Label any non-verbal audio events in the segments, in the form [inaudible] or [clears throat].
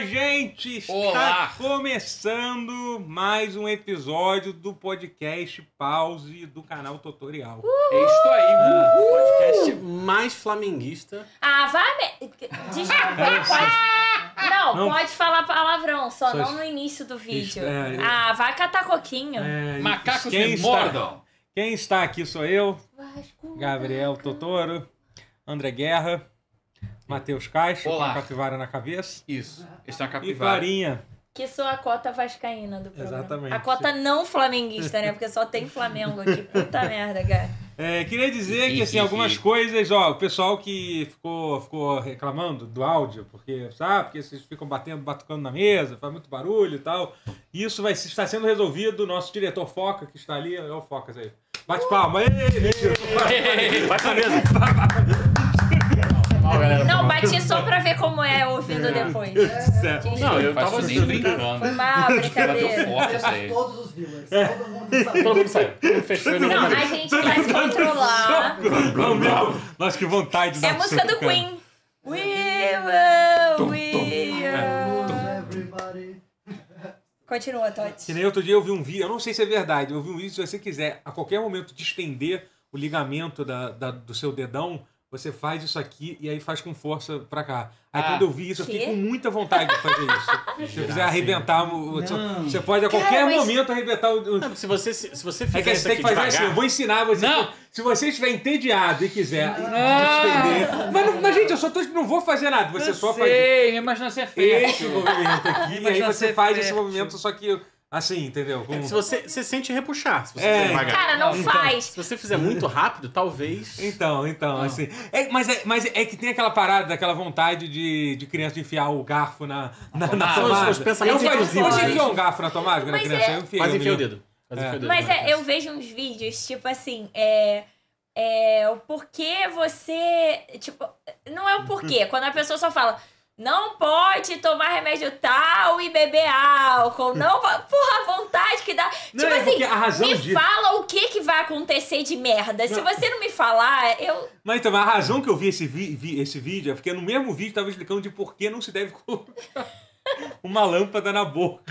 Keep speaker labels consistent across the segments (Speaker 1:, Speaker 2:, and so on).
Speaker 1: gente, está
Speaker 2: Olá.
Speaker 1: começando mais um episódio do podcast Pause do canal Tutorial.
Speaker 2: É isso aí, mano.
Speaker 3: O Uh! podcast mais flamenguista.
Speaker 4: Ah, vai. Me... Desculpa, pode. Não,
Speaker 1: Não.
Speaker 4: pode falar palavrão, só,
Speaker 1: Só
Speaker 4: não
Speaker 1: es-
Speaker 4: no início do vídeo.
Speaker 1: é, é.
Speaker 4: Ah, vai catar coquinho.
Speaker 1: É,
Speaker 2: Macacos
Speaker 1: quem
Speaker 2: me
Speaker 1: está-
Speaker 2: mordam.
Speaker 1: Quem está aqui sou eu,
Speaker 4: Vasco,
Speaker 1: Gabriel Totoro, André Guerra, Matheus Caixa, com a
Speaker 2: Olá.
Speaker 1: capivara na cabeça
Speaker 2: Isso. Está
Speaker 1: e
Speaker 2: capivara.
Speaker 1: Farinha.
Speaker 4: Que sou a cota vascaína do programa.
Speaker 1: Exatamente.
Speaker 4: A cota não flamenguista, né? Porque só tem Flamengo
Speaker 1: [laughs]
Speaker 4: aqui. Puta merda, cara.
Speaker 1: É, queria dizer que assim, algumas coisas, ó, o pessoal que ficou, ficou reclamando do áudio, porque, sabe, porque vocês ficam batendo, batucando na mesa, faz muito barulho e tal. Isso vai está sendo resolvido, nosso diretor Foca, que está ali, é o Focas aí. Bate palma, ei, mentira.
Speaker 5: Vai pra mesa.
Speaker 4: Não, bati só pra ver como é ouvindo depois.
Speaker 3: Não, eu
Speaker 2: Faz
Speaker 3: tava
Speaker 2: isso nem
Speaker 3: assistindo.
Speaker 2: assim, brincando.
Speaker 4: Foi mal,
Speaker 2: Ela deu
Speaker 4: brincadeira.
Speaker 2: forte isso
Speaker 3: É.
Speaker 2: aí.
Speaker 6: todos os viewers. Todo mundo sabe.
Speaker 5: Todo mundo saiu. Fechou e não
Speaker 4: Não,
Speaker 1: né?
Speaker 5: vai
Speaker 4: a gente vai se controlar.
Speaker 1: Nossa, que vontade
Speaker 4: É a música do Queen. We will, we will.
Speaker 6: Everybody.
Speaker 4: Continua, Totti.
Speaker 1: Que nem outro dia eu vi um vídeo, eu não sei se é verdade, eu vi um vídeo, se você quiser a qualquer momento distender o ligamento da, da- do seu dedão, você faz isso aqui e aí faz com força pra cá. Aí
Speaker 2: Ah.
Speaker 1: quando eu vi isso, eu fiquei
Speaker 4: Quê?
Speaker 1: com muita vontade de fazer
Speaker 4: [laughs]
Speaker 1: isso. se eu quiser arrebentar, o- o-
Speaker 6: Não.
Speaker 1: você pode a
Speaker 4: Cara,
Speaker 1: qualquer
Speaker 4: mas-
Speaker 1: momento arrebentar o. o-
Speaker 3: Não, se você, se se você
Speaker 1: É
Speaker 3: fizer
Speaker 1: que aí
Speaker 3: isso
Speaker 1: você tem
Speaker 3: aqui
Speaker 1: que fazer
Speaker 3: devagar...
Speaker 1: assim, eu vou ensinar você.
Speaker 2: Não.
Speaker 1: Se você estiver entediado e quiser
Speaker 2: Não.
Speaker 1: distender. Mas, não- mas, gente, eu só tô, não vou fazer nada, você
Speaker 2: Eu
Speaker 1: só faz
Speaker 2: sei, minha imaginação é
Speaker 1: esse
Speaker 2: fértil.
Speaker 1: movimento aqui, e aí
Speaker 2: Imagina
Speaker 1: você
Speaker 2: ser
Speaker 1: faz esse
Speaker 2: fértil.
Speaker 1: movimento, só que assim, entendeu? Com-
Speaker 3: É Se você, você sente repuxar, se você
Speaker 1: É.
Speaker 3: fizer devagar.
Speaker 4: Cara, não faz.
Speaker 3: Se
Speaker 1: [laughs]
Speaker 3: você fizer muito rápido, talvez...
Speaker 1: Então, então,
Speaker 4: Ah.
Speaker 1: assim. É, mas, é, mas é que tem aquela parada, daquela vontade de, de criança de enfiar o garfo na, na, na
Speaker 2: Ah,
Speaker 3: os- os
Speaker 1: tomada.
Speaker 3: pensamentos
Speaker 1: eu fazia,
Speaker 3: intrusivos,
Speaker 1: você
Speaker 3: né?
Speaker 1: enfiou um garfo na tomada quando era
Speaker 4: Mas
Speaker 1: criança?
Speaker 4: é-
Speaker 1: Eu enfiei.
Speaker 3: Quase
Speaker 1: eu
Speaker 3: enfia o
Speaker 1: lembro.
Speaker 3: dedo. Quase
Speaker 1: É.
Speaker 3: enfia o dedo.
Speaker 4: Mas
Speaker 3: né?
Speaker 4: é, eu vejo uns vídeos, tipo assim, é. É. O porquê você. Tipo, não é o
Speaker 1: [laughs]
Speaker 4: porquê. Quando a pessoa só fala. Não pode tomar remédio tal e beber álcool. Não, po- [laughs] porra, a vontade que dá. tipo
Speaker 1: Não, é porque
Speaker 4: assim,
Speaker 1: a razão
Speaker 4: me
Speaker 1: de-
Speaker 4: fala o que que vai acontecer de merda. Se
Speaker 1: Não.
Speaker 4: você não me falar, eu
Speaker 1: Mas então, a razão que eu vi esse, vi- vi- esse vídeo é porque no mesmo vídeo tava explicando de por que não se deve colocar uma lâmpada na boca.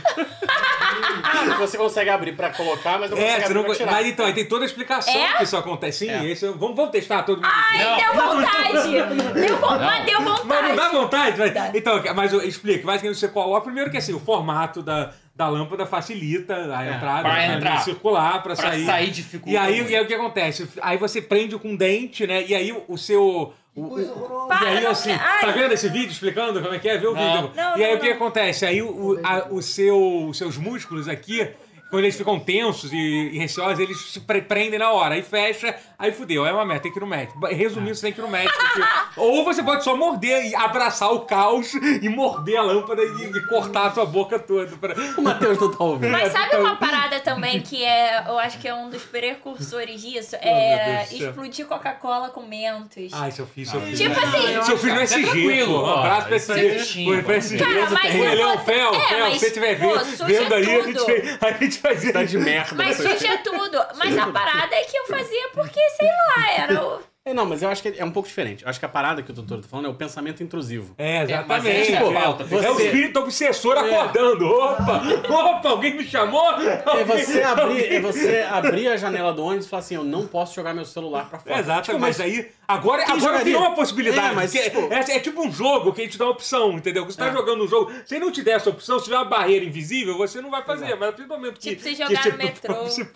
Speaker 3: Ah, você consegue abrir pra colocar, mas não consegue
Speaker 1: É, você
Speaker 3: abrir
Speaker 1: não...
Speaker 3: pra tirar.
Speaker 1: Mas então, aí tem toda a explicação
Speaker 4: É?
Speaker 1: que isso acontece. Sim,
Speaker 2: É.
Speaker 1: esse- vamos, vamos testar todo mundo.
Speaker 4: deu vontade. Deu vo... Mas deu
Speaker 1: Mas não
Speaker 4: vontade.
Speaker 1: dá vontade? Mas-
Speaker 4: Dá.
Speaker 1: Então, mas eu explico. Basicamente, você coloca primeiro que assim, o formato da, da lâmpada facilita a entrada
Speaker 2: É, pra
Speaker 1: né,
Speaker 2: entrar.
Speaker 1: circular, pra,
Speaker 2: Pra
Speaker 1: sair.
Speaker 2: sair dificulta.
Speaker 1: E aí,
Speaker 2: muito.
Speaker 1: e aí o que acontece? Aí você prende com um dente, né? E aí o seu. o-
Speaker 6: Coisa
Speaker 1: o-
Speaker 6: horrorosa.
Speaker 1: e
Speaker 4: Para,
Speaker 1: aí,
Speaker 4: não
Speaker 1: assim,
Speaker 4: quer- ai.
Speaker 1: tá vendo esse vídeo explicando como é que é? Vê o
Speaker 2: Não.
Speaker 1: vídeo.
Speaker 4: Não,
Speaker 1: e aí,
Speaker 4: não,
Speaker 1: o que
Speaker 4: não.
Speaker 1: acontece? Aí, o, a- o seu, os seus músculos aqui, quando eles ficam tensos e, e receosos, eles se pre- prendem na hora. Aí fecha, aí fudeu. É uma merda, tem que ir no médico. Ba- Resumindo, você tem que ir no
Speaker 4: [laughs]
Speaker 1: médico. porque- Ou você pode só morder e abraçar o caos e morder a lâmpada e, e cortar a sua boca toda. pra-
Speaker 3: O Matheus não tá ouvindo.
Speaker 1: É,
Speaker 4: Mas sabe
Speaker 1: então.
Speaker 4: uma parada também que é, eu acho que é um dos precursores disso?
Speaker 1: Oh, meu
Speaker 4: É
Speaker 1: Deus do céu. Ah,
Speaker 4: explodir Coca-Cola com mentos.
Speaker 1: Ai, seu filho,
Speaker 3: Ah,
Speaker 1: seu filho.
Speaker 4: Tipo assim,
Speaker 1: Seu filho no
Speaker 2: acho que é
Speaker 1: SG,
Speaker 2: tranquilo,
Speaker 1: pô. Um
Speaker 2: ó.
Speaker 1: abraço pra
Speaker 2: Isso é
Speaker 1: SG.
Speaker 2: bichinho,
Speaker 1: Foi
Speaker 2: vamos
Speaker 1: pra
Speaker 2: ver.
Speaker 1: SG.
Speaker 4: Cara,
Speaker 1: essa
Speaker 4: mas
Speaker 1: tem. Leão,
Speaker 4: eu vou-
Speaker 1: um Fel,
Speaker 4: É,
Speaker 1: Fel,
Speaker 4: mas,
Speaker 1: se você estiver
Speaker 4: pô,
Speaker 1: vendo,
Speaker 4: suja
Speaker 1: vendo aí, a
Speaker 4: tudo.
Speaker 1: gente, fez- a gente fazia. [laughs]
Speaker 3: Tá de merda.
Speaker 4: Mas suja tudo. Mas a parada é que eu fazia porque, sei lá, era o.
Speaker 3: É, não, mas eu acho que é um pouco diferente. Eu acho que a parada que o doutor tá falando é o pensamento intrusivo.
Speaker 1: É,
Speaker 3: tá
Speaker 2: mas
Speaker 1: exatamente.
Speaker 2: essa é a
Speaker 1: Pô,
Speaker 2: pauta.
Speaker 1: É o
Speaker 3: Você-
Speaker 1: espírito obsessor acordando. Opa! Opa, alguém me chamou?
Speaker 3: É você, abrir, é você abrir a janela do ônibus e falar assim, eu não posso jogar meu celular pra fora.
Speaker 1: Exato,
Speaker 3: Tipo,
Speaker 1: mas é aí. Agora,
Speaker 3: quem
Speaker 1: agora
Speaker 3: jogaria?
Speaker 1: virou uma possibilidade.
Speaker 3: É, mas,
Speaker 1: porque
Speaker 3: tipo- É.
Speaker 1: é, é tipo um jogo que a gente dá uma opção, entendeu? Você tá jogando um jogo, se não te der essa opção, se tiver uma barreira invisível, você não vai fazer. Mas a partir do momento que.
Speaker 4: Tipo, você
Speaker 1: que
Speaker 4: jogar no metrô.
Speaker 1: [laughs] você-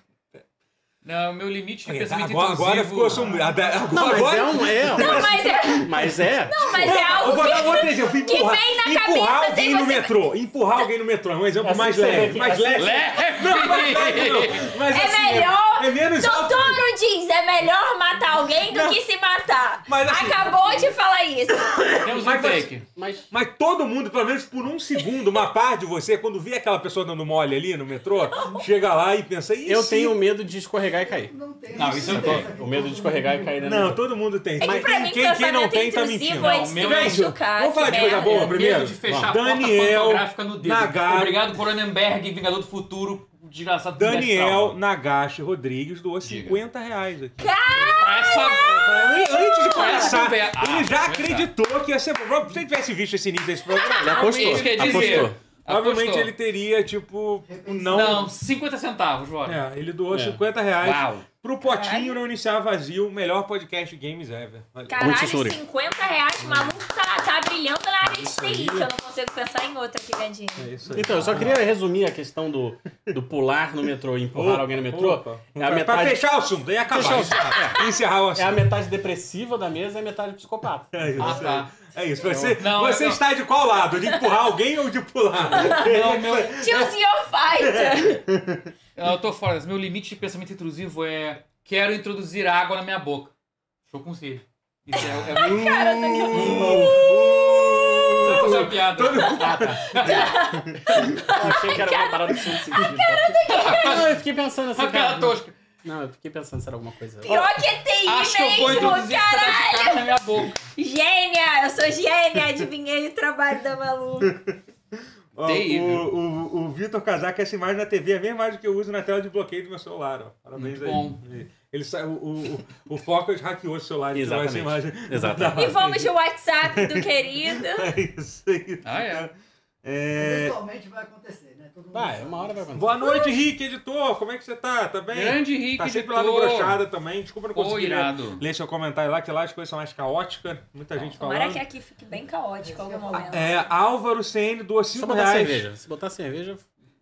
Speaker 2: Não, meu
Speaker 4: é
Speaker 2: limite de pensamento
Speaker 1: É, Agora, agora
Speaker 2: intrusivo-
Speaker 1: ficou sombrio. Agora,
Speaker 3: Não, mas
Speaker 1: agora
Speaker 3: é um... É,
Speaker 4: Não, mas é,
Speaker 3: Mas é...
Speaker 4: mas é
Speaker 1: Eu
Speaker 4: algo
Speaker 1: vou
Speaker 4: que.
Speaker 1: dar outro exemplo.
Speaker 4: que
Speaker 1: Empurrar,
Speaker 4: vem na
Speaker 1: empurrar
Speaker 4: cabeça
Speaker 1: alguém
Speaker 4: sem
Speaker 1: no
Speaker 4: você-
Speaker 1: metrô. Empurrar alguém no metrô. É um exemplo
Speaker 3: Assim
Speaker 1: mais
Speaker 3: você vê
Speaker 1: leve.
Speaker 3: que-
Speaker 1: Mais
Speaker 3: assim-
Speaker 1: leve. [laughs]
Speaker 2: Leve! [laughs]
Speaker 1: Mas,
Speaker 4: É
Speaker 1: assim,
Speaker 4: melhor.
Speaker 1: É, é menos alto.
Speaker 4: [laughs] Doutor diz, é melhor matar alguém do que se matar.
Speaker 1: Mas assim-
Speaker 4: Acabou de falar isso. É
Speaker 2: Temos
Speaker 1: Mas
Speaker 2: um
Speaker 1: você-
Speaker 2: take.
Speaker 3: Mas...
Speaker 1: Mas todo mundo, pelo menos por um segundo, uma parte de você, quando vê aquela pessoa dando mole ali no metrô, chega lá e pensa, "E
Speaker 3: Eu
Speaker 1: se-"
Speaker 3: tenho medo de escorregar e cair.
Speaker 6: Não tem.
Speaker 2: Não, isso é um eu
Speaker 1: Tá
Speaker 2: tenho.
Speaker 3: O medo de escorregar e cair né? na
Speaker 1: Não, todo mundo tem.
Speaker 4: É que
Speaker 1: Mas
Speaker 4: pra
Speaker 1: quem-
Speaker 4: mim,
Speaker 1: quem, quem não
Speaker 4: pensamento
Speaker 1: tem tá
Speaker 4: intrusivo
Speaker 1: mentindo.
Speaker 4: é de se
Speaker 2: Meu
Speaker 4: machucar,
Speaker 1: Vamos falar
Speaker 4: que
Speaker 1: de coisa
Speaker 4: merda.
Speaker 1: boa primeiro?
Speaker 2: Medo de fechar
Speaker 1: Vamos.
Speaker 2: a porta
Speaker 1: Daniel
Speaker 2: fotográfica no dedo.
Speaker 1: Nagato.
Speaker 2: Obrigado, Cronenberg, Vingador do Futuro, desgraçado.
Speaker 1: Daniel
Speaker 2: desgraçado.
Speaker 1: Nagashi Rodrigues doou
Speaker 2: Diga.
Speaker 1: 50 reais aqui.
Speaker 2: Pra essa...
Speaker 1: Antes de começar,
Speaker 2: Ah,
Speaker 1: ele já
Speaker 2: verdade.
Speaker 1: acreditou que ia ser bom. Se ele tivesse visto esse início desse programa,
Speaker 3: Ele apostou.
Speaker 2: Isso quer dizer.
Speaker 3: Apostou.
Speaker 1: Provavelmente
Speaker 2: Apostou.
Speaker 1: ele teria, tipo, um não.
Speaker 2: Não, 50 centavos, bora.
Speaker 1: É, ele doou
Speaker 3: É.
Speaker 1: 50 reais
Speaker 2: Uau.
Speaker 1: pro Potinho não iniciar vazio, melhor podcast games ever. Valeu.
Speaker 4: Caralho,
Speaker 5: censura.
Speaker 4: 50 reais, o maluco tá, tá brilhando na área de
Speaker 1: Isso aí.
Speaker 4: TI, que eu não consigo pensar em outra aqui, Gandinho.
Speaker 1: É isso aí.
Speaker 3: Então, eu só queria resumir a questão do, do pular no metrô e empurrar alguém no metrô.
Speaker 1: Opa.
Speaker 3: É a
Speaker 1: pra, pra
Speaker 3: metade-
Speaker 1: fechar o assunto, e acabar.
Speaker 3: Fechar o
Speaker 1: É, encerrar o
Speaker 3: É a
Speaker 1: assunto.
Speaker 3: metade depressiva da mesa e a metade psicopata.
Speaker 1: É isso.
Speaker 2: Ah, tá.
Speaker 1: É isso. Você,
Speaker 2: Não,
Speaker 1: você
Speaker 2: eu não.
Speaker 1: está de qual lado? De empurrar alguém ou de
Speaker 2: [laughs]
Speaker 1: pular?
Speaker 2: Não, meu,
Speaker 4: Choose your
Speaker 2: [laughs]
Speaker 4: fight!
Speaker 2: eu tô fora. Meu limite de pensamento intrusivo é. Quero introduzir água na minha boca. Show com Isso é, é muito.
Speaker 1: Uh,
Speaker 2: Eu vou fazer uma piada. Ah, tá.
Speaker 1: tá
Speaker 3: Eu achei que era uma parada que
Speaker 4: [laughs]
Speaker 3: tinha sentido.
Speaker 4: é.
Speaker 3: Não, eu fiquei pensando assim,
Speaker 2: Uma piada
Speaker 3: cara.
Speaker 2: tosca.
Speaker 3: Não, eu fiquei pensando se era alguma coisa.
Speaker 4: Pior que é TI
Speaker 2: Acho que eu vou
Speaker 4: mesmo,
Speaker 2: introduzir
Speaker 4: cara!
Speaker 2: essa cara na minha boca.
Speaker 4: Gênia! Eu sou gênia, adivinhei o trabalho da Malu.
Speaker 1: Ó,
Speaker 2: Terrível.
Speaker 1: o o, o Vitor Casaca, essa imagem na TV é a mesma imagem que eu uso na tela de bloqueio do meu celular. Ó. Parabéns
Speaker 2: Muito
Speaker 1: aí.
Speaker 2: bom.
Speaker 1: Ele, sa- o, o, o, o Focus hackeou o celular e tirou essa
Speaker 3: Exatamente.
Speaker 1: imagem. [laughs]
Speaker 3: Exatamente.
Speaker 4: E vamos de WhatsApp do querido.
Speaker 1: É isso aí.
Speaker 2: Ah, é.
Speaker 1: É,
Speaker 6: Eventualmente vai acontecer, né? Todo mundo
Speaker 3: Vai,
Speaker 6: sabe.
Speaker 3: uma hora vai acontecer.
Speaker 1: Boa noite, Rick, editor. Como é que você tá? Tá bem?
Speaker 2: Grande Rick,
Speaker 1: Tá sempre lá no
Speaker 2: editor.
Speaker 1: Brochada também. Desculpa não
Speaker 2: Pô,
Speaker 1: conseguir ler,
Speaker 2: irado.
Speaker 1: ler seu comentário lá, que lá as coisas são mais caóticas. Muita gente
Speaker 4: Tomara que é
Speaker 1: falando.
Speaker 4: aqui fique bem caótico em algum momento.
Speaker 1: É, Álvaro CN doou
Speaker 3: Só
Speaker 1: 5
Speaker 3: botar
Speaker 1: reais.
Speaker 3: cerveja. Se botar cerveja,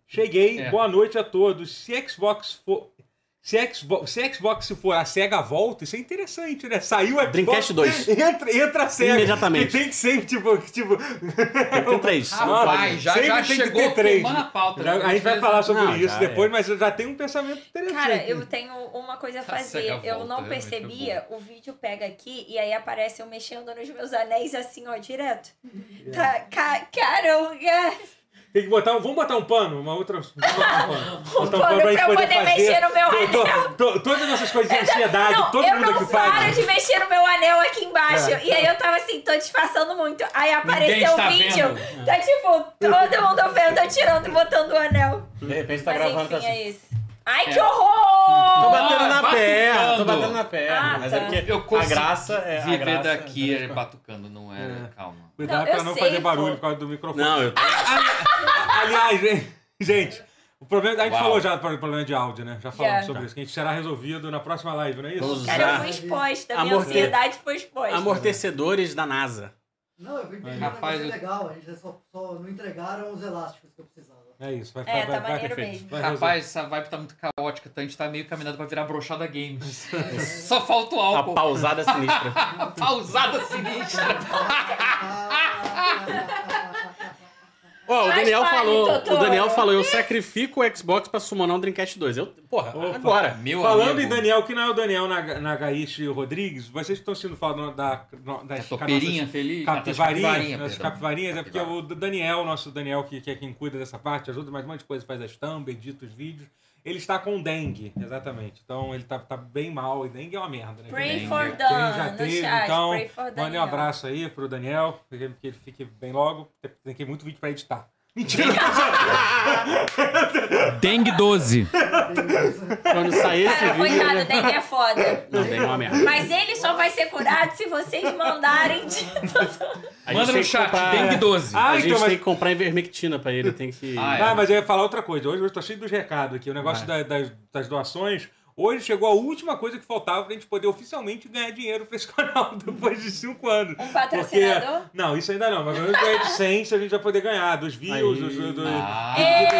Speaker 1: Cheguei,
Speaker 2: É.
Speaker 1: boa noite a todos. Se Xbox for. Se Xbox, se Xbox for a SEGA volta, isso é interessante, né? Saiu a né?
Speaker 3: Dreamcast 2.
Speaker 1: Entra, entra a SEGA.
Speaker 3: Imediatamente.
Speaker 1: Que tem que sempre, tipo. tipo
Speaker 3: tem que ter três. Não
Speaker 2: Rapaz,
Speaker 3: pode.
Speaker 2: já,
Speaker 1: sempre
Speaker 2: já
Speaker 1: tem que ter
Speaker 2: chegou
Speaker 1: três.
Speaker 2: queimando a pauta. né?
Speaker 1: já- a gente vai
Speaker 2: Mas-
Speaker 1: falar sobre
Speaker 3: Não,
Speaker 1: isso
Speaker 3: já
Speaker 1: depois,
Speaker 3: é.
Speaker 1: mas eu já tenho um pensamento interessante.
Speaker 4: Cara, eu tenho uma coisa a
Speaker 2: Essa
Speaker 4: fazer.
Speaker 2: Tá cega
Speaker 4: eu
Speaker 2: volta, né?
Speaker 4: não
Speaker 2: realmente foi
Speaker 4: percebia, o vídeo pega aqui e aí aparece eu mexendo nos meus anéis assim, ó, direto. Tá, ca- caramba!
Speaker 1: Tem que botar. um- Vamos botar um pano? Uma outra. vamos botar Um pano,
Speaker 4: [laughs] Um
Speaker 1: Botar
Speaker 4: pano pra eu poder mexer no meu
Speaker 1: Tô- tô-
Speaker 4: anel.
Speaker 1: tô- Todas essas coisas de ansiedade,
Speaker 4: Não,
Speaker 1: todo
Speaker 4: eu
Speaker 1: mundo
Speaker 4: não
Speaker 1: que faz. né?
Speaker 4: paro de mexer no meu anel aqui embaixo.
Speaker 1: É.
Speaker 4: E aí eu tava assim, tô disfarçando muito. Aí
Speaker 2: Ninguém
Speaker 4: apareceu o
Speaker 2: está
Speaker 4: vídeo.
Speaker 2: vendo.
Speaker 4: Tá tipo, todo mundo vendo, eu tirando e botando o anel.
Speaker 3: De repente tá
Speaker 4: Mas
Speaker 3: gravando.
Speaker 4: enfim,
Speaker 3: Tá assim.
Speaker 4: é isso. Ai,
Speaker 2: É.
Speaker 4: que
Speaker 3: Tô
Speaker 4: horror!
Speaker 3: batendo
Speaker 2: Ah,
Speaker 3: na perna. Tô
Speaker 2: batucando.
Speaker 3: batendo na perna.
Speaker 4: Ah,
Speaker 3: Mas
Speaker 4: tá.
Speaker 3: é porque
Speaker 2: Eu
Speaker 3: a
Speaker 2: consegui
Speaker 3: graça é. a
Speaker 2: Viver
Speaker 3: graça-
Speaker 2: daqui é batucando, não
Speaker 1: É.
Speaker 2: era. Calma.
Speaker 1: Cuidado
Speaker 4: Não,
Speaker 1: pra
Speaker 4: eu
Speaker 1: não
Speaker 4: sei,
Speaker 1: fazer
Speaker 4: pô.
Speaker 1: barulho por causa do microfone.
Speaker 3: Não, eu tô.
Speaker 1: Aliás, hein, gente, o problema. A gente
Speaker 2: Uau.
Speaker 1: falou já do problema de áudio, né? Já falamos
Speaker 4: Já.
Speaker 1: sobre isso, que a gente será resolvido na próxima live, não é isso?
Speaker 3: Vamos
Speaker 4: Cara, eu
Speaker 3: usar
Speaker 4: fui exposta, minha
Speaker 3: Amorte-
Speaker 4: ansiedade foi exposta.
Speaker 3: amortecedores da NASA.
Speaker 6: Não, eu vim pedir um
Speaker 2: Rapaz,
Speaker 6: negócio
Speaker 2: eu-
Speaker 6: legal. A gente só, só não entregaram os elásticos que eu precisava.
Speaker 1: É isso, vai
Speaker 4: É, tá
Speaker 1: vai- vai-
Speaker 4: maneiro
Speaker 1: vai-
Speaker 4: mesmo.
Speaker 1: vai resolver.
Speaker 2: Rapaz, essa vibe tá muito caótica, tá? A gente tá meio caminhado pra virar brochada games. [laughs] Só falta o
Speaker 3: A
Speaker 2: álcool.
Speaker 3: pausada sinistra.
Speaker 2: Pausada sinistra.
Speaker 3: Ah! Ó, o
Speaker 4: Mas
Speaker 3: Daniel
Speaker 4: fale,
Speaker 3: falou,
Speaker 4: Totoro.
Speaker 3: o Daniel falou, eu sacrifico o Xbox pra sumonar um Dreamcast 2. Eu, porra,
Speaker 1: Opa.
Speaker 3: agora.
Speaker 2: Meu
Speaker 1: Falando
Speaker 2: amigo.
Speaker 1: em Daniel, que não é o Daniel Naga- Nagaishi Rodrigues, vocês estão sendo falando da, no-
Speaker 2: A
Speaker 1: das
Speaker 2: topeirinha feliz.
Speaker 1: capivarinhas, das
Speaker 2: perdão.
Speaker 1: capivarinhas, é porque
Speaker 2: Capivara.
Speaker 1: o D- Daniel, nosso Daniel, que, que é quem cuida dessa parte, ajuda mais um monte de coisa, faz as thumb, edita os vídeos. Ele está com dengue, exatamente. Então ele tá, tá bem mal, e dengue é uma merda, né?
Speaker 4: Pray
Speaker 2: Quem
Speaker 4: for
Speaker 1: Quem
Speaker 4: Dan, no chat.
Speaker 1: então,
Speaker 4: Pray for
Speaker 1: mande
Speaker 4: Daniel.
Speaker 1: um abraço aí pro Daniel, que ele- que ele fique bem logo. Tem que ter muito vídeo pra editar. Mentira!
Speaker 2: Dengue 12.
Speaker 6: Ah,
Speaker 3: Quando sair esse
Speaker 4: Cara,
Speaker 3: vídeo.
Speaker 4: coitado, Dengue é foda.
Speaker 3: Não, tem uma merda.
Speaker 4: Mas ele só vai ser curado se vocês mandarem de
Speaker 3: A gente
Speaker 2: Manda
Speaker 3: tem
Speaker 2: no
Speaker 3: que
Speaker 2: chat,
Speaker 3: comprar-
Speaker 2: Dengue 12.
Speaker 1: Ah,
Speaker 3: A gente
Speaker 1: então, mas...
Speaker 3: tem que comprar Ivermectina pra ele, tem que.
Speaker 2: Ah, é.
Speaker 1: Ah, mas eu ia falar outra coisa. Hoje eu tô cheio dos recados aqui. O negócio da- das, das doações. Hoje chegou a última coisa que faltava pra gente poder oficialmente ganhar dinheiro pra esse canal [laughs] depois de cinco anos.
Speaker 4: um patrocinador.
Speaker 1: Não, isso ainda não, mas pelo menos ganhar de 100 se a gente vai poder ganhar, dos views,
Speaker 3: Aí.
Speaker 1: dos, do- do-
Speaker 2: Ah.
Speaker 1: do- do- do- do-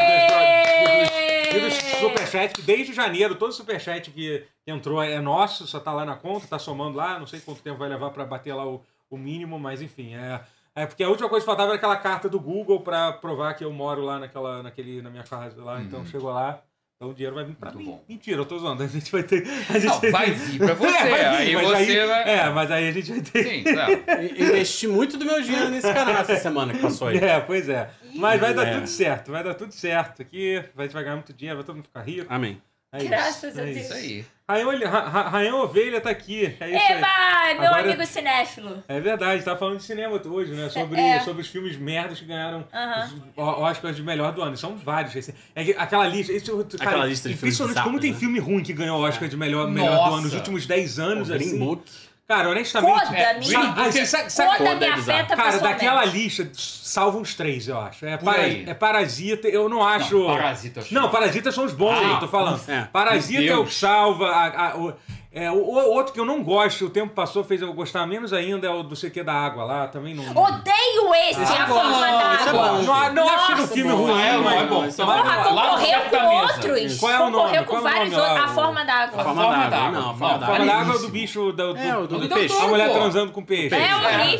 Speaker 1: E do
Speaker 4: Êêêê!
Speaker 1: superchat, que desde janeiro, todo superchat que entrou é nosso, só tá lá na conta, tá somando lá, não sei quanto tempo vai levar pra bater lá o, o mínimo, mas enfim, é. É porque a última coisa que faltava era aquela carta do Google pra provar que eu moro lá naquela, naquele, na minha casa lá, então chegou lá, então o dinheiro vai vir pra
Speaker 2: Uhum. Muito
Speaker 1: mim.
Speaker 2: bom.
Speaker 1: Mentira, eu tô zoando, a gente vai ter. A gente
Speaker 2: Não, vai vir [laughs] pra você.
Speaker 1: [laughs] É, vai vir,
Speaker 2: aí
Speaker 1: mas
Speaker 2: você
Speaker 1: aí-
Speaker 2: vai.
Speaker 1: É, mas aí a gente vai ter.
Speaker 2: Sim, [laughs] é.
Speaker 3: E- Investi Ah, muito do meu dinheiro nesse canal essa semana que passou aí.
Speaker 1: É, pois é. Mas vai dar
Speaker 3: É.
Speaker 1: tudo certo, vai dar tudo certo. Aqui vai vai ganhar muito dinheiro, vai todo mundo ficar rico.
Speaker 3: Amém.
Speaker 1: É isso,
Speaker 4: Graças a
Speaker 1: é
Speaker 4: Deus.
Speaker 1: isso.
Speaker 2: Isso aí.
Speaker 1: Rayan, Olhe- Ra- Ra- Rayan Ovelha tá aqui. É isso aí.
Speaker 4: Eba, meu
Speaker 1: Agora-
Speaker 4: amigo cinéfilo.
Speaker 1: É verdade, tava falando de cinema hoje, né? Sobre,
Speaker 4: É.
Speaker 1: sobre os filmes merdas que ganharam
Speaker 4: Aham.
Speaker 1: os o- Oscars de melhor do ano. São vários. esse- É que aquela lista. Esse, cara,
Speaker 3: Aquela lista de filmes
Speaker 1: impressionante como
Speaker 3: bizarros,
Speaker 1: tem
Speaker 3: né?
Speaker 1: filme ruim que ganhou Oscar de melhor, melhor do
Speaker 2: Nossa.
Speaker 1: ano nos últimos 10
Speaker 3: O
Speaker 1: anos,
Speaker 3: Green
Speaker 1: assim.
Speaker 3: Book.
Speaker 1: Cara, honestamente.
Speaker 4: Coda
Speaker 2: É,
Speaker 4: me,
Speaker 2: sim,
Speaker 1: Ah, você sabe- sabe-
Speaker 4: coda me
Speaker 5: Coda é bizarro.
Speaker 4: afeta
Speaker 1: Cara,
Speaker 4: pessoalmente.
Speaker 1: daquela lista, salva uns três, eu acho. É,
Speaker 2: Por
Speaker 1: para-
Speaker 2: aí.
Speaker 1: é Parasita, eu não acho.
Speaker 2: Não, Parasita, eu acho.
Speaker 1: Não, Parasita são os bons,
Speaker 2: Ah,
Speaker 1: eu tô falando.
Speaker 3: é.
Speaker 1: Parasita é
Speaker 2: Meu
Speaker 1: o que
Speaker 2: Deus.
Speaker 1: salva. a- a- o, é, o- o outro que eu não gosto, o tempo passou, fez eu gostar menos ainda, é o do CQ da água lá, também não.
Speaker 4: Odeio esse, a
Speaker 2: bom,
Speaker 4: forma da
Speaker 2: isso é
Speaker 4: água.
Speaker 1: não não acho no
Speaker 4: Nossa,
Speaker 1: filme
Speaker 3: bom.
Speaker 1: ruim,
Speaker 2: É,
Speaker 1: mas-
Speaker 2: é bom,
Speaker 1: mas-
Speaker 2: isso é bom.
Speaker 1: mas-
Speaker 4: Porra,
Speaker 2: Lá no
Speaker 4: concorreu
Speaker 2: chefe da
Speaker 4: com
Speaker 2: mesa.
Speaker 4: outros.
Speaker 1: Qual é o nome?
Speaker 4: Concorreu
Speaker 1: Qual
Speaker 4: com
Speaker 1: é o nome
Speaker 4: vários
Speaker 1: lá,
Speaker 4: outros. A
Speaker 1: o-
Speaker 4: forma da água.
Speaker 3: A forma
Speaker 2: Forma
Speaker 3: d'água.
Speaker 2: d'água.
Speaker 3: Não, a
Speaker 2: Não,
Speaker 3: forma
Speaker 1: A
Speaker 3: d'água.
Speaker 1: água é do bicho da, do,
Speaker 3: É, o do
Speaker 2: Do
Speaker 3: peixe.
Speaker 2: doutor,
Speaker 1: a mulher
Speaker 2: Então pô.
Speaker 1: transando com peixe.
Speaker 4: É
Speaker 2: É.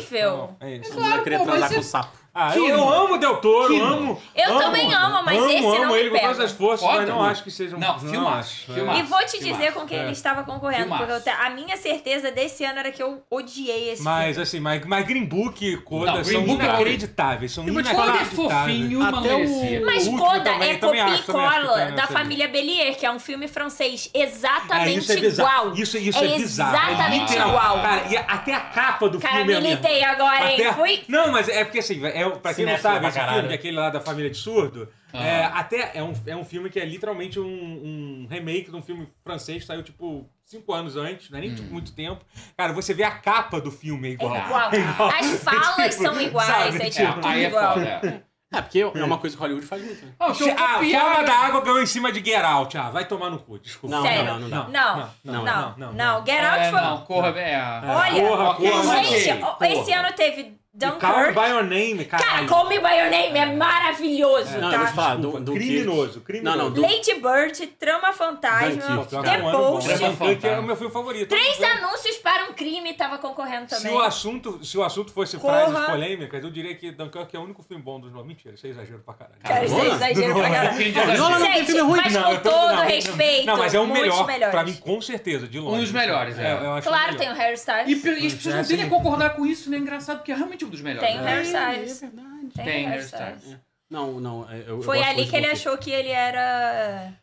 Speaker 4: horrível.
Speaker 1: É isso.
Speaker 3: A mulher queria
Speaker 2: Claro, pô,
Speaker 3: transar
Speaker 2: mas
Speaker 3: com o
Speaker 2: isso-
Speaker 3: sapo.
Speaker 1: Ah,
Speaker 2: Que
Speaker 1: eu
Speaker 2: não.
Speaker 1: amo Del Toro,
Speaker 2: Que
Speaker 1: amo.
Speaker 4: Eu também amo, mas
Speaker 1: amo,
Speaker 4: esse não
Speaker 1: amo
Speaker 4: me
Speaker 1: ele
Speaker 4: pega.
Speaker 1: com todas as forças,
Speaker 2: Foda,
Speaker 1: mas não
Speaker 2: mano.
Speaker 1: acho que seja um
Speaker 2: Não, filmaço,
Speaker 1: acho, é.
Speaker 2: filmaço.
Speaker 4: E vou te dizer
Speaker 2: Filmaço,
Speaker 4: com quem
Speaker 1: é.
Speaker 4: ele estava concorrendo.
Speaker 2: Filmaço.
Speaker 4: Porque eu te- a minha certeza desse ano era que eu odiei esse
Speaker 1: Mas
Speaker 4: filme.
Speaker 1: assim, mas, mas Green Book e Coda
Speaker 2: Não, Green
Speaker 1: são
Speaker 2: Book é
Speaker 1: inacreditáveis. São
Speaker 3: Eu vou te falar,
Speaker 2: Coda é
Speaker 1: inacreditáveis. Ah,
Speaker 2: fofinho,
Speaker 3: Até
Speaker 2: mas
Speaker 3: o-
Speaker 2: merecia.
Speaker 1: Mas-
Speaker 4: Mas
Speaker 1: o último
Speaker 4: Coda
Speaker 1: também,
Speaker 4: é
Speaker 1: eu também
Speaker 4: copia
Speaker 1: acho,
Speaker 4: e
Speaker 1: também acho que
Speaker 4: cola
Speaker 1: tá nessa
Speaker 4: da
Speaker 1: aí.
Speaker 4: família Bellier, que é um filme francês
Speaker 1: Cara,
Speaker 4: exatamente
Speaker 1: isso é bizarro.
Speaker 4: igual.
Speaker 1: Isso, isso é,
Speaker 4: É
Speaker 1: bizarro.
Speaker 4: exatamente
Speaker 1: É literal.
Speaker 4: igual.
Speaker 1: Cara, e até a capa do
Speaker 4: Cara,
Speaker 1: filme é a mesma.
Speaker 4: militei agora,
Speaker 1: Até-
Speaker 4: hein? Fui.
Speaker 1: Não, mas é porque assim, é, pra quem não
Speaker 5: Cinéfilo
Speaker 1: sabe,
Speaker 5: pra
Speaker 1: esse
Speaker 5: caralho.
Speaker 1: filme, é aquele lá da família de surdo,
Speaker 2: Ah.
Speaker 1: é, até é um, é um filme que é literalmente um, um remake de um filme francês que saiu, tipo, cinco anos antes, não é nem
Speaker 2: Hum.
Speaker 1: tipo, muito tempo. Cara, você vê a capa do filme [laughs] é
Speaker 4: É
Speaker 1: igual.
Speaker 4: igual. As falas são iguais.
Speaker 1: sabe?
Speaker 4: É
Speaker 2: É,
Speaker 4: tipo tudo
Speaker 2: aí é
Speaker 4: igual.
Speaker 2: foda. é.
Speaker 3: É, porque é uma coisa que Hollywood faz muito, né?
Speaker 2: Ah, o show
Speaker 1: Ah,
Speaker 2: copiar-
Speaker 1: forma da água ganhou em cima de Get Out. Ah, vai tomar no cu, desculpa.
Speaker 3: Não,
Speaker 4: Sério.
Speaker 3: não, não, não.
Speaker 4: Não,
Speaker 1: Não,
Speaker 4: não,
Speaker 1: não,
Speaker 4: não.
Speaker 1: não,
Speaker 4: Get Out
Speaker 2: É,
Speaker 4: foi. um-
Speaker 2: não, corra, é.
Speaker 4: Olha,
Speaker 1: Porra,
Speaker 2: ok,
Speaker 1: porra,
Speaker 4: gente,
Speaker 2: ok,
Speaker 4: ó,
Speaker 2: porra.
Speaker 4: esse ano teve
Speaker 1: E Call Me
Speaker 4: Dunkirk.
Speaker 1: By Your Name,
Speaker 4: Cara,
Speaker 1: caralho.
Speaker 4: Call Me By Your Name é maravilhoso,
Speaker 3: Não, eu vou te
Speaker 4: tá?
Speaker 3: falar, do, do
Speaker 1: Criminoso, criminoso.
Speaker 3: Não, não, do-
Speaker 4: Lady Bird, Trama Fantasma,
Speaker 3: Dunkirk,
Speaker 1: Pô,
Speaker 3: cara.
Speaker 1: é um ano bom.
Speaker 4: The Post.
Speaker 2: Trama-
Speaker 1: Dunkirk é o meu filme favorito.
Speaker 4: Três anúncios para um crime tava concorrendo
Speaker 1: Se
Speaker 4: também.
Speaker 1: o, assunto, se o assunto fosse
Speaker 4: Corra.
Speaker 1: frases polêmicas, eu diria que Dunkirk é o único filme bom dos nove. Mentira, isso é exagero pra caralho.
Speaker 4: Cara, isso é
Speaker 3: Nolan?
Speaker 4: exagero pra
Speaker 2: Um
Speaker 4: caralho.
Speaker 2: pouquinho de exagero.
Speaker 3: Nolan não tem
Speaker 4: Gente,
Speaker 3: filme ruim?
Speaker 4: mas
Speaker 1: Não, eu
Speaker 4: com
Speaker 1: tô-
Speaker 4: todo
Speaker 1: não,
Speaker 4: respeito,
Speaker 1: Não, mas é o
Speaker 4: muitos
Speaker 1: melhor.
Speaker 4: melhores.
Speaker 1: Pra mim, com certeza, de longe.
Speaker 2: Um dos melhores, é.
Speaker 1: eu acho
Speaker 4: Claro,
Speaker 1: o melhor.
Speaker 4: tem um o Harry
Speaker 2: E,
Speaker 4: Styles.
Speaker 2: pe- e as pessoas
Speaker 1: é
Speaker 2: não têm nem
Speaker 1: assim.
Speaker 2: concordar com isso, né? É engraçado, porque é realmente um dos melhores.
Speaker 4: Tem o Harry Styles.
Speaker 3: é verdade.
Speaker 2: Tem
Speaker 4: o
Speaker 2: Harry Styles.
Speaker 3: Não, não. é, eu- Eu,
Speaker 4: Foi
Speaker 3: eu gosto
Speaker 4: ali
Speaker 3: muito
Speaker 4: que ele
Speaker 3: do-
Speaker 4: achou que ele era...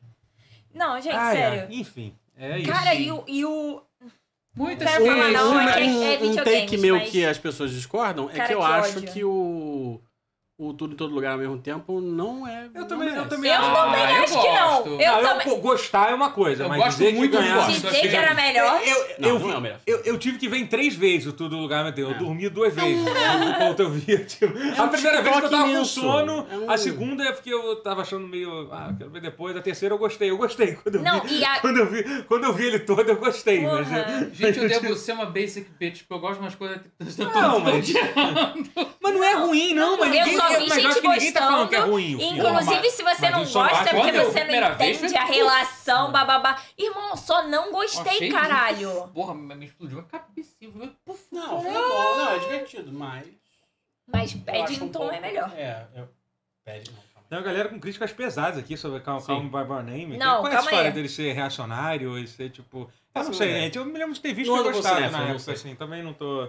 Speaker 4: Não, gente,
Speaker 1: Ah, é.
Speaker 4: sério.
Speaker 1: Enfim, é isso.
Speaker 4: Cara, e o, e o...
Speaker 2: Muitas
Speaker 4: Quero falar,
Speaker 2: coisas.
Speaker 4: não,
Speaker 3: um,
Speaker 4: é que-
Speaker 3: um-
Speaker 4: é
Speaker 3: um
Speaker 4: videogames,
Speaker 3: take meu
Speaker 4: mas-
Speaker 3: que as pessoas discordam é
Speaker 4: Cara,
Speaker 3: que eu
Speaker 4: que
Speaker 3: acho
Speaker 4: ódio.
Speaker 3: que o, o Tudo em Todo Lugar ao mesmo tempo não é.
Speaker 1: Eu
Speaker 3: não
Speaker 1: também- eu
Speaker 3: merece.
Speaker 1: também
Speaker 4: Eu
Speaker 1: Ah,
Speaker 4: também
Speaker 2: eu
Speaker 4: acho que não.
Speaker 2: gosto.
Speaker 4: Eu
Speaker 1: Não,
Speaker 4: também...
Speaker 1: pô, gostar é uma coisa,
Speaker 2: Eu
Speaker 1: mas
Speaker 2: gosto
Speaker 1: dizer
Speaker 2: muito
Speaker 1: que
Speaker 2: do
Speaker 1: ganhar...
Speaker 2: gosto.
Speaker 4: Dizer que era melhor...
Speaker 1: Eu, eu,
Speaker 3: Não,
Speaker 1: eu,
Speaker 3: não
Speaker 1: vi-
Speaker 3: é o melhor.
Speaker 1: eu, eu tive que ver em três vezes o Tudo no Lugar Meu Deus. Eu
Speaker 3: É.
Speaker 1: dormi duas vezes né? enquanto eu vi. Tipo,
Speaker 4: É um
Speaker 1: a primeira vez que eu tava com
Speaker 3: imenso.
Speaker 1: sono,
Speaker 3: É um-
Speaker 1: a segunda é porque eu tava achando meio. Ah, quero ver depois. A terceira eu gostei. Eu gostei. Quando eu,
Speaker 4: Não,
Speaker 1: vi,
Speaker 4: e a-
Speaker 1: quando eu, vi, quando eu vi ele todo, eu gostei. mas- é-
Speaker 4: Porra.
Speaker 2: Gente, eu devo ser uma basic bitch, porque eu gosto de umas coisas que estão
Speaker 1: Não,
Speaker 2: todo
Speaker 1: mas. Mas não é ruim, não, mas
Speaker 4: eu
Speaker 1: ninguém,
Speaker 4: só vi
Speaker 1: mas
Speaker 4: gente
Speaker 1: acho que ninguém tá falando que é
Speaker 4: gostando.
Speaker 1: ruim. o filme.
Speaker 4: Inclusive, se você
Speaker 1: mas
Speaker 4: não
Speaker 1: isso é uma-
Speaker 4: gosta, é porque
Speaker 2: quando eu-
Speaker 4: você
Speaker 2: primeira
Speaker 4: não
Speaker 2: vez,
Speaker 4: entende a
Speaker 2: foi-
Speaker 4: relação, bababá. Irmão, só não gostei, caralho.
Speaker 2: Porra, mas me explodiu a cabeça. eu falei, Puf,
Speaker 3: Não, foi bom, não, é divertido, mas.
Speaker 4: Mas
Speaker 3: eu acho um
Speaker 4: Paddington
Speaker 3: pouco-
Speaker 4: é melhor.
Speaker 3: É, eu. Pede não, calma
Speaker 1: Tem uma galera com críticas pesadas aqui sobre Calm,
Speaker 2: Sim.
Speaker 1: Calm By Your Name.
Speaker 4: Não,
Speaker 1: Qual é a
Speaker 4: calma
Speaker 1: história
Speaker 4: aí.
Speaker 1: dele ser reacionário e ser tipo. Eu não
Speaker 3: Essa
Speaker 1: sei,
Speaker 3: mulher.
Speaker 1: gente. Eu me lembro de ter visto
Speaker 3: Não
Speaker 1: e
Speaker 3: ando com
Speaker 1: gostado na
Speaker 3: cinéfilo, não
Speaker 1: época,
Speaker 3: sei.
Speaker 1: assim. Também não tô.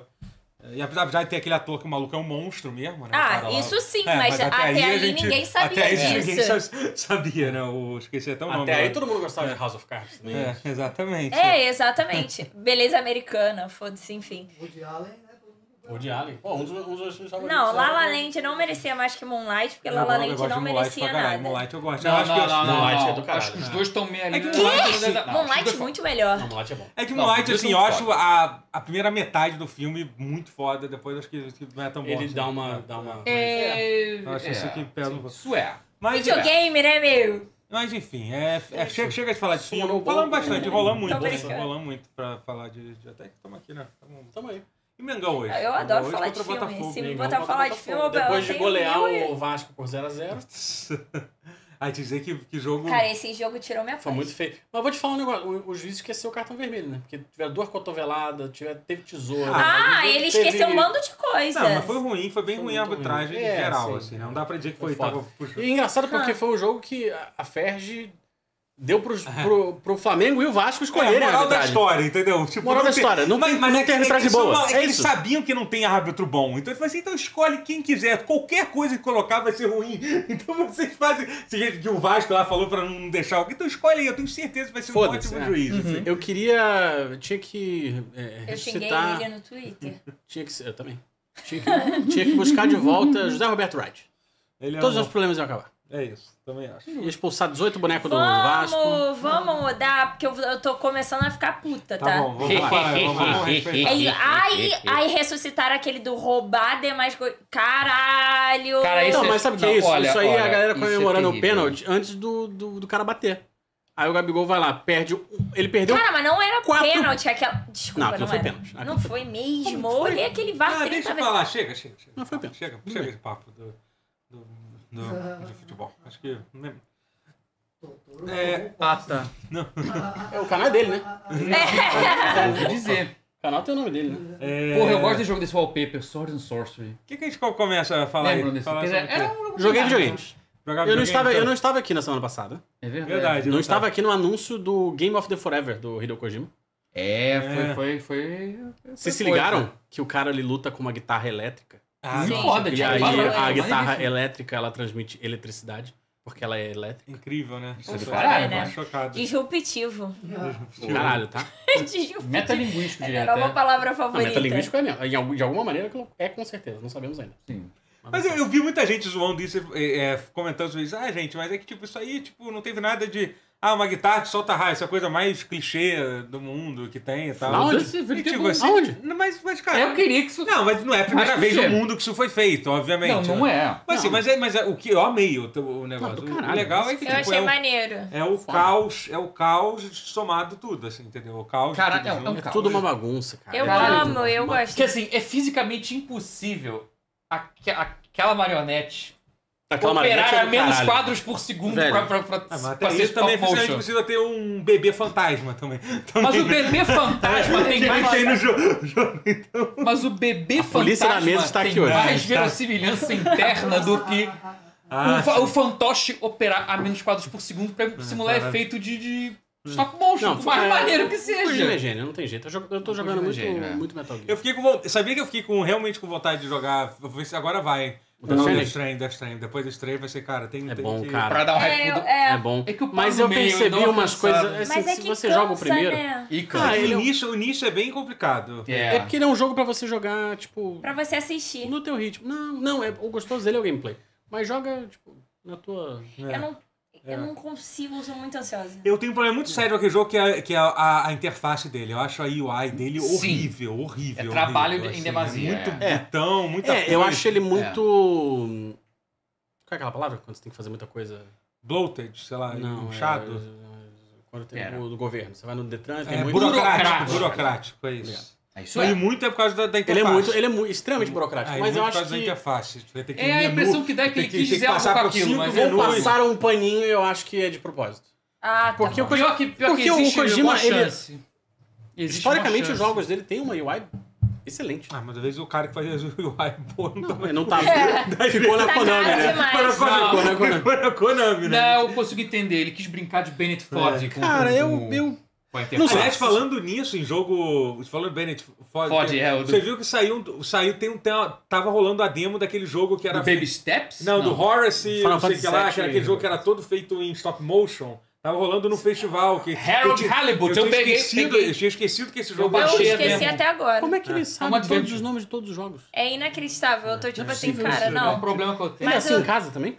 Speaker 1: E apesar de ter aquele ator que o maluco é um monstro mesmo, né? o cara
Speaker 4: Ah,
Speaker 1: lá.
Speaker 4: isso sim,
Speaker 1: É,
Speaker 4: mas, até,
Speaker 1: aí a
Speaker 4: ali
Speaker 1: gente-
Speaker 4: ninguém sabia
Speaker 1: até aí ninguém
Speaker 4: disso.
Speaker 1: sa- sabia, né? Eu esqueci até o
Speaker 3: aí.
Speaker 1: nome.
Speaker 3: Até aí
Speaker 1: agora.
Speaker 3: todo mundo gostava de House of Cards também.
Speaker 1: É, exatamente.
Speaker 4: É, exatamente. Beleza americana, foda-se, enfim.
Speaker 6: Woody Allen, né? todo mundo-
Speaker 3: O de Alien. Pô, um dos, um dos meus filmes favoritos.
Speaker 4: Não,
Speaker 3: é
Speaker 4: Lala
Speaker 3: o-
Speaker 4: Land não merecia mais que Moonlight, porque
Speaker 1: Eu
Speaker 4: Lala
Speaker 1: gosto- eu
Speaker 4: Land
Speaker 1: gosto
Speaker 4: não
Speaker 1: de Moonlight
Speaker 4: merecia
Speaker 1: pra caralho.
Speaker 4: nada.
Speaker 1: Moonlight eu gosto. eu
Speaker 2: Não,
Speaker 1: acho que assim,
Speaker 2: não,
Speaker 1: eu-
Speaker 2: não, não.
Speaker 3: Moonlight é do
Speaker 2: não.
Speaker 3: caralho,
Speaker 2: Acho que os
Speaker 3: né?
Speaker 2: dois estão meio ali.
Speaker 1: É que
Speaker 2: né?
Speaker 1: Moonlight-
Speaker 2: Não, acho que os dois- não, acho que os
Speaker 4: Moonlight
Speaker 2: dois-
Speaker 4: muito melhor.
Speaker 3: Não, Moonlight é bom.
Speaker 1: É que
Speaker 2: Não,
Speaker 1: Moonlight,
Speaker 2: os dois
Speaker 1: assim,
Speaker 2: são
Speaker 1: eu acho
Speaker 2: foda.
Speaker 1: a, a primeira metade do filme muito foda, depois acho que que não é tão bom.
Speaker 3: Ele
Speaker 1: assim.
Speaker 3: dá uma. Dá uma...
Speaker 2: É.
Speaker 1: Eu acho isso que pega um pouco.
Speaker 2: Isso é.
Speaker 1: Mas,
Speaker 4: Videogame, né, meu?
Speaker 1: mas enfim, é, é- chega, chega de falar de
Speaker 3: Sono
Speaker 1: filme.
Speaker 3: bom.
Speaker 1: Falamos bastante, enrolamos muito.
Speaker 4: Tô
Speaker 1: né?
Speaker 4: brincando.
Speaker 1: Enrolamos muito pra falar de. de- até que estamos aqui, né? Tamo-
Speaker 3: Tamo aí.
Speaker 1: E Mengão hoje?
Speaker 4: Ah, Eu
Speaker 1: Mengão
Speaker 4: adoro
Speaker 1: hoje
Speaker 4: falar de
Speaker 1: contra
Speaker 4: filme.
Speaker 1: Botafogo,
Speaker 4: Se me
Speaker 1: Mengão.
Speaker 4: botar pra falar de filme, eu
Speaker 3: Depois de
Speaker 4: tenho
Speaker 3: golear
Speaker 4: mil e-
Speaker 3: o Vasco por 0x0,
Speaker 1: Aí dizer que, que jogo.
Speaker 4: Cara, esse jogo tirou minha
Speaker 3: foi
Speaker 4: fome.
Speaker 3: muito feio. Mas vou te falar um negócio: o, o juiz esqueceu o cartão vermelho, né? Porque tiveram duas cotoveladas, tiver, teve tesouro.
Speaker 4: Ah, ele esqueceu um
Speaker 3: mano.
Speaker 4: bando de coisa.
Speaker 1: não, mas foi um ruim, foi bem
Speaker 3: Foi
Speaker 1: ruim a
Speaker 3: muito
Speaker 1: arbitragem
Speaker 3: ruim.
Speaker 1: em
Speaker 3: É,
Speaker 1: geral,
Speaker 3: sim.
Speaker 1: assim. Não dá pra dizer que foi.
Speaker 3: Foi foda.
Speaker 1: tava puxando.
Speaker 3: E é engraçado porque
Speaker 4: Ah.
Speaker 3: foi um jogo que a- a Ferge deu pros, pro, pro Flamengo e o Vasco
Speaker 1: É,
Speaker 3: escolherem a
Speaker 1: moral da
Speaker 3: arbitragem.
Speaker 1: história, entendeu? Tipo,
Speaker 3: Moral
Speaker 1: não
Speaker 3: da
Speaker 1: tem-
Speaker 3: história, não tem- não
Speaker 1: é
Speaker 3: tem
Speaker 1: que- é que
Speaker 3: arbitragem
Speaker 1: são
Speaker 3: boa,
Speaker 1: uma- é
Speaker 3: é
Speaker 1: que eles
Speaker 3: isso.
Speaker 1: sabiam que não tem árbitro bom. Então ele falou assim: então escolhe quem quiser. Qualquer coisa que colocar vai ser ruim. [laughs] Então vocês fazem. Esse jeito que o Vasco lá falou pra não deixar alguém. Então escolhe aí, eu tenho certeza que vai ser um
Speaker 3: Foda-se,
Speaker 1: ótimo
Speaker 3: é.
Speaker 1: juiz. assim.
Speaker 3: Eu queria. eu Tinha que. É,
Speaker 4: Eu xinguei
Speaker 3: ressuscitar-
Speaker 4: ele né? no Twitter.
Speaker 3: Tinha que ser- Eu também. Tinha que, tinha que buscar de volta José Roberto Wright.
Speaker 1: Ele é
Speaker 3: Todos os
Speaker 1: um-
Speaker 3: nossos problemas iam acabar.
Speaker 1: É isso, também acho.
Speaker 3: Ia expulsar 18 bonecos do Vasco.
Speaker 4: Vamos, vamos mudar, porque eu, eu tô começando a ficar puta, tá? É
Speaker 1: Tá bom, vamos lá. Vamos, vamos respeitar.
Speaker 4: Aí, [laughs] aí, aí ressuscitaram aquele do roubar demais coisas. Caralho!
Speaker 2: Cara, esse-
Speaker 3: Não, mas sabe o que
Speaker 2: Não,
Speaker 3: é isso?
Speaker 2: olha,
Speaker 3: isso aí é
Speaker 2: olha,
Speaker 3: a galera
Speaker 2: isso é
Speaker 3: comemorando o
Speaker 2: terrível.
Speaker 3: pênalti antes do, do, do cara bater. Aí o Gabigol vai lá, perde. o- Ele perdeu.
Speaker 4: Cara, mas não era
Speaker 3: Quatro-
Speaker 4: pênalti aquela. Desculpa,
Speaker 3: Não, aquilo foi
Speaker 4: era.
Speaker 3: pênalti. Aquilo
Speaker 4: Não foi mesmo. Eu olhei aquele VAR
Speaker 1: Ah,
Speaker 4: 30
Speaker 1: deixa eu
Speaker 4: vezes.
Speaker 1: falar, chega, chega. chega.
Speaker 3: Não, foi pênalti.
Speaker 1: Chega, chega esse papo do, do, do-
Speaker 2: [laughs]
Speaker 1: de futebol. Acho que. né?
Speaker 6: Doutor,
Speaker 1: É.
Speaker 6: bom.
Speaker 2: Ah, tá.
Speaker 3: É o canal é dele, né?
Speaker 2: Eu ouvi dizer.
Speaker 3: O canal tem o nome dele, né?
Speaker 1: É,
Speaker 2: Porra, eu gosto desse jogo desse wallpaper, Sword and Sorcery.
Speaker 1: O que, que a gente co- começa a falar aí?
Speaker 2: Lembram desse?
Speaker 1: Falar sobre o quê?
Speaker 2: Era um jogo
Speaker 3: Joguei
Speaker 2: de
Speaker 3: videogames.
Speaker 1: Jogava
Speaker 3: Eu
Speaker 1: videogame,
Speaker 3: não, estava,
Speaker 1: então?
Speaker 3: eu não estava aqui na semana passada.
Speaker 2: É verdade.
Speaker 1: Verdade. né?
Speaker 3: Não estava aqui no anúncio do Game of the Forever, do Hideo Kojima.
Speaker 2: É,
Speaker 1: É.
Speaker 2: foi, foi, foi.
Speaker 3: Vocês se
Speaker 2: foi né? coisa.
Speaker 3: ligaram que o cara ele luta com uma guitarra elétrica?
Speaker 1: Ah,
Speaker 4: Sim.
Speaker 1: não.
Speaker 2: Foda,
Speaker 3: E
Speaker 2: tipo,
Speaker 3: aí
Speaker 2: valor,
Speaker 3: a
Speaker 2: valor,
Speaker 3: guitarra
Speaker 2: valor.
Speaker 3: elétrica, ela transmite eletricidade, porque ela é elétrica.
Speaker 1: Incrível, né?
Speaker 2: Isso é do
Speaker 1: Tô-
Speaker 2: caralho,
Speaker 1: tô
Speaker 4: né?
Speaker 1: chocado.
Speaker 4: [laughs] Disruptivo.
Speaker 3: Caralho, tá?
Speaker 4: Disruptivo.
Speaker 2: Metalinguístico direto.
Speaker 4: Era uma
Speaker 2: é.
Speaker 4: palavra
Speaker 3: A
Speaker 4: favorita.
Speaker 3: metalinguística é mesmo. Em algum- De alguma maneira, aquilo é com certeza. Não sabemos ainda.
Speaker 2: Sim.
Speaker 1: Mas eu, eu vi muita gente zoando isso, é, é, comentando sobre isso. Ah, gente, mas é que tipo, isso aí tipo, não teve nada de. Ah, uma guitarra que solta raio, essa coisa mais clichê do mundo que tem e tal.
Speaker 3: Aonde?
Speaker 2: Esse vídeo
Speaker 1: E, tipo,
Speaker 2: é bom.
Speaker 1: assim,
Speaker 3: Aonde?
Speaker 1: não, Mas, mas, cara.
Speaker 2: Eu queria que isso.
Speaker 1: Não, mas não é a primeira
Speaker 2: Mas
Speaker 1: vez
Speaker 2: clichê.
Speaker 1: no mundo que isso foi feito, obviamente.
Speaker 2: Não, não
Speaker 1: né?
Speaker 2: é.
Speaker 1: Mas, assim,
Speaker 3: Não.
Speaker 1: mas, é, mas é, o que eu amei o, teu- o negócio.
Speaker 3: do
Speaker 1: O- o
Speaker 3: caralho.
Speaker 1: legal é que
Speaker 4: Eu
Speaker 1: tipo,
Speaker 4: achei
Speaker 1: é, o,
Speaker 4: maneiro.
Speaker 1: é o caos, é o caos somado tudo, assim, entendeu? O caos. de
Speaker 2: Cara,
Speaker 1: tudo
Speaker 2: é um-
Speaker 1: junto.
Speaker 2: é um
Speaker 3: É
Speaker 2: caos.
Speaker 3: tudo uma bagunça, cara.
Speaker 4: Eu
Speaker 3: É tudo
Speaker 2: Caralho.
Speaker 4: amo,
Speaker 3: uma-
Speaker 4: eu gosto.
Speaker 2: Porque assim, é fisicamente impossível aque- aquela marionete
Speaker 3: Aquela marionete é
Speaker 2: operar a
Speaker 3: do
Speaker 2: menos
Speaker 3: caralho.
Speaker 2: quadros por segundo
Speaker 3: Velho.
Speaker 2: pra, pra, pra,
Speaker 1: Ah, mas
Speaker 2: pra
Speaker 1: até
Speaker 2: ser
Speaker 1: isso também
Speaker 2: stop
Speaker 1: fisicamente
Speaker 2: motion.
Speaker 1: precisa ter um bebê fantasma também. [laughs] também
Speaker 2: Mas o
Speaker 1: né? [laughs]
Speaker 2: bebê fantasma tem
Speaker 1: Que nem
Speaker 2: mais.
Speaker 1: tem no [laughs] jogo. então.
Speaker 2: Mas o bebê
Speaker 3: polícia
Speaker 2: fantasma
Speaker 3: na mesa está
Speaker 2: tem
Speaker 3: aqui hoje. Tá.
Speaker 2: mais
Speaker 1: Está.
Speaker 2: verossimilhança interna do que
Speaker 1: Ah, Ah,
Speaker 2: o, fa- o fantoche operar a menos quadros por segundo pra simular
Speaker 1: caralho.
Speaker 2: efeito de, de stop motion,
Speaker 3: Não,
Speaker 2: por mais
Speaker 3: é-
Speaker 2: maneiro que
Speaker 3: O Kojima é
Speaker 2: seja.
Speaker 3: gênio, não tem jeito. Eu, jogo, eu tô
Speaker 2: O
Speaker 3: jogando
Speaker 2: Kojima é
Speaker 3: muito,
Speaker 2: gênio, é.
Speaker 3: muito Metal Gear.
Speaker 1: Eu fiquei com vontade. Sabia que eu fiquei com, realmente com vontade de jogar. Vou ver se agora vai, hein?
Speaker 3: O Death
Speaker 1: Não,
Speaker 3: Stranding?
Speaker 1: Death Stranding, Death Stranding. Depois do Stranding vai ser, cara, tem,
Speaker 3: É
Speaker 1: tem
Speaker 3: bom,
Speaker 1: que...
Speaker 3: cara.
Speaker 2: Pra dar um
Speaker 4: É,
Speaker 2: hype.
Speaker 4: eu-
Speaker 2: do-
Speaker 4: é.
Speaker 3: É bom.
Speaker 2: É que o pau
Speaker 3: Mas
Speaker 2: no
Speaker 3: eu
Speaker 2: meio,
Speaker 3: percebi
Speaker 2: eu dou uma
Speaker 3: umas
Speaker 2: cansada.
Speaker 3: coisas. assim,
Speaker 4: Mas é
Speaker 3: se
Speaker 4: que
Speaker 3: você
Speaker 4: cansa,
Speaker 3: joga o primeiro.
Speaker 4: né?
Speaker 2: Ih,
Speaker 1: Cara,
Speaker 3: Ah,
Speaker 2: cara.
Speaker 3: ele é
Speaker 1: o,
Speaker 3: um-
Speaker 1: nicho, o nicho é bem complicado.
Speaker 3: É porque ele é um jogo pra você jogar, tipo,
Speaker 4: Pra você assistir.
Speaker 3: no teu ritmo. Não, não, é, o gostoso dele é o gameplay. Mas joga, tipo, na tua.
Speaker 1: É.
Speaker 4: Eu, não,
Speaker 1: É.
Speaker 4: eu não consigo, eu sou muito ansiosa.
Speaker 1: Eu tenho um problema muito sério com aquele jogo, que é, que é a, a interface dele. Eu acho a UI dele
Speaker 2: Sim.
Speaker 1: horrível, horrível.
Speaker 2: É trabalho
Speaker 1: horrível, assim,
Speaker 2: em demasia,
Speaker 1: Muito
Speaker 3: é.
Speaker 1: botão, muita
Speaker 3: É, eu
Speaker 1: coisa.
Speaker 3: acho ele muito. Qual é aquela palavra? Quando você tem que fazer muita coisa.
Speaker 1: Bloated, sei lá,
Speaker 3: Não,
Speaker 1: inchado.
Speaker 3: é- Quando tem
Speaker 2: Pera.
Speaker 3: o do governo. Você vai no Detran, tem
Speaker 1: É,
Speaker 3: muito.
Speaker 1: burocrático,
Speaker 2: burocrático.
Speaker 1: burocrático, é isso.
Speaker 2: É isso
Speaker 1: Mas E muito é por causa da, da
Speaker 3: Ele
Speaker 1: interface.
Speaker 3: é muito, ele é mu- extremamente burocrático.
Speaker 1: Ah, e
Speaker 3: mas
Speaker 1: muito
Speaker 3: eu
Speaker 1: por
Speaker 3: acho
Speaker 1: causa da
Speaker 3: que.
Speaker 1: interface. Vai ter que
Speaker 2: É,
Speaker 1: ir
Speaker 2: a
Speaker 1: menu,
Speaker 2: impressão que dá é que
Speaker 1: tem
Speaker 2: ele quis
Speaker 1: tem
Speaker 2: dizer algo
Speaker 1: passar
Speaker 2: com
Speaker 1: por
Speaker 2: aquilo,
Speaker 1: cinco
Speaker 2: mas é
Speaker 3: Vão
Speaker 1: menus.
Speaker 3: passar um paninho, eu acho que é de propósito.
Speaker 4: Ah, tá.
Speaker 3: Porque o Kojima.
Speaker 2: Pior que, pior
Speaker 3: Porque
Speaker 2: que
Speaker 3: o
Speaker 2: existe
Speaker 3: Kojima,
Speaker 2: uma
Speaker 3: ele-
Speaker 2: chance. Existe
Speaker 3: Historicamente,
Speaker 2: uma
Speaker 3: os
Speaker 2: chance.
Speaker 3: jogos dele tem uma UI excelente.
Speaker 1: Ah, mas às vezes o cara que fazia [laughs] o UI, pô, não,
Speaker 3: Não,
Speaker 1: tava-
Speaker 3: mas não [laughs] tá. Ficou na
Speaker 4: Tá
Speaker 3: Konami,
Speaker 4: caro
Speaker 3: né?
Speaker 4: demais.
Speaker 2: Não.
Speaker 3: Ficou na Konami.
Speaker 1: Foi na é- Konami, né?
Speaker 2: Não, eu consigo entender. Ele quis brincar de Bennett Ford com,
Speaker 3: Cara,
Speaker 2: com,
Speaker 3: eu.
Speaker 2: com,
Speaker 3: eu...
Speaker 2: com a
Speaker 3: Não sei.
Speaker 1: Aliás,
Speaker 2: interface.
Speaker 1: falando nisso, em jogo. Falando né, do Bennett Ford.
Speaker 2: Ford,
Speaker 1: tem-
Speaker 2: é, o do-
Speaker 1: Você viu que saiu. saiu tem um, tem uma- tava rolando a demo daquele jogo que era.
Speaker 2: Do Baby Steps?
Speaker 1: Não, do Horace,
Speaker 3: Final
Speaker 1: não sei o que
Speaker 3: Fantasy
Speaker 1: lá,
Speaker 3: VII,
Speaker 1: que era aquele jogo que era todo feito em stop motion. Tava rolando no festival. Que
Speaker 2: Harold
Speaker 1: eu tinha-
Speaker 2: Halibut,
Speaker 1: eu, tinha
Speaker 2: eu peguei-
Speaker 1: esquecido,
Speaker 2: peguei.
Speaker 1: eu tinha esquecido que esse
Speaker 2: Eu
Speaker 1: jogo
Speaker 4: Eu
Speaker 2: baixei a
Speaker 4: esqueci
Speaker 2: demo.
Speaker 4: até agora.
Speaker 3: é Como é que ele sabe
Speaker 2: uma
Speaker 3: todos
Speaker 2: adventure.
Speaker 3: os nomes de todos os jogos?
Speaker 4: É inacreditável. Eu tô tipo assim,
Speaker 3: possível
Speaker 4: cara,
Speaker 3: isso,
Speaker 2: É um
Speaker 4: não.
Speaker 2: problema que eu
Speaker 3: Ele
Speaker 2: tenho.
Speaker 3: é
Speaker 4: Mas
Speaker 3: assim
Speaker 4: eu-
Speaker 3: em casa também?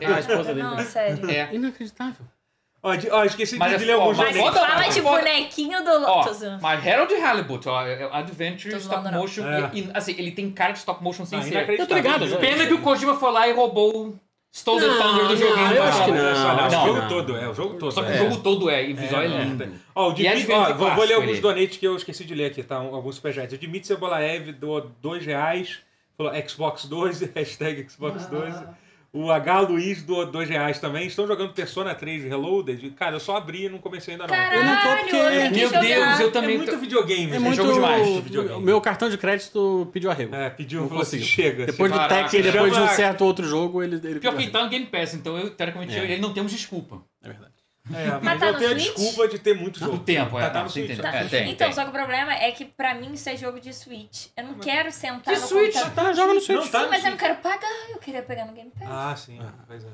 Speaker 2: É,
Speaker 3: a esposa dele.
Speaker 4: Não, sério.
Speaker 2: É.
Speaker 3: Inacreditável.
Speaker 1: Ó, de- ó, esqueci
Speaker 2: Mas
Speaker 1: de
Speaker 2: é
Speaker 1: ler alguns
Speaker 2: foda,
Speaker 4: Mas
Speaker 1: jogos.
Speaker 2: foda.
Speaker 4: fala
Speaker 2: cara.
Speaker 4: de
Speaker 2: Foda.
Speaker 4: bonequinho do
Speaker 2: Ó,
Speaker 4: Lotus.
Speaker 2: mas Harold Halibut, ó, é- é Adventure
Speaker 4: Tô
Speaker 2: Stop
Speaker 4: zoando, não.
Speaker 2: Motion.
Speaker 1: É.
Speaker 2: E, e, assim, ele tem cara de stop motion sem
Speaker 1: Ah,
Speaker 2: ser.
Speaker 1: inacreditável.
Speaker 3: Eu tô ligado, já.
Speaker 2: Pena que o Kojima foi lá e roubou o Stole the
Speaker 3: Não,
Speaker 2: Thunder do joguinho.
Speaker 3: não, eu
Speaker 2: cara.
Speaker 3: acho que não.
Speaker 1: Olha,
Speaker 2: Não.
Speaker 1: o jogo todo, é, o jogo todo.
Speaker 2: Só que
Speaker 1: é. Tá.
Speaker 2: o jogo todo é, e o visual é, lindo.
Speaker 1: Ó, o
Speaker 2: E é
Speaker 1: Dmitry,
Speaker 2: diferente
Speaker 1: ó,
Speaker 2: do
Speaker 1: vou, vou ler
Speaker 2: clássico,
Speaker 1: alguns
Speaker 2: ele.
Speaker 1: donates que eu esqueci de ler aqui, tá? Um- Alguns superchats. O Dmitry Cebolaev doou 2 reais, falou Xbox 12, [laughs] hashtag Xbox 12. O H Luiz doou 2 reais também. Estão jogando Persona 3 Reloaded. Cara, eu só abri e não comecei ainda não.
Speaker 4: Caralho,
Speaker 3: não tô porque-
Speaker 4: eu tenho que
Speaker 2: Meu
Speaker 4: jogar.
Speaker 2: Deus, eu
Speaker 1: É
Speaker 2: também.
Speaker 1: muito
Speaker 2: tô-
Speaker 1: videogame,
Speaker 3: É
Speaker 1: gente.
Speaker 3: muito.
Speaker 2: jogo demais.
Speaker 1: Videogame.
Speaker 3: O meu cartão de crédito pediu arrego.
Speaker 1: É, pediu,
Speaker 3: Não
Speaker 1: falou assim,
Speaker 3: consigo.
Speaker 1: chega.
Speaker 3: Depois do
Speaker 2: Caraca.
Speaker 3: Tekken, depois de um
Speaker 1: Chama-
Speaker 3: certo outro jogo, ele. ele
Speaker 2: Pior
Speaker 3: pediu
Speaker 2: que ele
Speaker 3: arrego.
Speaker 2: tá no Game Pass, então eu, teoricamente,
Speaker 3: É.
Speaker 2: ele não temos desculpa.
Speaker 3: É
Speaker 1: chega.
Speaker 3: verdade.
Speaker 1: É, mas
Speaker 4: Mas tá
Speaker 1: eu
Speaker 4: no
Speaker 1: tenho a
Speaker 4: Switch?
Speaker 1: desculpa de ter muito jogo.
Speaker 2: Do tempo, é.
Speaker 1: Tá, tá
Speaker 2: não,
Speaker 1: no
Speaker 2: você
Speaker 1: Switch,
Speaker 2: entendeu.
Speaker 1: tá.
Speaker 2: É, tem,
Speaker 4: Então,
Speaker 2: tem.
Speaker 4: só que o problema é que pra mim isso é jogo de Switch. Eu não quero sentar
Speaker 2: Que
Speaker 4: no
Speaker 2: Switch?
Speaker 4: computador.
Speaker 3: Tá, joga no Switch.
Speaker 1: Não, tá
Speaker 4: Sim,
Speaker 1: no
Speaker 4: mas eu não
Speaker 1: Switch.
Speaker 4: quero pagar. Eu queria pegar no Game Pass.
Speaker 1: Ah, sim. é, pois é.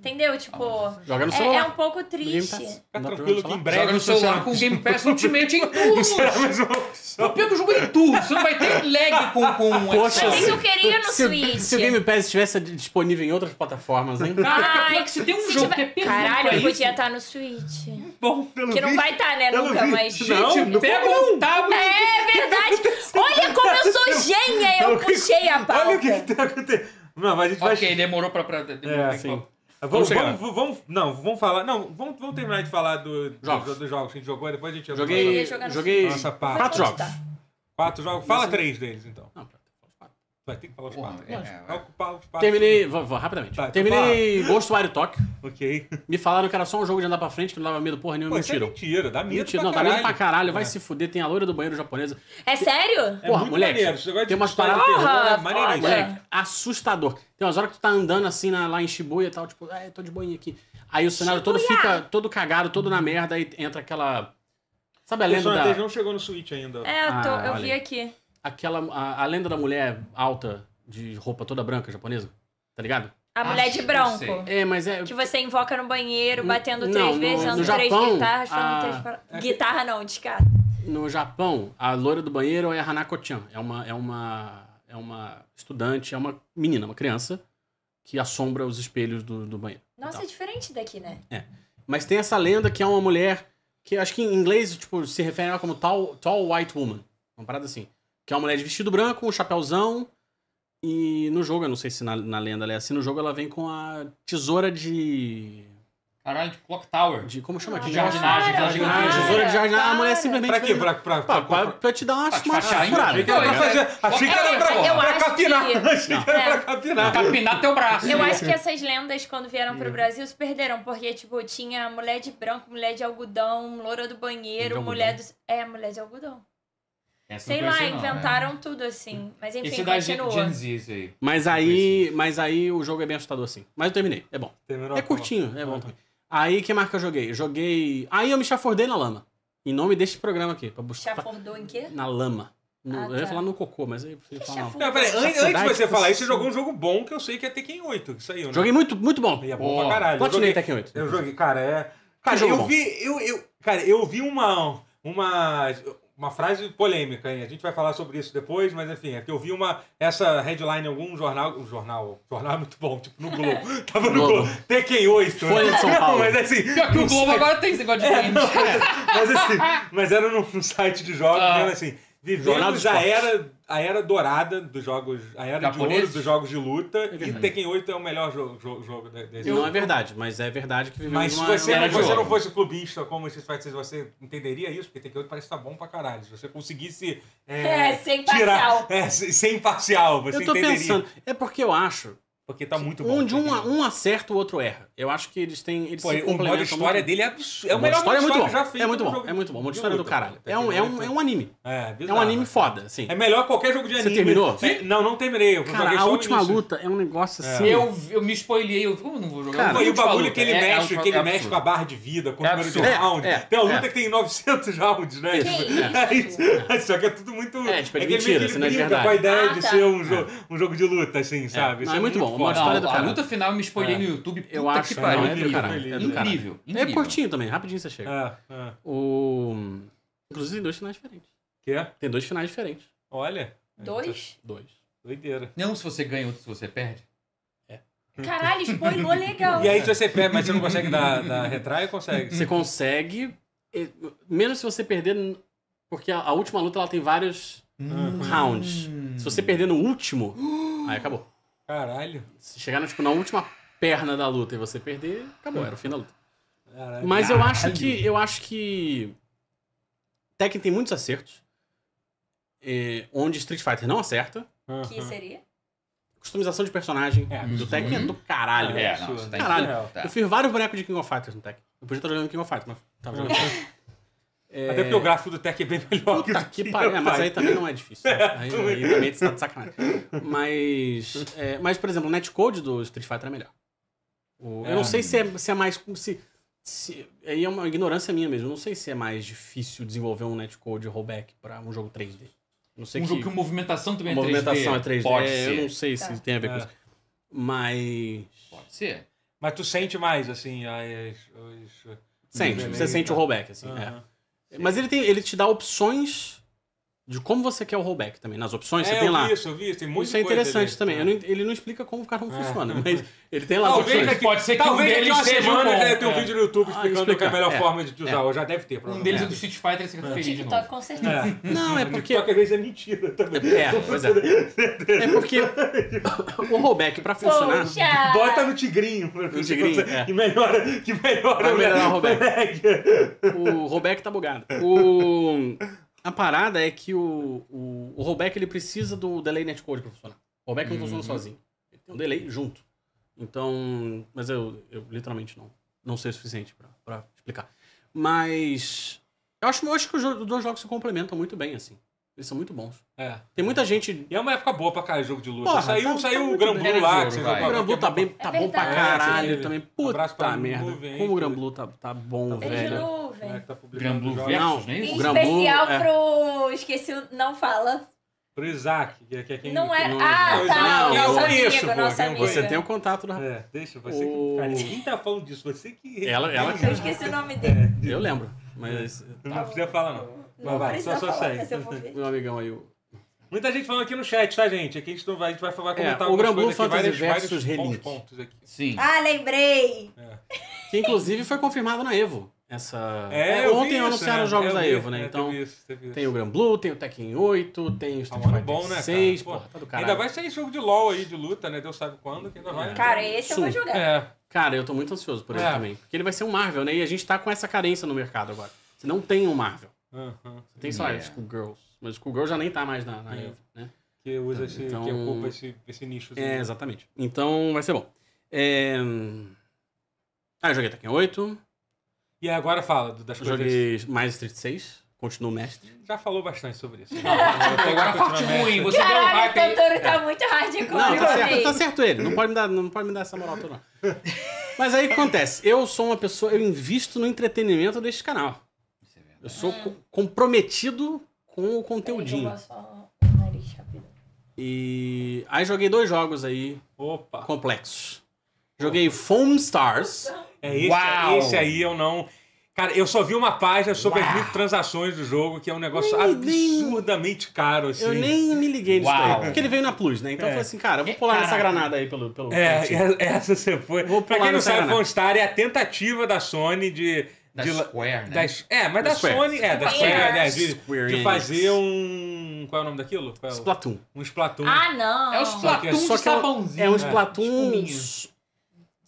Speaker 4: Entendeu? Tipo,
Speaker 3: Joga no
Speaker 4: é-
Speaker 3: celular.
Speaker 4: é, um pouco
Speaker 3: Ninguém
Speaker 4: triste.
Speaker 3: tá-
Speaker 1: Fica
Speaker 3: não um dá pra
Speaker 1: tranquilo que
Speaker 3: falar.
Speaker 1: em breve.
Speaker 2: Joga no
Speaker 1: você
Speaker 2: celular
Speaker 1: será-
Speaker 2: com o Game
Speaker 1: [laughs]
Speaker 2: Pass Ultimate em turnos.
Speaker 1: será mais uma é opção.
Speaker 2: Eu pego o jogo é em turno, você não vai ter lag com, um com
Speaker 3: Poxa,
Speaker 4: Mas um isso eu queria no
Speaker 3: se, o-
Speaker 4: Switch.
Speaker 3: se o Game Pass estivesse disponível em outras plataformas,
Speaker 1: [laughs]
Speaker 3: hein?
Speaker 2: Cara,
Speaker 4: Ai,
Speaker 2: pior que você tem um
Speaker 4: se
Speaker 2: jogo
Speaker 4: tiver-
Speaker 2: que é perfeito
Speaker 4: Caralho,
Speaker 2: pra
Speaker 4: eu
Speaker 2: isso.
Speaker 4: podia estar no Switch.
Speaker 1: Bom, pelo
Speaker 4: Que não vai estar, né,
Speaker 1: pelo
Speaker 4: nunca,
Speaker 1: visto,
Speaker 4: mas...
Speaker 2: Gente,
Speaker 1: Não, não
Speaker 2: pega
Speaker 1: como
Speaker 2: um tablet.
Speaker 4: É verdade! Olha como eu sou gênia! Eu
Speaker 1: Olha o que-
Speaker 4: puxei a pauta.
Speaker 1: Olha o que que tá acontecendo. Não, mas a gente vai.
Speaker 2: Ok, demorou pra... pra demorou
Speaker 1: É,
Speaker 2: pra-
Speaker 1: assim.
Speaker 2: Vamos
Speaker 1: Vamos,
Speaker 2: chegar.
Speaker 1: vamos, vamos- não, vamos falar. Não, vamos, vamos terminar de falar do- do-
Speaker 3: Jogos.
Speaker 1: dos jogos que a gente jogou, depois a gente
Speaker 4: Eu
Speaker 3: Joguei.
Speaker 4: queria jogar no
Speaker 3: Joguei.
Speaker 1: Switch. Nossa, pá.
Speaker 3: Quatro
Speaker 4: Vai
Speaker 3: jogos.
Speaker 4: contar.
Speaker 1: Quatro jogos. Fala três deles, então.
Speaker 3: Não, pera, fala quatro.
Speaker 1: Vai ter que falar os
Speaker 2: Porra,
Speaker 1: quatro.
Speaker 2: é,
Speaker 1: Lógico,
Speaker 2: é,
Speaker 1: vai ocupar os quatro.
Speaker 3: Terminei. Vou, vou rapidamente.
Speaker 1: Tá, então
Speaker 3: Terminei Ghostwire Tokyo.
Speaker 1: Ok.
Speaker 3: Me falaram que era só um jogo de andar pra frente, que não dava medo porra nenhuma.
Speaker 1: Pô, isso é
Speaker 3: Mentiram.
Speaker 1: mentira. Dá medo
Speaker 3: Mentira,
Speaker 1: pra
Speaker 3: não, dá
Speaker 1: caralho.
Speaker 3: medo pra caralho. Vai
Speaker 1: É.
Speaker 3: se fuder, tem a loira do banheiro japonesa.
Speaker 4: É sério?
Speaker 1: É
Speaker 3: Porra,
Speaker 1: muito
Speaker 3: moleque,
Speaker 1: maneiro, esse negócio de
Speaker 3: tem umas
Speaker 1: história de
Speaker 3: paradas-
Speaker 4: Porra,
Speaker 1: terror, é maneiríssimo.
Speaker 4: foda.
Speaker 1: Moleque,
Speaker 3: Moleque, assustador. Tem umas horas que tu tá andando assim na- lá em Shibuya e tal, tipo, ah, eu tô de boinha aqui. Aí o cenário todo
Speaker 4: Shibuya.
Speaker 3: fica todo cagado, todo na merda, aí entra aquela. Sabe a lenda
Speaker 1: Persona
Speaker 3: da.
Speaker 1: 3 não um chegou no Switch ainda.
Speaker 4: É, eu, tô,
Speaker 3: Ah,
Speaker 4: eu
Speaker 3: olha
Speaker 4: vi
Speaker 3: aí.
Speaker 4: aqui.
Speaker 3: Aquela. A, a lenda da mulher alta, de roupa toda branca, japonesa. Tá ligado?
Speaker 4: A
Speaker 2: Acho
Speaker 4: mulher de
Speaker 2: que eu
Speaker 4: bronco.
Speaker 3: É, mas é.
Speaker 4: Que você invoca no banheiro, batendo
Speaker 3: Não,
Speaker 4: três
Speaker 3: no-
Speaker 4: vezes,
Speaker 3: no
Speaker 4: dando três
Speaker 3: Japão,
Speaker 4: guitarras, falando
Speaker 3: a-
Speaker 4: três paradas. Guitarra não, de cara.
Speaker 3: No Japão, a loira do banheiro é a Hanako-chan. É uma, é, uma, é uma estudante, é uma menina, uma criança, que assombra os espelhos do, do banheiro.
Speaker 4: Nossa,
Speaker 3: Tá.
Speaker 4: é diferente daqui, né?
Speaker 3: Mas tem essa lenda que é uma mulher que acho que em inglês tipo, se refere a ela como tall, tall white woman. Uma parada assim. Que é uma mulher de vestido branco, um chapéuzão. E no jogo, eu não sei se na, na lenda ela é assim, no jogo ela vem com a tesoura de.
Speaker 2: Caralho, de Clock Tower.
Speaker 3: de como chama?
Speaker 2: De
Speaker 3: de
Speaker 2: jardinagem,
Speaker 4: Para,
Speaker 2: de
Speaker 3: jardinagem.
Speaker 2: jardinagem.
Speaker 3: Tesoura de
Speaker 4: para,
Speaker 3: jardinagem. A mulher
Speaker 4: para.
Speaker 3: simplesmente.
Speaker 1: Pra quê?
Speaker 3: vem-
Speaker 1: Pra, pra,
Speaker 3: Pá,
Speaker 1: pra,
Speaker 3: pra, é
Speaker 1: pra-
Speaker 3: pra te dar uma,
Speaker 2: Pra te
Speaker 3: uma
Speaker 2: fachar, hein?
Speaker 3: furada.
Speaker 1: achei que era pra
Speaker 2: Não,
Speaker 1: fazer.
Speaker 2: eu-
Speaker 1: Achei que era pra,
Speaker 4: eu
Speaker 1: pra
Speaker 4: acho
Speaker 1: capinar.
Speaker 4: que-
Speaker 1: [laughs] Achei que era
Speaker 4: É.
Speaker 1: pra capinar.
Speaker 2: Capinar teu braço.
Speaker 4: Eu acho que essas lendas, quando vieram pro Brasil, se perderam, porque, tipo, tinha mulher de branco, mulher de algodão, loura do banheiro,
Speaker 3: De
Speaker 4: mulher do. É, mulher de algodão.
Speaker 2: Essa eu
Speaker 4: Sei
Speaker 2: não
Speaker 4: lá,
Speaker 2: conheci não, né?
Speaker 4: inventaram tudo assim. Mas
Speaker 2: Esse
Speaker 4: enfim,
Speaker 2: da Gen
Speaker 4: continua.
Speaker 2: Gen Z, esse aí.
Speaker 3: Mas aí, mas aí o jogo é bem assustador assim. Mas eu terminei, é bom.
Speaker 1: Terminou a
Speaker 3: É
Speaker 1: porra.
Speaker 3: curtinho, é bom também. Aí, que marca eu joguei? Eu Joguei... Aí eu me chafurdei na lama. Em nome deste programa aqui, pra buscar...
Speaker 4: Chafurdou em quê?
Speaker 3: Na lama. No-
Speaker 4: Ah,
Speaker 3: Eu ia
Speaker 4: tá.
Speaker 3: falar no cocô, mas aí eu prefiro falar na lama.
Speaker 1: Não, peraí, an- antes, de
Speaker 3: Saudade
Speaker 1: você
Speaker 3: que
Speaker 1: falar
Speaker 3: você-
Speaker 1: isso, você jogou um jogo bom que eu sei que é Tekken 8, que saiu, né?
Speaker 3: Joguei muito, muito bom.
Speaker 1: E é bom
Speaker 2: Boa.
Speaker 1: pra caralho. Eu
Speaker 3: Platinei
Speaker 1: joguei,
Speaker 3: Tekken 8.
Speaker 1: eu joguei, cara, é. Cara,
Speaker 3: jogo
Speaker 1: eu
Speaker 3: bom.
Speaker 1: vi. Eu, eu, cara, eu vi uma. Uma. Uma frase polêmica, hein? A gente vai falar sobre isso depois, mas enfim, é que eu vi uma. Essa headline em algum jornal. Um jornal. Jornal é muito bom, tipo, no Globo. [laughs] Tava no
Speaker 3: Globo.
Speaker 1: Globo. Tekken 8. né?
Speaker 3: Folha de São
Speaker 1: [laughs] Não,
Speaker 3: Paulo.
Speaker 1: mas assim.
Speaker 2: Pior que
Speaker 1: não
Speaker 2: o Globo
Speaker 1: sei.
Speaker 2: agora tem esse negócio de gente.
Speaker 1: Mas assim, mas era num, [laughs] num site de jogos,
Speaker 2: Ah.
Speaker 1: e era assim,
Speaker 3: Jornal dos
Speaker 1: vivemos a
Speaker 3: Esportes.
Speaker 1: era, a era dourada dos jogos, a era de
Speaker 2: Japoneses?
Speaker 1: ouro dos jogos de luta, e
Speaker 3: verdade.
Speaker 1: Tekken 8 é o melhor jogo, jogo, jogo de- desse
Speaker 3: Não é
Speaker 1: jogo.
Speaker 3: verdade, mas é verdade que vivemos
Speaker 1: Mas se
Speaker 3: uma
Speaker 1: você,
Speaker 3: era
Speaker 1: não,
Speaker 3: de
Speaker 1: você
Speaker 3: ouro.
Speaker 1: não fosse clubista como esses fighters, você entenderia isso? Porque Tekken 8 parece que tá bom pra caralho. Se você conseguisse é,
Speaker 4: É, sem
Speaker 1: tirar...
Speaker 4: parcial.
Speaker 1: É, se- sem parcial, você
Speaker 3: Eu tô
Speaker 1: entenderia.
Speaker 3: pensando... É porque eu acho
Speaker 1: Porque tá muito bom.
Speaker 3: onde um,
Speaker 1: Tekken 8.
Speaker 3: um acerta, o outro erra. Eu tem... Eles têm eles
Speaker 1: Pô,
Speaker 3: se
Speaker 1: o modo
Speaker 3: complementam
Speaker 1: história
Speaker 3: muito.
Speaker 1: dele é absurdo. É o
Speaker 3: Modo
Speaker 1: melhor modo
Speaker 3: história é muito
Speaker 1: história
Speaker 3: bom.
Speaker 1: já feito.
Speaker 3: É muito
Speaker 1: num
Speaker 3: bom,
Speaker 1: jogo tá
Speaker 3: é muito bom. Modo
Speaker 1: de
Speaker 3: história do
Speaker 1: luta,
Speaker 3: caralho.
Speaker 1: cara.
Speaker 3: É um, é, um,
Speaker 1: Tekken
Speaker 3: é
Speaker 1: 8
Speaker 3: um anime.
Speaker 1: É,
Speaker 3: É um
Speaker 1: bizarro,
Speaker 3: anime
Speaker 1: cara.
Speaker 3: foda, assim.
Speaker 1: É melhor qualquer jogo de
Speaker 3: Você
Speaker 1: anime.
Speaker 3: terminou?
Speaker 1: Sim. Não, não terminei. Eu joguei
Speaker 3: Cara,
Speaker 1: só
Speaker 3: a
Speaker 1: o
Speaker 3: última
Speaker 1: início.
Speaker 3: luta é um negócio assim.
Speaker 2: Eu, eu me spoilei, eu como eu não vou jogar?
Speaker 3: Cara, um
Speaker 2: Eu vou
Speaker 1: e o
Speaker 2: jogar
Speaker 1: bagulho
Speaker 2: luta.
Speaker 1: que ele
Speaker 2: É- é
Speaker 1: mexe,
Speaker 2: um-
Speaker 1: que ele
Speaker 2: é
Speaker 1: mexe
Speaker 2: absurdo.
Speaker 1: com a barra de vida, com o
Speaker 2: É
Speaker 1: número de
Speaker 3: absurdo. É,
Speaker 1: round.
Speaker 3: é,
Speaker 1: Tem uma luta
Speaker 3: é.
Speaker 1: que tem 900 rounds, né?
Speaker 4: Que
Speaker 1: Tipo,
Speaker 4: isso?
Speaker 1: [laughs] é isso. [laughs] Só que é tudo muito...
Speaker 3: É, tipo, é
Speaker 1: aquele
Speaker 3: de
Speaker 1: meio
Speaker 3: mentira,
Speaker 1: que
Speaker 3: isso não é de
Speaker 1: brinca
Speaker 3: verdade.
Speaker 1: com a ideia
Speaker 4: Ah,
Speaker 1: de
Speaker 4: tá.
Speaker 1: ser um, jogo, um jogo de luta, assim, sabe?
Speaker 3: Não,
Speaker 1: Isso
Speaker 3: é muito bom. O modo
Speaker 1: foda.
Speaker 3: história do
Speaker 2: Não, a
Speaker 3: caralho.
Speaker 2: luta final eu me spoilei no YouTube.
Speaker 3: Eu
Speaker 2: puta
Speaker 3: acho
Speaker 2: que
Speaker 3: que
Speaker 2: pariu.
Speaker 3: não, é do
Speaker 1: incrível,
Speaker 3: caralho. É do caralho.
Speaker 2: Incrível,
Speaker 3: É
Speaker 2: incrível.
Speaker 3: curtinho também, rapidinho você chega.
Speaker 1: É, é.
Speaker 3: O... Inclusive tem dois finais diferentes.
Speaker 1: Que é?
Speaker 3: Tem dois finais diferentes.
Speaker 1: Olha. Tá
Speaker 4: Dois?
Speaker 3: Dois.
Speaker 1: Doideira.
Speaker 2: Não se você ganha, outro se você perde.
Speaker 4: Caralho, spoilou legal.
Speaker 1: E aí, se você pega, mas você não consegue dar, dar retry, consegue.
Speaker 3: Você consegue. eh, Menos se você perder. n- Porque a, a última luta ela tem vários
Speaker 1: Ah,
Speaker 3: rounds. Se você
Speaker 2: Uhum.
Speaker 3: perder no último, aí acabou.
Speaker 1: Caralho.
Speaker 3: Se chegar no, tipo, na última perna da luta e você perder, acabou, era o fim da luta.
Speaker 1: Caralho.
Speaker 3: Mas eu acho que. Eu acho que. Tekken tem muitos acertos. eh, onde Street Fighter não acerta.
Speaker 1: Ah,
Speaker 4: Que seria?
Speaker 3: Customização de personagem
Speaker 1: É,
Speaker 3: do Tekken é do caralho.
Speaker 1: É,
Speaker 2: não, isso daí-
Speaker 3: Caralho.
Speaker 2: Tá.
Speaker 3: Eu fiz vários bonecos de King of Fighters no Tekken. Eu podia estar jogando King of Fighters, mas tava jogando.
Speaker 1: Até porque o gráfico do Tech é bem melhor que o
Speaker 3: Uhum. [laughs] Puta
Speaker 1: do
Speaker 3: que
Speaker 1: King
Speaker 3: pariu.
Speaker 1: of
Speaker 3: É, mas aí
Speaker 1: Fighters.
Speaker 3: também não [laughs] é difícil. né? Aí, aí também você tá de sacanagem. Mas, é, mas, por exemplo, o netcode do Street Fighter é melhor. O- Eu
Speaker 1: É.
Speaker 3: não sei se é, se é mais... como Se, se- aí é uma ignorância minha mesmo. Eu não sei se é mais difícil desenvolver um netcode rollback pra um jogo 3D. Eu Não sei
Speaker 2: Um
Speaker 3: que, um
Speaker 2: jogo que movimentação também
Speaker 3: a
Speaker 2: é 3D.
Speaker 3: movimentação é 3D.
Speaker 2: Pode
Speaker 3: é, eu
Speaker 2: ser.
Speaker 3: não sei se
Speaker 4: Tá.
Speaker 3: tem a ver com
Speaker 1: É.
Speaker 3: isso. Mas...
Speaker 2: Pode ser.
Speaker 1: Mas tu sente mais, assim, as. as-
Speaker 3: Sente,
Speaker 1: Beleza.
Speaker 3: você sente o rollback, assim. é.
Speaker 1: é. Aham.
Speaker 3: Mas ele, tem, ele te dá opções de como você quer o rollback também. Nas opções
Speaker 1: É,
Speaker 3: você tem
Speaker 1: eu
Speaker 3: lá.
Speaker 1: vi isso, eu vi isso. Tem muita
Speaker 3: Isso é
Speaker 1: coisa
Speaker 3: interessante
Speaker 1: ali. tá.
Speaker 3: também. Eu não ent- ele não explica como o cartão
Speaker 1: É.
Speaker 3: funciona, mas ele tem lá as
Speaker 1: Talvez
Speaker 3: opções.
Speaker 1: daqui,
Speaker 2: Pode ser que
Speaker 1: talvez
Speaker 2: um
Speaker 1: daqui
Speaker 2: deles
Speaker 1: uma
Speaker 2: seja
Speaker 1: semana
Speaker 2: bom.
Speaker 1: deve ter um
Speaker 2: É.
Speaker 1: vídeo no YouTube
Speaker 3: Ah,
Speaker 1: explicando qual é a
Speaker 3: explicar.
Speaker 1: melhor
Speaker 3: É.
Speaker 1: forma de tu usar.
Speaker 3: É.
Speaker 1: Ou Já deve ter,
Speaker 2: Um
Speaker 1: provavelmente.
Speaker 2: deles é do Street Fighter que você fica feliz de novo.
Speaker 4: TikTok, Tipo, com certeza.
Speaker 1: [laughs]
Speaker 3: Não, é porque.
Speaker 1: Só que às vezes é mentira também.
Speaker 3: É, pois é.
Speaker 1: [laughs]
Speaker 3: É porque o rollback, pra funcionar.
Speaker 4: Poxa!
Speaker 1: Bota no tigrinho. pra ver se
Speaker 3: Ah. tigrinho,
Speaker 1: consegue-
Speaker 3: é.
Speaker 1: Que melhora, que melhora.
Speaker 3: Vai melhorar o Roberto.
Speaker 1: Roberto.
Speaker 3: O rollback tá bugado. O... A parada é que o, o, o rollback ele precisa do delay netcode pra funcionar. O rollback não funciona sozinho. Ele tem um delay junto. Então. Mas eu, eu literalmente não, não sei o suficiente pra, pra explicar. Mas. Eu acho, eu acho que os jo- os dois jogos se complementam muito bem, assim. Eles são muito bons.
Speaker 1: É.
Speaker 3: Tem muita gente.
Speaker 1: E é uma época boa pra caralho, jogo de luta.
Speaker 3: Porra,
Speaker 1: saiu
Speaker 3: tá- tá
Speaker 1: saiu o
Speaker 3: muito
Speaker 1: Gran
Speaker 3: bem.
Speaker 1: Blue lá.
Speaker 2: Era
Speaker 1: que é você
Speaker 2: de ouro, vai.
Speaker 1: jogou
Speaker 3: O Grambu tá, bem, tá bom pra
Speaker 4: verdade.
Speaker 3: caralho
Speaker 1: É, sim.
Speaker 3: também. Puta
Speaker 1: Abraço pra
Speaker 3: merda.
Speaker 1: Grambu, velho.
Speaker 3: Como o Grambu tá, tá bom,
Speaker 4: Beijo,
Speaker 3: velho.
Speaker 1: É,
Speaker 4: nuvem.
Speaker 1: que tá publicando
Speaker 2: Gran Blue
Speaker 1: os jogos.
Speaker 2: Versus, não é
Speaker 4: Em
Speaker 2: isso?
Speaker 3: O Grambu,
Speaker 4: especial
Speaker 3: é.
Speaker 4: pro. Esqueci o. Não fala.
Speaker 1: Pro Isaac, que é, que é quem...
Speaker 4: Não é.
Speaker 3: não,
Speaker 4: Ah,
Speaker 1: não,
Speaker 4: tá.
Speaker 3: não,
Speaker 4: nosso
Speaker 1: eu
Speaker 4: amigo,
Speaker 1: conheço, pô,
Speaker 4: nosso
Speaker 1: eu
Speaker 4: amigo.
Speaker 1: conheço.
Speaker 3: Você tem um o contato do rapaz.
Speaker 1: É, deixa, você que...
Speaker 3: O-
Speaker 1: Cara, quem tá falando disso? Você que...
Speaker 3: Ela- ela que-
Speaker 4: Eu esqueci o nome dele.
Speaker 3: Eu lembro. Mas
Speaker 1: Não precisa falar, não. Vai,
Speaker 4: Não
Speaker 1: vai,
Speaker 4: precisa
Speaker 1: só, só
Speaker 4: falar,
Speaker 1: segue.
Speaker 4: mas eu vou ver.
Speaker 3: [laughs] meu amigão aí, o
Speaker 1: Muita gente falando aqui no chat, tá, gente? Aqui a gente, não vai, a gente vai, vai comentar
Speaker 3: É, o
Speaker 1: algumas
Speaker 3: Gran Blue
Speaker 1: coisas aqui,
Speaker 3: Fantasy
Speaker 1: vários, vários
Speaker 3: versus
Speaker 1: bons
Speaker 3: Relic.
Speaker 1: pontos aqui.
Speaker 2: Sim.
Speaker 4: Ah, lembrei!
Speaker 3: Que inclusive foi confirmado na Evo. Essa.
Speaker 1: É, eu vi
Speaker 3: ontem
Speaker 1: isso,
Speaker 3: anunciaram
Speaker 1: né?
Speaker 3: os jogos
Speaker 1: Eu
Speaker 3: da
Speaker 1: vi,
Speaker 3: Evo, né?
Speaker 1: é,
Speaker 3: Então
Speaker 1: teve isso, teve isso.
Speaker 3: tem o Gran Blue, tem o Tekken 8, tem o Street
Speaker 1: ano
Speaker 3: Fighter
Speaker 1: bom, né, cara?
Speaker 3: 6,
Speaker 1: Pô,
Speaker 3: porra, tá do caralho. É.
Speaker 1: Ainda vai sair jogo de LOL aí, de luta, né? Deus sabe quando, que ainda vai.
Speaker 4: Cara, esse eu vou
Speaker 3: Sul.
Speaker 4: jogar.
Speaker 1: É.
Speaker 3: Cara, eu tô muito ansioso por ele
Speaker 1: É.
Speaker 3: também. Porque ele vai ser um Marvel, né? E a gente tá com essa carência no mercado agora. Você não tem um Marvel.
Speaker 1: Aham.
Speaker 3: Você tem só
Speaker 2: Yeah.
Speaker 3: Schoolgirls. Mas Schoolgirl já nem tá mais na, na
Speaker 1: É.
Speaker 3: Evo, né?
Speaker 1: Que usa esse.
Speaker 3: Então-
Speaker 1: Que ocupa esse, esse nicho.
Speaker 3: É, exatamente. Então vai ser bom. É... Ah, eu joguei Tekken 8,
Speaker 1: E agora fala do- das
Speaker 3: eu
Speaker 1: coisas.
Speaker 3: joguei mais Street 6, continuo mestre.
Speaker 1: Já falou bastante sobre
Speaker 3: [laughs]
Speaker 1: isso.
Speaker 2: Agora a parte ruim, você deu um
Speaker 4: Caralho, o
Speaker 2: hype aí.
Speaker 4: Totoro tá muito hardcore.
Speaker 3: Não,
Speaker 4: eu
Speaker 3: tá
Speaker 4: amei.
Speaker 3: certo, tá certo ele. Não pode me dar, não pode me dar essa moral toda, não. Mas aí o que acontece? Eu sou uma pessoa, eu invisto no entretenimento deste canal.
Speaker 2: Isso é verdade.
Speaker 3: Eu sou co- comprometido com o
Speaker 4: Peraí, que Eu
Speaker 3: conteúdinho.
Speaker 4: vou só o nariz rapidão.
Speaker 3: E aí joguei dois jogos aí
Speaker 1: Opa!
Speaker 3: complexos. Joguei Foam Stars.
Speaker 1: É esse,
Speaker 2: Uau!
Speaker 1: esse aí eu não. Cara, eu só vi uma página sobre as microtransações do jogo, que é um negócio
Speaker 3: Nem- nem-
Speaker 1: absurdamente caro, assim.
Speaker 3: Eu nem me liguei nisso
Speaker 2: Uau.
Speaker 3: daí, porque ele veio na Plus, né? Então
Speaker 1: É.
Speaker 3: eu falei assim, cara, eu vou pular nessa
Speaker 2: Caraca.
Speaker 3: granada aí pelo... pelo
Speaker 1: É,
Speaker 3: pelo-
Speaker 1: é- essa você foi.
Speaker 3: Vou
Speaker 1: pra quem
Speaker 3: pular
Speaker 1: não
Speaker 3: nessa
Speaker 1: sabe,
Speaker 3: granada.
Speaker 1: Fonstar é a tentativa da Sony de.
Speaker 2: Da
Speaker 1: de la-
Speaker 2: Square, né?
Speaker 1: das- é, mas da,
Speaker 3: Da Square.
Speaker 1: Sony. É, da Square,
Speaker 4: Square
Speaker 1: né,
Speaker 4: Enix.
Speaker 1: de,
Speaker 3: Square
Speaker 1: de
Speaker 3: Enix.
Speaker 1: fazer um. Qual é o nome daquilo? Qual é o-
Speaker 3: Splatoon.
Speaker 1: Um Splatoon.
Speaker 4: Ah, não.
Speaker 2: É o
Speaker 1: que-
Speaker 2: Splatoon
Speaker 3: só
Speaker 2: de
Speaker 3: que é um-
Speaker 2: sabãozinho.
Speaker 3: É um
Speaker 2: né?
Speaker 3: Splatoon...
Speaker 2: Tipo minha.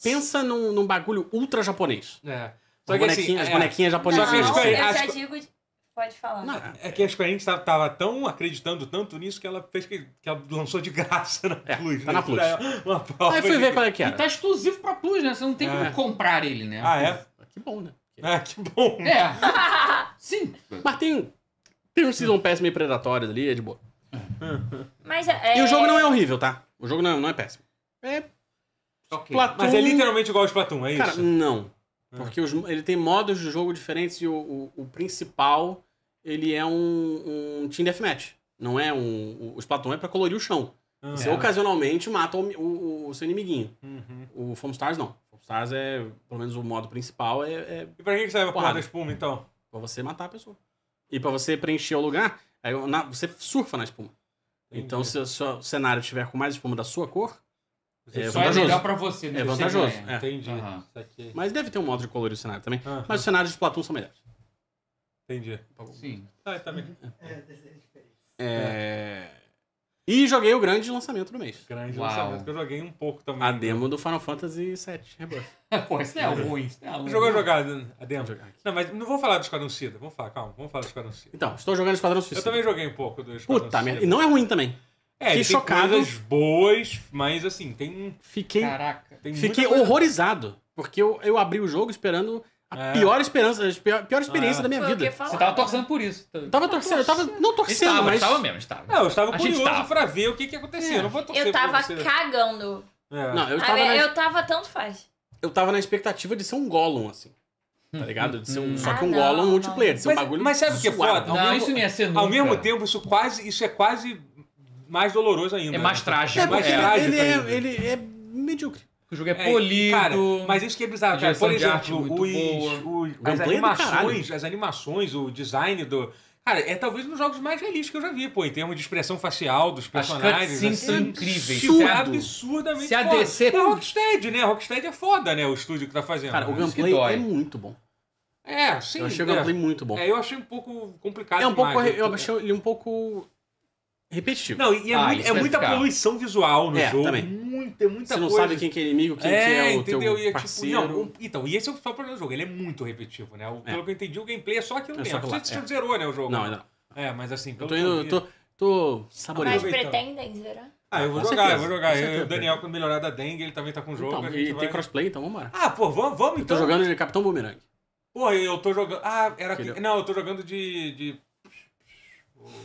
Speaker 3: Pensa num, num bagulho ultra japonês.
Speaker 1: É.
Speaker 3: As bonequinhas,
Speaker 1: é,
Speaker 3: as bonequinhas
Speaker 4: assim, Não, é.
Speaker 3: japonesas.
Speaker 1: Só que eles-
Speaker 4: eu já
Speaker 1: acho-
Speaker 4: digo. de- Pode falar.
Speaker 3: Não,
Speaker 1: é que a Square Enix tava, tava tão acreditando tanto nisso que ela fez que, que ela lançou de graça na
Speaker 3: É,
Speaker 1: Plus.
Speaker 3: tá
Speaker 1: né?
Speaker 3: na Plus.
Speaker 1: Isso é Uma prova
Speaker 3: Aí fui
Speaker 1: de-
Speaker 3: ver qual é que
Speaker 2: E
Speaker 3: era.
Speaker 2: tá exclusivo pra Plus, né? Você não tem
Speaker 1: É.
Speaker 2: como comprar ele, né?
Speaker 1: Ah, é?
Speaker 3: Que bom, né?
Speaker 1: Ah, que bom.
Speaker 2: É. Sim.
Speaker 3: Mas tem, tem uns Season Pass meio predatórios ali, é de boa.
Speaker 4: Mas, é...
Speaker 3: E o jogo não é horrível, tá? O jogo não é, não é péssimo. É
Speaker 2: Ok.
Speaker 3: Splatoon...
Speaker 1: Mas é literalmente igual ao Splatoon, é isso?
Speaker 3: Cara, não.
Speaker 1: Ah.
Speaker 3: Porque os- ele tem modos de jogo diferentes e o, o- o principal, ele é um, um Team Deathmatch. Não é um... O, o Splatoon é pra colorir o chão.
Speaker 1: Ah,
Speaker 3: Você ocasionalmente mata o, o- o seu inimiguinho.
Speaker 1: uhum.
Speaker 3: O Foam Stars não. O Foam Stars é... Pelo menos o modo principal é- é
Speaker 1: E pra que que serve a porra
Speaker 3: Porrada.
Speaker 1: da espuma, então?
Speaker 3: Pra você matar a pessoa. E pra você preencher o lugar, aí na- você surfa na espuma.
Speaker 1: Entendi.
Speaker 3: Então, se o seu cenário tiver com mais espuma da sua cor.
Speaker 1: Você
Speaker 3: É
Speaker 1: só-
Speaker 2: Só é
Speaker 3: vantajoso.
Speaker 2: melhor pra você, né?
Speaker 3: É
Speaker 2: Você
Speaker 3: vantajoso,
Speaker 2: ganha.
Speaker 3: é.
Speaker 1: Entendi.
Speaker 2: Aham.
Speaker 1: Isso aqui.
Speaker 3: Mas deve ter um modo de colorir o cenário também.
Speaker 1: Aham.
Speaker 3: Mas os cenários de Platão são melhores.
Speaker 1: Entendi.
Speaker 2: Sim. [laughs]
Speaker 1: Ah, tá bem.
Speaker 6: É, desenho diferente.
Speaker 3: É... E joguei o grande lançamento do mês.
Speaker 1: Grande
Speaker 2: Uau.
Speaker 1: lançamento que eu joguei um pouco também.
Speaker 3: A demo do Final Fantasy VII Rebirth.
Speaker 2: Pô, isso não é ruim. Isso não é ruim.
Speaker 1: Jogou jogado, a demo?
Speaker 3: Vamos jogar aqui.
Speaker 1: Não, mas não vou falar do Esquadrão Cida. Vamos falar, calma. Vamos falar do Esquadrão Cida.
Speaker 3: Então, estou jogando Esquadrão
Speaker 1: Eu
Speaker 3: Suicida.
Speaker 1: também joguei um pouco do Esquadrão
Speaker 3: Puta merda. E
Speaker 1: Suicida.
Speaker 3: não é ruim também.
Speaker 1: É, ele
Speaker 3: Fiquei chocado.
Speaker 1: tem coisas boas, mas assim, tem...
Speaker 3: Fiquei,
Speaker 2: Caraca.
Speaker 1: tem
Speaker 3: fiquei
Speaker 1: muita coisa-
Speaker 3: horrorizado. Porque eu, eu abri o jogo esperando a
Speaker 1: É.
Speaker 3: pior esperança, a pior, pior experiência
Speaker 1: Ah, é.
Speaker 3: da minha
Speaker 4: Foi o que Tá
Speaker 3: vida.
Speaker 4: falaram.
Speaker 2: Você tava torcendo por isso.
Speaker 3: Eu tava torcendo, eu tava não torcendo,
Speaker 2: Estava,
Speaker 3: mas
Speaker 2: estava mesmo, estava.
Speaker 1: Não, eu estava
Speaker 2: A gente
Speaker 1: curioso
Speaker 2: tava.
Speaker 1: pra ver o que que aconteceu. Eu Não vou torcer
Speaker 4: Eu tava
Speaker 1: pra você.
Speaker 4: cagando.
Speaker 1: É.
Speaker 3: É. Não, eu
Speaker 4: Eu
Speaker 3: tava,
Speaker 4: tava,
Speaker 3: na,
Speaker 4: Ah, eu tava tanto faz.
Speaker 3: eu tava na expectativa de ser um Gollum, assim. Tá ligado? De ser um, só que um
Speaker 4: Ah,
Speaker 3: Gollum
Speaker 4: não,
Speaker 3: multiplayer, de ser um
Speaker 1: Hum, Mas-
Speaker 3: bagulho.
Speaker 1: mas sabe o que é
Speaker 3: zoado.
Speaker 1: foda?
Speaker 2: Não,
Speaker 1: Ao mesmo-
Speaker 2: isso não ia ser nunca.
Speaker 1: Ao mesmo tempo, isso quase... Isso é quase mais doloroso ainda.
Speaker 2: É mais
Speaker 1: né?
Speaker 2: trágico.
Speaker 3: É, porque
Speaker 1: É,
Speaker 3: ele,
Speaker 1: trágico
Speaker 3: é,
Speaker 1: ainda.
Speaker 3: ele é medíocre.
Speaker 2: que o jogo é, polido.
Speaker 1: Cara, mas isso que é bizarro, cara.
Speaker 2: direção
Speaker 1: Por
Speaker 2: de arte
Speaker 1: exemplo,
Speaker 2: muito
Speaker 1: os, os- as
Speaker 3: Gameplay é do
Speaker 1: animações,
Speaker 3: caralho.
Speaker 1: as animações, o design do. Cara, é talvez um dos jogos mais realistas que eu já vi, pô, em termos de expressão facial dos
Speaker 2: As
Speaker 1: personagens.
Speaker 2: cutscenes
Speaker 1: assim.
Speaker 2: são incríveis.
Speaker 1: Isso é
Speaker 2: Absurdo.
Speaker 1: absurdamente
Speaker 2: Se a
Speaker 1: foda.
Speaker 2: DC
Speaker 1: É Rocksteady, né? Rocksteady é foda, né? O estúdio que tá fazendo.
Speaker 3: Cara, o
Speaker 1: né?
Speaker 2: isso que
Speaker 3: gameplay
Speaker 2: dói.
Speaker 3: é muito bom.
Speaker 1: É, sim.
Speaker 3: eu achei o
Speaker 1: é.
Speaker 3: gameplay muito bom.
Speaker 1: É, eu achei um pouco complicado.
Speaker 3: É um pouco,
Speaker 1: demais,
Speaker 3: eu achei ele um pouco repetitivo.
Speaker 1: Não, e é,
Speaker 2: Ah,
Speaker 1: muito-
Speaker 2: isso
Speaker 1: é
Speaker 2: vai
Speaker 1: muita
Speaker 2: ficar.
Speaker 1: poluição visual no
Speaker 3: É,
Speaker 1: jogo.
Speaker 3: também.
Speaker 1: Muita, muita
Speaker 3: Você não
Speaker 1: coisa.
Speaker 3: sabe quem que é inimigo, quem
Speaker 1: é,
Speaker 3: que é o
Speaker 1: entendeu? E
Speaker 3: teu
Speaker 1: é
Speaker 3: parceiro.
Speaker 1: tipo, não, o- então, e esse é o só problema do jogo, ele é muito repetitivo, né? O-
Speaker 3: É.
Speaker 1: Pelo que eu entendi, o gameplay é só aquilo
Speaker 3: É só
Speaker 1: mesmo.
Speaker 3: aquilo
Speaker 1: Você,
Speaker 3: lá,
Speaker 1: você
Speaker 3: é.
Speaker 1: zerou, né, o jogo?
Speaker 3: não, não.
Speaker 1: É, mas assim,
Speaker 3: Eu
Speaker 1: pelo
Speaker 3: tô
Speaker 1: que
Speaker 3: indo,
Speaker 1: vi-
Speaker 3: eu tô, tô
Speaker 4: Mas
Speaker 3: saboreando.
Speaker 4: pretendem zerar?
Speaker 1: Ah, eu vou
Speaker 3: Com
Speaker 1: jogar, eu
Speaker 3: certeza,
Speaker 1: vou jogar.
Speaker 3: com
Speaker 1: Eu-
Speaker 3: certeza.
Speaker 1: o Daniel, quando melhorar da dengue, ele também tá com o jogo.
Speaker 3: Então,
Speaker 1: a gente
Speaker 3: e
Speaker 1: vai-
Speaker 3: tem crossplay, então vambora.
Speaker 1: Ah, pô, vamos, vamos
Speaker 3: Eu tô
Speaker 1: então.
Speaker 3: jogando de Capitão Boomerang.
Speaker 4: É,
Speaker 1: Pô, eu tô jogando. Ah, era.
Speaker 3: Entendeu?
Speaker 1: Não, eu tô jogando de. de...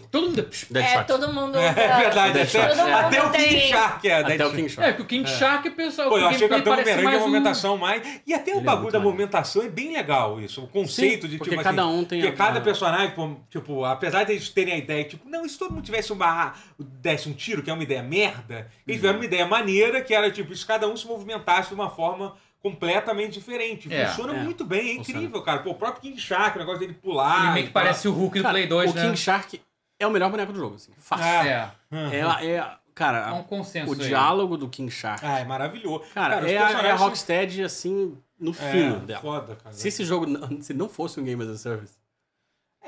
Speaker 2: Todo mundo.
Speaker 4: é,
Speaker 3: Deadshot.
Speaker 4: todo mundo
Speaker 1: [laughs] É,
Speaker 4: usa.
Speaker 1: verdade, até,
Speaker 3: Dead Shot.
Speaker 4: Todo mundo
Speaker 1: até o King
Speaker 4: tem-
Speaker 1: Shark é. Dead
Speaker 3: Até o
Speaker 1: Shot.
Speaker 3: King Shark.
Speaker 2: É, porque o King Shark, pessoal,
Speaker 1: Pô,
Speaker 2: o
Speaker 1: eu achei que
Speaker 2: gameplay
Speaker 1: até o Boomerang
Speaker 2: parece
Speaker 1: é
Speaker 2: mais
Speaker 1: uma
Speaker 2: um...
Speaker 1: movimentação mais. E até o
Speaker 3: Ele é
Speaker 1: bagulho
Speaker 3: muito
Speaker 1: da
Speaker 3: maneiro.
Speaker 1: movimentação é bem legal isso. O
Speaker 3: Sim,
Speaker 1: conceito de
Speaker 3: porque
Speaker 1: tipo
Speaker 3: cada
Speaker 1: assim,
Speaker 3: um tem
Speaker 1: Porque
Speaker 3: a-
Speaker 1: cada
Speaker 3: a-
Speaker 1: personagem, pô, tipo, apesar de eles terem a ideia, tipo, não, e se todo mundo tivesse uma. desse um tiro, que é uma ideia merda,
Speaker 3: Uhum.
Speaker 1: eles tiveram uma ideia maneira, que era tipo, se cada um se movimentasse de uma forma completamente diferente.
Speaker 2: É,
Speaker 1: Funciona
Speaker 3: é.
Speaker 1: muito bem, é
Speaker 3: Funciona.
Speaker 1: incrível, cara. Pô, o próprio King Shark, o negócio dele pular.
Speaker 2: Ele meio
Speaker 1: e
Speaker 2: que
Speaker 1: tal.
Speaker 2: parece o Hulk do
Speaker 3: Cara,
Speaker 2: Play 2,
Speaker 3: o
Speaker 2: né?
Speaker 3: King Shark é o melhor boneco do jogo, assim. Fácil.
Speaker 1: Ah,
Speaker 2: É,
Speaker 3: É, é-
Speaker 2: é
Speaker 3: cara,
Speaker 2: um consenso
Speaker 3: o
Speaker 2: aí.
Speaker 3: diálogo do King Shark.
Speaker 1: Ah, é maravilhoso.
Speaker 3: Cara,
Speaker 1: os
Speaker 3: é, a, é a
Speaker 1: personagens são-
Speaker 3: Rocksteady, assim, no
Speaker 1: É,
Speaker 3: fino dela.
Speaker 1: foda, cara.
Speaker 3: Se esse jogo não, se não fosse um Game as
Speaker 1: [laughs]
Speaker 3: a Service.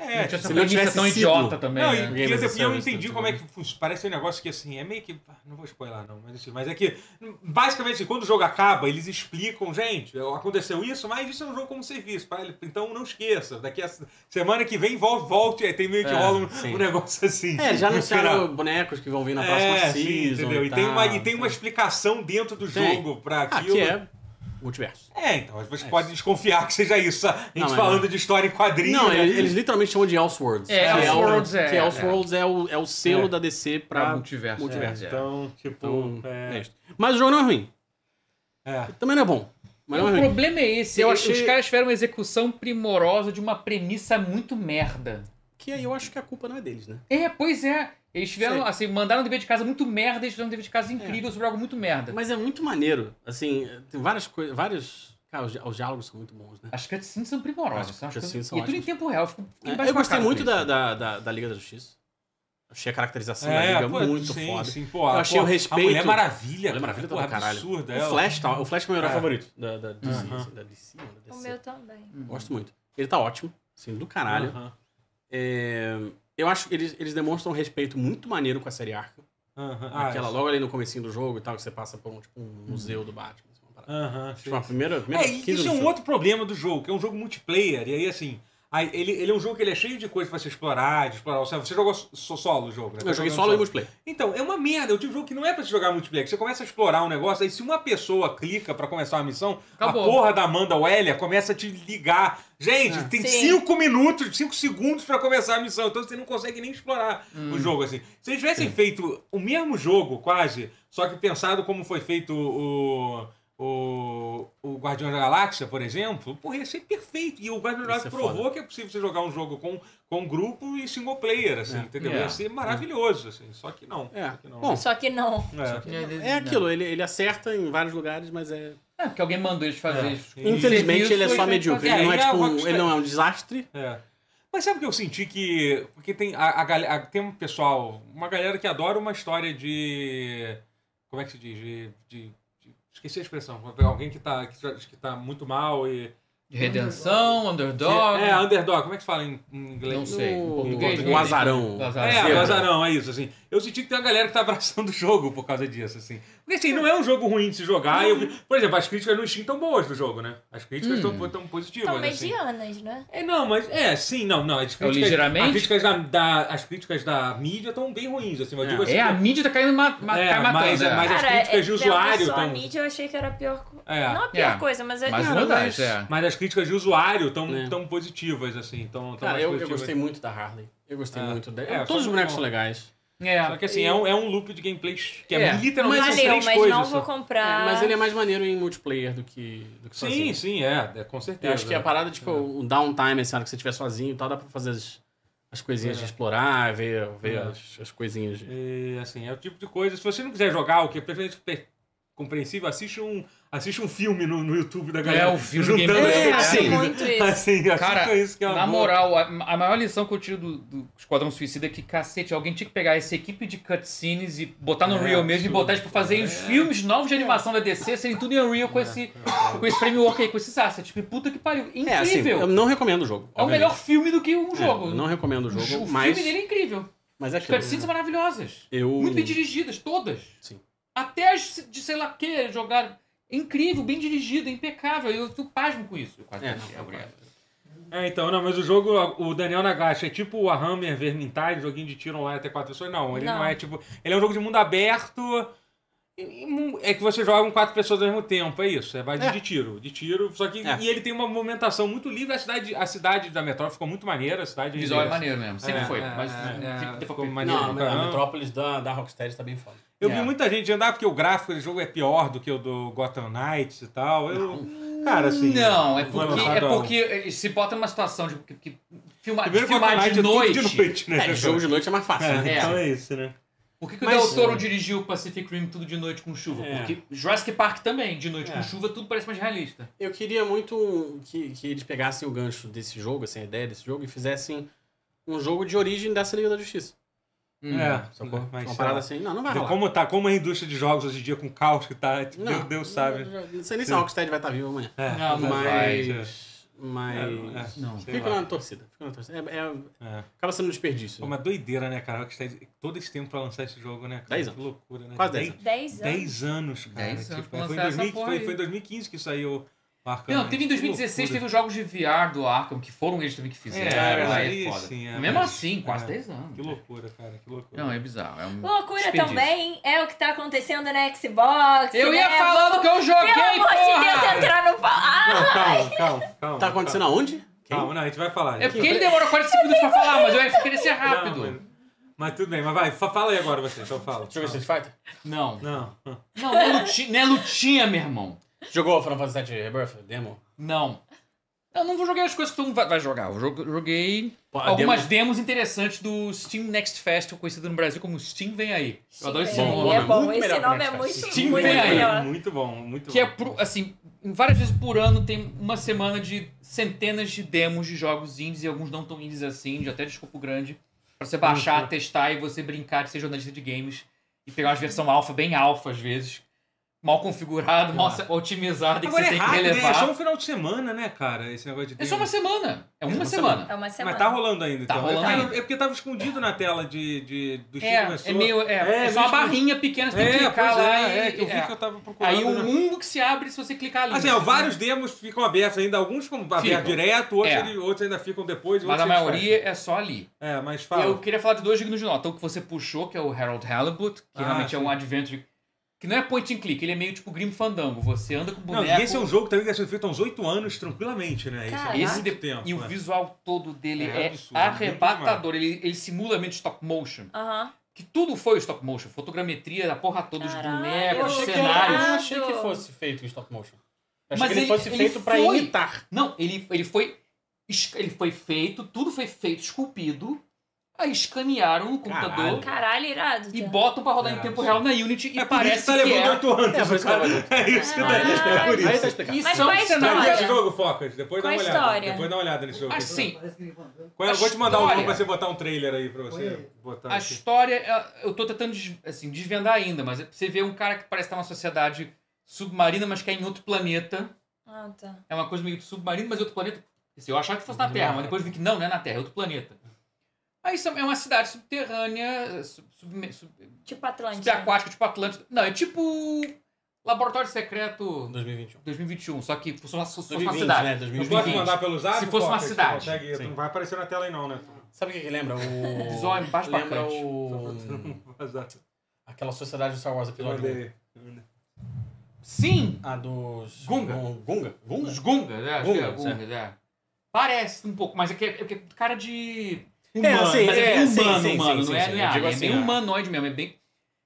Speaker 1: É,
Speaker 2: Não tinha essa
Speaker 3: se ele
Speaker 2: premissa
Speaker 3: tivesse
Speaker 2: tão
Speaker 3: sido-
Speaker 2: idiota também,
Speaker 1: Não,
Speaker 2: né?
Speaker 1: e,
Speaker 3: Game
Speaker 1: e eu,
Speaker 3: as a
Speaker 1: eu
Speaker 3: service,
Speaker 1: entendi
Speaker 3: né,
Speaker 1: como é que
Speaker 3: tudo
Speaker 1: fun- parece um negócio que assim, é meio que. ah, Não vou spoiler, não, mas assim, mas é que. Basicamente, assim, quando o jogo acaba, eles explicam, gente, aconteceu isso, mas isso é um jogo como serviço. pra ele- Então não esqueça. Daqui a s- semana que vem vol- volte, aí tem meio que
Speaker 3: É,
Speaker 1: rola um- um,
Speaker 3: sim.
Speaker 1: negócio assim.
Speaker 3: É, já
Speaker 1: no final.
Speaker 3: anunciaram bonecos que vão vir na próxima
Speaker 1: é,
Speaker 3: season.
Speaker 1: sim, entendeu? E tem,
Speaker 3: tal,
Speaker 1: uma, e tem uma
Speaker 3: sabe?
Speaker 1: explicação dentro do
Speaker 3: Tem.
Speaker 1: jogo pra
Speaker 3: Ah,
Speaker 1: aquilo.
Speaker 3: que é multiverso.
Speaker 1: É, então, você pode desconfiar que seja isso. A gente
Speaker 3: Não, mas- é.
Speaker 1: falando de história em quadrinhos.
Speaker 3: Não,
Speaker 1: né?
Speaker 3: eles, eles literalmente chamam de Elseworlds.
Speaker 2: É,
Speaker 3: que
Speaker 2: Elseworlds
Speaker 3: o,
Speaker 2: é-
Speaker 3: Que Elseworlds é, o, é o selo da DC
Speaker 2: Pra
Speaker 3: pra...
Speaker 2: multiverso.
Speaker 3: multiverso.
Speaker 2: é, é.
Speaker 1: Então, tipo.
Speaker 3: Então,
Speaker 1: é,
Speaker 3: é isso. Mas o jogo não é ruim.
Speaker 1: é.
Speaker 3: Também não é bom. Mas não é
Speaker 2: o
Speaker 3: ruim.
Speaker 2: problema é esse.
Speaker 3: Eu
Speaker 2: Eu
Speaker 3: achei-
Speaker 2: Os caras tiveram uma execução primorosa de uma premissa muito merda.
Speaker 3: Que aí eu acho que a culpa não é deles, né?
Speaker 2: É, pois é. Eles tiveram, assim, mandaram um dever de casa muito merda, eles fizeram um dever de casa incrível sobre algo muito merda.
Speaker 3: É. Mas é muito maneiro. Assim, tem várias coisas... Vários... Cara, os, di- os diálogos são muito bons, né?
Speaker 2: As cutscenes são primorosas.
Speaker 3: As
Speaker 2: são as coisas-
Speaker 3: cutscenes são
Speaker 2: e tudo em
Speaker 3: ótimas.
Speaker 2: tempo real. Eu, fico
Speaker 3: É,
Speaker 2: embaixo
Speaker 3: eu
Speaker 2: com a
Speaker 3: gostei
Speaker 2: cara
Speaker 3: muito
Speaker 2: com
Speaker 3: da,
Speaker 2: isso.
Speaker 3: da, da, da Liga da Justiça. Achei a caracterização
Speaker 1: né? É,
Speaker 3: da Liga
Speaker 1: pô,
Speaker 3: muito
Speaker 1: sim,
Speaker 3: foda.
Speaker 1: sim, pô,
Speaker 3: Eu achei
Speaker 1: pô,
Speaker 3: o respeito.
Speaker 1: A Mulher Maravilha,
Speaker 3: Mulher
Speaker 1: cara,
Speaker 3: Maravilha tá
Speaker 1: porra,
Speaker 3: do caralho.
Speaker 1: absurda
Speaker 3: O
Speaker 1: ela.
Speaker 3: Flash, tá, o Flash é o meu herói
Speaker 1: É.
Speaker 3: favorito da, da DC.
Speaker 1: Aham.
Speaker 3: assim, da DC, ou da
Speaker 4: O
Speaker 3: DC.
Speaker 4: meu também.
Speaker 3: Gosto muito. Ele tá ótimo, assim, do caralho.
Speaker 1: Aham,
Speaker 3: É, eu acho que eles, eles demonstram um respeito muito maneiro com a série Arca.
Speaker 1: aham. Ah,
Speaker 3: Aquela
Speaker 1: isso.
Speaker 3: logo ali no comecinho do jogo e tal, que você passa por um, tipo, um museu do Batman. assim, uma parada.
Speaker 1: Aham,
Speaker 3: Tipo, a
Speaker 1: sim.
Speaker 3: primeira, a primeira
Speaker 1: É, isso
Speaker 3: 15
Speaker 1: é
Speaker 3: minutos
Speaker 1: um
Speaker 3: do
Speaker 1: outro problema do jogo, que é um jogo multiplayer, e aí assim, aí ele, ele é um jogo que ele é cheio de coisa pra você explorar, de explorar. Você, você jogou so- solo o jogo, né?
Speaker 3: jogo.
Speaker 1: Tá
Speaker 3: Eu joguei
Speaker 1: jogando
Speaker 3: solo e multiplayer.
Speaker 1: Então, é uma merda. Eu tive um jogo que não é pra se jogar multiplayer. que Você começa a explorar um negócio, aí se uma pessoa clica pra começar uma missão,
Speaker 2: Acabou.
Speaker 1: a porra da Amanda Weller começa a te ligar.
Speaker 3: É.
Speaker 1: Gente, tem
Speaker 4: Sim.
Speaker 1: cinco minutos, cinco segundos pra começar a missão. Então você não consegue nem explorar
Speaker 3: Hum.
Speaker 1: o jogo assim. Se eles tivessem feito o mesmo jogo, quase, só que pensado como foi feito o. O, o Guardião da Galáxia, por exemplo, porra, ia ser perfeito. E o Guardião da
Speaker 3: Ia ser
Speaker 1: Galáxia provou que é possível você jogar um jogo com, com grupo e single player, assim,
Speaker 3: É.
Speaker 1: entendeu?
Speaker 2: É.
Speaker 1: Ia ser maravilhoso, assim, só que não.
Speaker 3: É.
Speaker 1: Só que não.
Speaker 3: Bom,
Speaker 4: Só que não.
Speaker 1: É.
Speaker 3: É aquilo, ele, ele acerta em vários lugares, mas é.
Speaker 2: É, porque alguém mandou eles fazerem.
Speaker 1: É.
Speaker 2: Eles-
Speaker 3: Infelizmente
Speaker 2: serviço,
Speaker 3: ele é só
Speaker 2: eles-
Speaker 3: medíocre.
Speaker 1: É,
Speaker 3: Ele não é
Speaker 1: e a
Speaker 3: tipo. um-
Speaker 1: Rockstar-
Speaker 3: Ele não é um desastre.
Speaker 1: É. Mas sabe o que eu senti que. Porque tem a, a galera. a- Tem um pessoal, uma galera que adora uma história de. Como é que se diz? De. de- de- esqueci a expressão. Alguém que tá, que, tá- que tá muito mal e.
Speaker 2: Redenção, underdog.
Speaker 1: É, underdog. Como é que se fala em, em inglês?
Speaker 2: Não sei. Em
Speaker 3: No-
Speaker 2: português,
Speaker 3: Um
Speaker 2: né?
Speaker 3: azarão.
Speaker 2: Azarão.
Speaker 1: É,
Speaker 3: Zebra.
Speaker 1: o azarão, é isso, assim. Eu senti que tem uma galera que tá [laughs] abraçando o jogo por causa disso, assim. Porque, assim, não é um jogo ruim de se jogar. Eu vi- por exemplo, as críticas no Steam estão boas do jogo, né? As críticas estão
Speaker 2: Hum.
Speaker 1: tão positivas,
Speaker 4: São
Speaker 1: assim.
Speaker 4: medianas, né?
Speaker 1: É, não, mas é, sim, não, não. As críticas,
Speaker 2: ligeiramente?
Speaker 1: as críticas da, da- as críticas da mídia estão bem ruins, assim. Eu digo assim.
Speaker 2: É, a mídia tá caindo ma ma
Speaker 1: É,
Speaker 2: cai matando.
Speaker 1: mas-
Speaker 2: é.
Speaker 1: mas- as críticas de
Speaker 4: é-
Speaker 1: usuário
Speaker 4: Só a
Speaker 1: tão-
Speaker 4: mídia eu achei que era a pior. co-
Speaker 1: É.
Speaker 4: Não a pior
Speaker 2: É.
Speaker 4: coisa, mas tipo, eu
Speaker 2: Mas
Speaker 3: Cara,
Speaker 2: não dá,
Speaker 3: mas-
Speaker 2: isso é.
Speaker 1: Mas as críticas de usuário estão
Speaker 3: É.
Speaker 1: tão positivas, assim. Tão, tão
Speaker 3: Cara,
Speaker 1: mais
Speaker 3: eu, eu
Speaker 1: positivas.
Speaker 3: gostei muito da Harley. Eu gostei
Speaker 1: né? É.
Speaker 3: muito dela.
Speaker 1: É, foi
Speaker 3: Todos os
Speaker 1: muito
Speaker 3: bonecos
Speaker 1: bom.
Speaker 3: são legais.
Speaker 1: Só
Speaker 2: É.
Speaker 1: que, assim, é um, é um loop de gameplay que é,
Speaker 2: É.
Speaker 1: literalmente são
Speaker 4: Valeu,
Speaker 1: três
Speaker 4: mas
Speaker 1: coisas. assim.
Speaker 4: não vou
Speaker 1: só.
Speaker 4: comprar.
Speaker 3: mas ele é mais maneiro em multiplayer do que, do que
Speaker 1: Sim,
Speaker 2: Assim.
Speaker 3: sozinho.
Speaker 1: sim, é, é, com certeza.
Speaker 3: Eu acho que a parada,
Speaker 1: É.
Speaker 3: tipo, o downtime, assim, na hora que você estiver sozinho e tal, dá pra fazer as, as coisinhas
Speaker 1: É.
Speaker 3: de explorar, ver, ver
Speaker 1: É.
Speaker 3: as, as coisinhas. de-
Speaker 1: E, assim, é o tipo de coisa. Se você não quiser jogar, o que? Preferente é compreensível, assiste um, assiste um filme no, no YouTube da
Speaker 2: É,
Speaker 1: galera.
Speaker 2: o filme
Speaker 1: juntando as
Speaker 2: Game Boy. É,
Speaker 1: peças.
Speaker 3: assim,
Speaker 4: muito isso.
Speaker 1: Assim, assista
Speaker 2: Cara,
Speaker 1: isso que é uma
Speaker 2: Na
Speaker 1: boa.
Speaker 2: moral, a, a maior lição que eu tiro do, do Esquadrão Suicida é que, cacete, alguém tinha que pegar essa equipe de cutscenes e botar no
Speaker 1: É,
Speaker 2: Real mesmo e
Speaker 1: absurdo. É.
Speaker 2: botar, tipo, fazer os filmes novos de animação da DC serem tudo em Unreal com esse, com esse framework aí, com esses assets. Tipo, puta que pariu. Incrível. É,
Speaker 3: É, assim, eu não recomendo É o jogo.
Speaker 2: o
Speaker 3: obviamente.
Speaker 2: melhor filme do que um jogo.
Speaker 3: É, eu não recomendo o
Speaker 2: O
Speaker 3: jogo,
Speaker 2: filme
Speaker 3: mas,
Speaker 2: dele é incrível.
Speaker 3: mas é
Speaker 2: As
Speaker 3: aquilo.
Speaker 2: cutscenes são maravilhosas.
Speaker 3: Eu...
Speaker 2: Muito
Speaker 1: Uhum.
Speaker 2: bem dirigidas, todas.
Speaker 3: Sim.
Speaker 2: Até as de sei lá que jogar incrível, bem dirigida, impecável. Eu tô pasmo com isso. Eu quase
Speaker 3: É,
Speaker 2: desisti,
Speaker 3: não,
Speaker 2: obrigado.
Speaker 1: É, então, não, mas o jogo, o Daniel Nagashi é tipo o Hammer Vermintide, joguinho de tiro online até quatro pessoas. Não, ele não.
Speaker 4: Não.
Speaker 1: é tipo. Ele é um jogo de mundo aberto. e- e mu- É que você joga com quatro pessoas ao mesmo tempo, é isso. É base
Speaker 3: É.
Speaker 1: de tiro, de tiro. Só que.
Speaker 3: É.
Speaker 1: E ele tem uma movimentação muito livre. A cidade, a cidade da metrópole ficou muito maneira. A cidade
Speaker 2: O visual é
Speaker 1: é-
Speaker 2: maneiro né? mesmo, sempre
Speaker 1: É,
Speaker 2: foi.
Speaker 1: é,
Speaker 2: mas
Speaker 1: é,
Speaker 2: sempre
Speaker 1: ficou
Speaker 2: foi.
Speaker 1: maneiro.
Speaker 3: Não, a
Speaker 1: Não.
Speaker 3: Metrópolis da, da Rocksteady tá bem foda.
Speaker 1: Eu
Speaker 2: É.
Speaker 1: vi muita gente andar porque o gráfico do jogo é pior do que o do Gotham Knights e tal. Eu, cara, assim.
Speaker 2: Não, é
Speaker 1: foi
Speaker 2: porque, é
Speaker 1: lançado há-
Speaker 2: porque eh, se bota numa situação de que, que filmar, de
Speaker 1: Primeiro Gotham
Speaker 2: filmar
Speaker 1: Knights
Speaker 2: de
Speaker 1: é tudo
Speaker 2: noite.
Speaker 1: de noite, né?
Speaker 3: É, jogo de noite é mais fácil, né?
Speaker 1: É,
Speaker 2: É.
Speaker 1: Então é isso, né?
Speaker 2: Por que, que
Speaker 3: Mas-
Speaker 2: o Del Toro dirigiu Pacific Rim tudo de noite com chuva?
Speaker 3: É.
Speaker 2: Porque Jurassic Park também, de noite
Speaker 3: É.
Speaker 2: com chuva, tudo parece mais realista.
Speaker 3: Eu queria muito que, que eles pegassem o gancho desse jogo, assim, a ideia desse jogo, e fizessem um jogo de origem dessa Liga da Justiça.
Speaker 1: É,
Speaker 3: Ah, Sacou?
Speaker 1: sacou? Mas,
Speaker 3: uma
Speaker 1: sei
Speaker 3: parada
Speaker 1: lá.
Speaker 3: assim, não, não vai
Speaker 1: Então,
Speaker 3: rolar.
Speaker 1: como tá, como a indústria de jogos hoje em dia com o caos que tá, tipo,
Speaker 3: Não,
Speaker 1: Deus, Deus sabe.
Speaker 3: Não, não sei nem se a Rocksteady vai estar viva amanhã.
Speaker 1: É,
Speaker 2: Não, não
Speaker 1: mas-
Speaker 3: Ah, vai.
Speaker 1: É,
Speaker 3: Mas...
Speaker 1: é,
Speaker 2: Não.
Speaker 1: sei
Speaker 3: Fica
Speaker 1: lá.
Speaker 3: na torcida. Fica na torcida. É- é-
Speaker 1: É.
Speaker 3: acaba sendo um desperdício.
Speaker 1: Pô,
Speaker 3: né?
Speaker 1: uma doideira, né, cara? Rocksteady, todo esse tempo pra lançar esse jogo, né? Cara?
Speaker 3: Dez
Speaker 1: Que
Speaker 3: anos.
Speaker 1: loucura, né?
Speaker 3: Quase dez
Speaker 1: Dez-
Speaker 4: 10 anos.
Speaker 1: dez anos, cara.
Speaker 2: Dez anos
Speaker 1: Tipo, foi,
Speaker 2: pra
Speaker 1: em
Speaker 2: lançar essa
Speaker 1: 2000
Speaker 2: porra
Speaker 1: foi,
Speaker 2: aí.
Speaker 1: foi em 2015 que saiu o Arkham.
Speaker 2: Não,
Speaker 1: né?
Speaker 2: teve em
Speaker 1: Que
Speaker 2: 2016, teve
Speaker 1: loucura.
Speaker 2: os jogos de VR do Arkham, que foram eles também que fizeram.
Speaker 1: É,
Speaker 2: lá
Speaker 1: mas
Speaker 2: é
Speaker 1: aí
Speaker 2: foda.
Speaker 1: sim, é,
Speaker 2: Mesmo
Speaker 1: mas-
Speaker 2: assim, quase
Speaker 1: é.
Speaker 2: 10 anos.
Speaker 1: Que loucura, cara. Que loucura.
Speaker 2: Não, é bizarro. É um
Speaker 4: Loucura
Speaker 2: desperdício.
Speaker 4: também é o que tá acontecendo na Xbox.
Speaker 2: Eu ia
Speaker 4: né?
Speaker 2: falando que eu joguei,
Speaker 4: Pelo amor de Deus,
Speaker 2: porra!
Speaker 4: entrar no. Ah,
Speaker 1: Não, calma, calma, calma.
Speaker 3: Tá acontecendo aonde? Quem?
Speaker 1: Calma, não, a gente vai falar.
Speaker 2: É porque ele demorou 40 segundos pra falar, mas eu ia querer ser
Speaker 1: Não,
Speaker 2: rápido.
Speaker 1: mas- mas tudo bem, mas vai, fa- fala aí agora você, então fala.
Speaker 3: Jogou Street Fighter?
Speaker 2: Não.
Speaker 1: Não.
Speaker 2: Não, não é lutinha, não é lutinha, meu irmão.
Speaker 3: Jogou Final Fantasy VII Rebirth? Demo?
Speaker 2: Não. Eu não vou jogar as coisas que todo mundo vai- vai jogar. Eu jo- joguei
Speaker 1: Ah,
Speaker 3: Pô, a
Speaker 2: algumas
Speaker 3: demo-
Speaker 2: demos interessantes do Steam Next Fest, conhecido no Brasil como Steam Vem Aí. Eu adoro esse
Speaker 4: Steam
Speaker 2: nome.
Speaker 4: Vem Aí é bom,
Speaker 3: Muito melhor
Speaker 4: esse
Speaker 3: que
Speaker 4: nome é
Speaker 3: Netflix.
Speaker 4: muito,
Speaker 2: Steam
Speaker 4: muito
Speaker 2: Vem Aí.
Speaker 4: melhor.
Speaker 1: Muito bom, muito
Speaker 2: Que é,
Speaker 1: bom.
Speaker 2: pro- assim, várias vezes por ano tem uma semana de centenas de demos de jogos indies e alguns não tão indies assim, de até de escopo grande, pra você baixar,
Speaker 1: Uhum.
Speaker 2: testar e você brincar de ser jornalista de games e pegar uma versão alfa, bem alfa às vezes, mal configurado, mal se- otimizado e que
Speaker 1: Agora
Speaker 2: você
Speaker 1: é
Speaker 2: tem que
Speaker 1: rápido, né? É
Speaker 2: relevar.
Speaker 1: só um final de semana, né, cara? Esse negócio de
Speaker 2: É só
Speaker 1: demo.
Speaker 2: uma semana. É uma,
Speaker 3: uma
Speaker 2: semana.
Speaker 4: É uma
Speaker 1: Mas
Speaker 4: semana.
Speaker 1: tá rolando ainda,
Speaker 2: Tá
Speaker 1: então.
Speaker 2: rolando
Speaker 1: é, cara,
Speaker 2: ainda.
Speaker 1: é porque tava escondido na tela de, de, do Chico
Speaker 2: É, é meio. É, é, só uma
Speaker 1: meio escondido.
Speaker 2: barrinha pequena, você tem que
Speaker 1: É,
Speaker 2: clicar
Speaker 1: pois
Speaker 2: lá
Speaker 1: é,
Speaker 2: e.
Speaker 1: é, que eu vi
Speaker 2: é.
Speaker 1: que eu tava procurando.
Speaker 2: Aí um
Speaker 1: né?
Speaker 2: mundo que se abre se você clicar ali.
Speaker 1: Assim, ó, vários demos ficam abertos ainda, alguns ficam
Speaker 2: Ficam.
Speaker 1: abertos direto, outros,
Speaker 2: É.
Speaker 1: eles- outros ainda ficam depois.
Speaker 2: Mas
Speaker 1: outros
Speaker 2: a
Speaker 1: eles
Speaker 2: maioria é só ali.
Speaker 1: fazem. É, mas
Speaker 2: E Eu
Speaker 1: fala.
Speaker 2: queria falar de dois dignos de nota. O que você puxou, que é o Harold Halibut, que
Speaker 1: Ah,
Speaker 2: realmente é
Speaker 1: sim.
Speaker 2: um adventure que não é point and click, ele é meio tipo Grim Fandango. Você anda com o
Speaker 1: Não,
Speaker 2: boneco.
Speaker 1: e esse é um jogo também que tá sendo feito há uns oito anos, tranquilamente, né?
Speaker 4: Cara,
Speaker 1: é
Speaker 2: esse
Speaker 1: muito
Speaker 2: de-
Speaker 1: tempo.
Speaker 2: e o
Speaker 1: é.
Speaker 2: visual todo dele
Speaker 1: É
Speaker 2: é,
Speaker 1: absurdo,
Speaker 2: arrebatador. Ele, ele simula meio stop motion.
Speaker 4: Aham.
Speaker 2: Que tudo foi stop motion. Fotogrametria da porra toda, os
Speaker 4: Caralho,
Speaker 3: Eu
Speaker 2: bonecos, os
Speaker 3: achei que-
Speaker 2: cenários.
Speaker 3: Eu não achei que fosse feito em stop motion. Eu achei
Speaker 2: Mas
Speaker 3: que ele,
Speaker 2: ele-
Speaker 3: fosse
Speaker 2: ele
Speaker 3: feito pra
Speaker 2: foi.
Speaker 3: imitar.
Speaker 2: Não, ele, ele foi. es- Ele foi feito, tudo foi feito, esculpido. Aí escanearam no computador
Speaker 3: Caralho.
Speaker 4: Caralho, irado.
Speaker 2: e
Speaker 4: Tiago.
Speaker 2: botam pra rodar em
Speaker 1: É,
Speaker 2: tempo
Speaker 1: sim.
Speaker 2: real na Unity e
Speaker 1: É por
Speaker 2: parece
Speaker 1: isso que tá
Speaker 2: que
Speaker 1: levando
Speaker 2: é.
Speaker 1: oito anos.
Speaker 3: É, por isso que
Speaker 1: cara.
Speaker 3: tá levando
Speaker 1: [laughs] É isso que
Speaker 4: Ah,
Speaker 1: tá- é por
Speaker 3: Aí tá
Speaker 1: isso.
Speaker 3: explicado.
Speaker 2: E
Speaker 4: Mas
Speaker 2: são
Speaker 4: qual é a
Speaker 2: cenários-
Speaker 1: Tá,
Speaker 4: Olha.
Speaker 1: esse jogo, Focas. Depois dá
Speaker 4: Qual
Speaker 1: uma
Speaker 4: a
Speaker 1: olhada.
Speaker 4: história?
Speaker 1: Depois dá uma olhada nesse jogo.
Speaker 2: Assim,
Speaker 6: Parece que ele
Speaker 3: [laughs]
Speaker 6: mandou.
Speaker 1: Qual é-
Speaker 2: a
Speaker 1: eu vou te mandar um
Speaker 2: história-
Speaker 1: nome pra você botar um trailer aí pra
Speaker 6: Põe
Speaker 1: você
Speaker 6: aí.
Speaker 1: botar.
Speaker 2: A
Speaker 1: aqui.
Speaker 2: história, é- eu tô tentando des- assim, desvendar ainda, mas você vê um cara que parece estar numa sociedade submarina, mas que é em outro planeta.
Speaker 4: Ah, tá.
Speaker 2: É uma coisa meio que submarino, mas é outro planeta. Assim, eu achava que
Speaker 3: Uhum.
Speaker 2: fosse na Terra, mas depois vi que não, não é na Terra, é outro planeta. Aí são- é uma cidade subterrânea, sub, subme- sub-
Speaker 4: Tipo Atlântica.
Speaker 2: subaquática, tipo Atlântida. Não, é tipo Laboratório Secreto
Speaker 3: 2021.
Speaker 2: 2021, só que fosse uma, fosse uma
Speaker 3: 2020,
Speaker 2: cidade.
Speaker 3: né?
Speaker 1: Eu
Speaker 3: 2020.
Speaker 1: posso mandar pelo zap?
Speaker 2: Se fosse uma
Speaker 1: Focas, você
Speaker 2: cidade.
Speaker 1: consegue-
Speaker 3: Sim.
Speaker 1: Não vai aparecer na tela aí não, né?
Speaker 3: Sabe o que, que lembra? O.
Speaker 2: Visual embaixo
Speaker 3: lembra
Speaker 2: bacante.
Speaker 3: o.
Speaker 1: Exato.
Speaker 3: Aquela sociedade do Star Wars
Speaker 1: Eu
Speaker 3: episódio 1.
Speaker 1: mandei. Eu mandei.
Speaker 2: Sim!
Speaker 3: A dos.
Speaker 2: Gunga.
Speaker 3: Gun- Gunga? Gunga?
Speaker 2: Os Gungas, é, acho que é
Speaker 3: Gungas,
Speaker 2: Gungas, é. Parece um pouco, mas é que é, é que é cara de.
Speaker 3: É, assim,
Speaker 2: mas é,
Speaker 3: é,
Speaker 2: bem
Speaker 3: sim,
Speaker 2: humano,
Speaker 3: sim,
Speaker 2: humano,
Speaker 3: sim,
Speaker 2: não é,
Speaker 3: sim,
Speaker 2: não
Speaker 3: sim.
Speaker 2: é,
Speaker 3: Eu
Speaker 2: alien,
Speaker 3: digo
Speaker 2: é
Speaker 3: assim,
Speaker 2: bem
Speaker 3: ah.
Speaker 2: humanoide mesmo, é bem.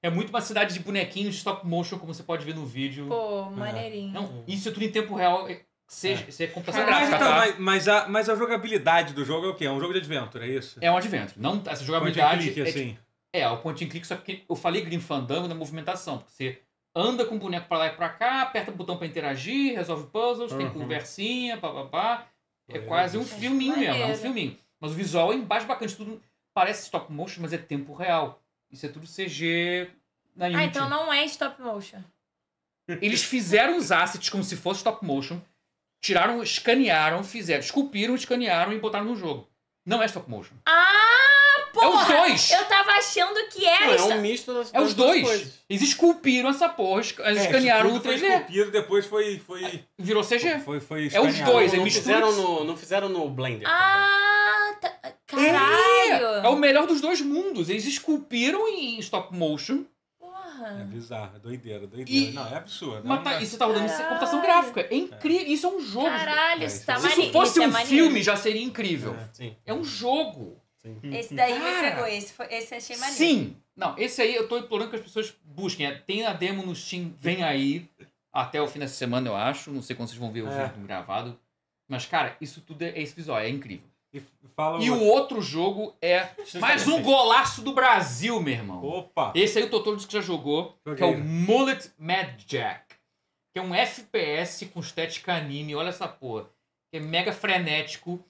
Speaker 2: É muito uma cidade de bonequinhos stop motion, como você pode ver no vídeo.
Speaker 4: Pô, maneirinho. Ah,
Speaker 2: Não, isso é tudo em tempo real, é- seja, isso é computação
Speaker 1: Mas,
Speaker 2: gráfica,
Speaker 1: então,
Speaker 2: tá?
Speaker 1: mas, mas a, mas a jogabilidade do jogo é o quê? É um jogo de adventure, é isso?
Speaker 2: É um advento. Não, essa
Speaker 1: Point and
Speaker 2: jogabilidade.
Speaker 1: click,
Speaker 2: é,
Speaker 1: assim.
Speaker 2: é, o point and click, só que eu falei Grim Fandango na movimentação, porque você anda com o boneco pra lá e pra cá, aperta o botão pra interagir, resolve puzzles, tem
Speaker 3: Uhum.
Speaker 2: conversinha, papapá. É
Speaker 1: Maneiro.
Speaker 2: quase um filminho mesmo, é um
Speaker 4: Maneiro.
Speaker 2: filminho. Mas o visual é embaixo bacana, isso tudo parece stop motion, mas é tempo real. Isso é tudo CG na
Speaker 4: Ah,
Speaker 2: Unity.
Speaker 4: então não é stop motion.
Speaker 2: Eles fizeram os assets como se fosse stop motion, tiraram, escanearam, fizeram, esculpiram, escanearam e botaram no jogo. Não é stop motion.
Speaker 4: Ah, porra!
Speaker 2: os dois!
Speaker 4: Eu tava achando que
Speaker 3: Não,
Speaker 4: era
Speaker 3: é
Speaker 4: stop
Speaker 3: um misto das
Speaker 2: É os
Speaker 3: das
Speaker 2: dois.
Speaker 3: coisas.
Speaker 2: Eles esculpiram essa porra, esc-
Speaker 1: É,
Speaker 2: escanearam
Speaker 1: tudo
Speaker 2: o
Speaker 1: foi
Speaker 2: 3D,
Speaker 1: esculpido, depois foi. foi,
Speaker 2: virou CG.
Speaker 1: foi, foi
Speaker 2: É os
Speaker 1: escaneado.
Speaker 2: dois, é
Speaker 3: Não,
Speaker 2: mistura
Speaker 3: fizeram
Speaker 2: de-
Speaker 3: no, não fizeram no Blender.
Speaker 4: Ah, tá...
Speaker 2: É, é
Speaker 4: caralho!
Speaker 2: o melhor dos dois mundos. Eles esculpiram em stop
Speaker 1: É
Speaker 2: motion,
Speaker 4: Porra!
Speaker 1: bizarro, é doideira, doideira.
Speaker 2: E-
Speaker 1: Não, é absurdo.
Speaker 2: mas tá,
Speaker 1: não,
Speaker 2: isso tá rodando em
Speaker 4: Caralho.
Speaker 2: computação gráfica. É incrível. Isso é um jogo.
Speaker 4: Caralho,
Speaker 1: É,
Speaker 4: isso tá
Speaker 1: isso
Speaker 2: Se
Speaker 4: maneiro.
Speaker 2: isso fosse
Speaker 4: é
Speaker 2: um
Speaker 4: maneiro.
Speaker 2: filme, já seria incrível.
Speaker 3: também. tá Sim.
Speaker 2: É um jogo.
Speaker 4: Esse daí me
Speaker 2: Cara.
Speaker 4: pegou, esse, foi- esse achei maneiro.
Speaker 2: Sim. Não, esse aí eu tô implorando que as pessoas busquem. É, tem a demo no Steam, vem aí. Até o fim dessa semana, eu acho. Não sei quando vocês vão ver o
Speaker 1: É.
Speaker 2: vídeo gravado. Mas, cara, isso tudo é, é esse visual, é incrível.
Speaker 1: E fala
Speaker 2: E o outro jogo é mais um golaço do Brasil, meu irmão.
Speaker 1: Opa!
Speaker 2: Esse aí o Totoro disse que já jogou, que é o
Speaker 1: Joguei. né?
Speaker 2: Mullet Mad Jack. Que é um FPS com estética anime, olha essa porra. Que é mega frenético,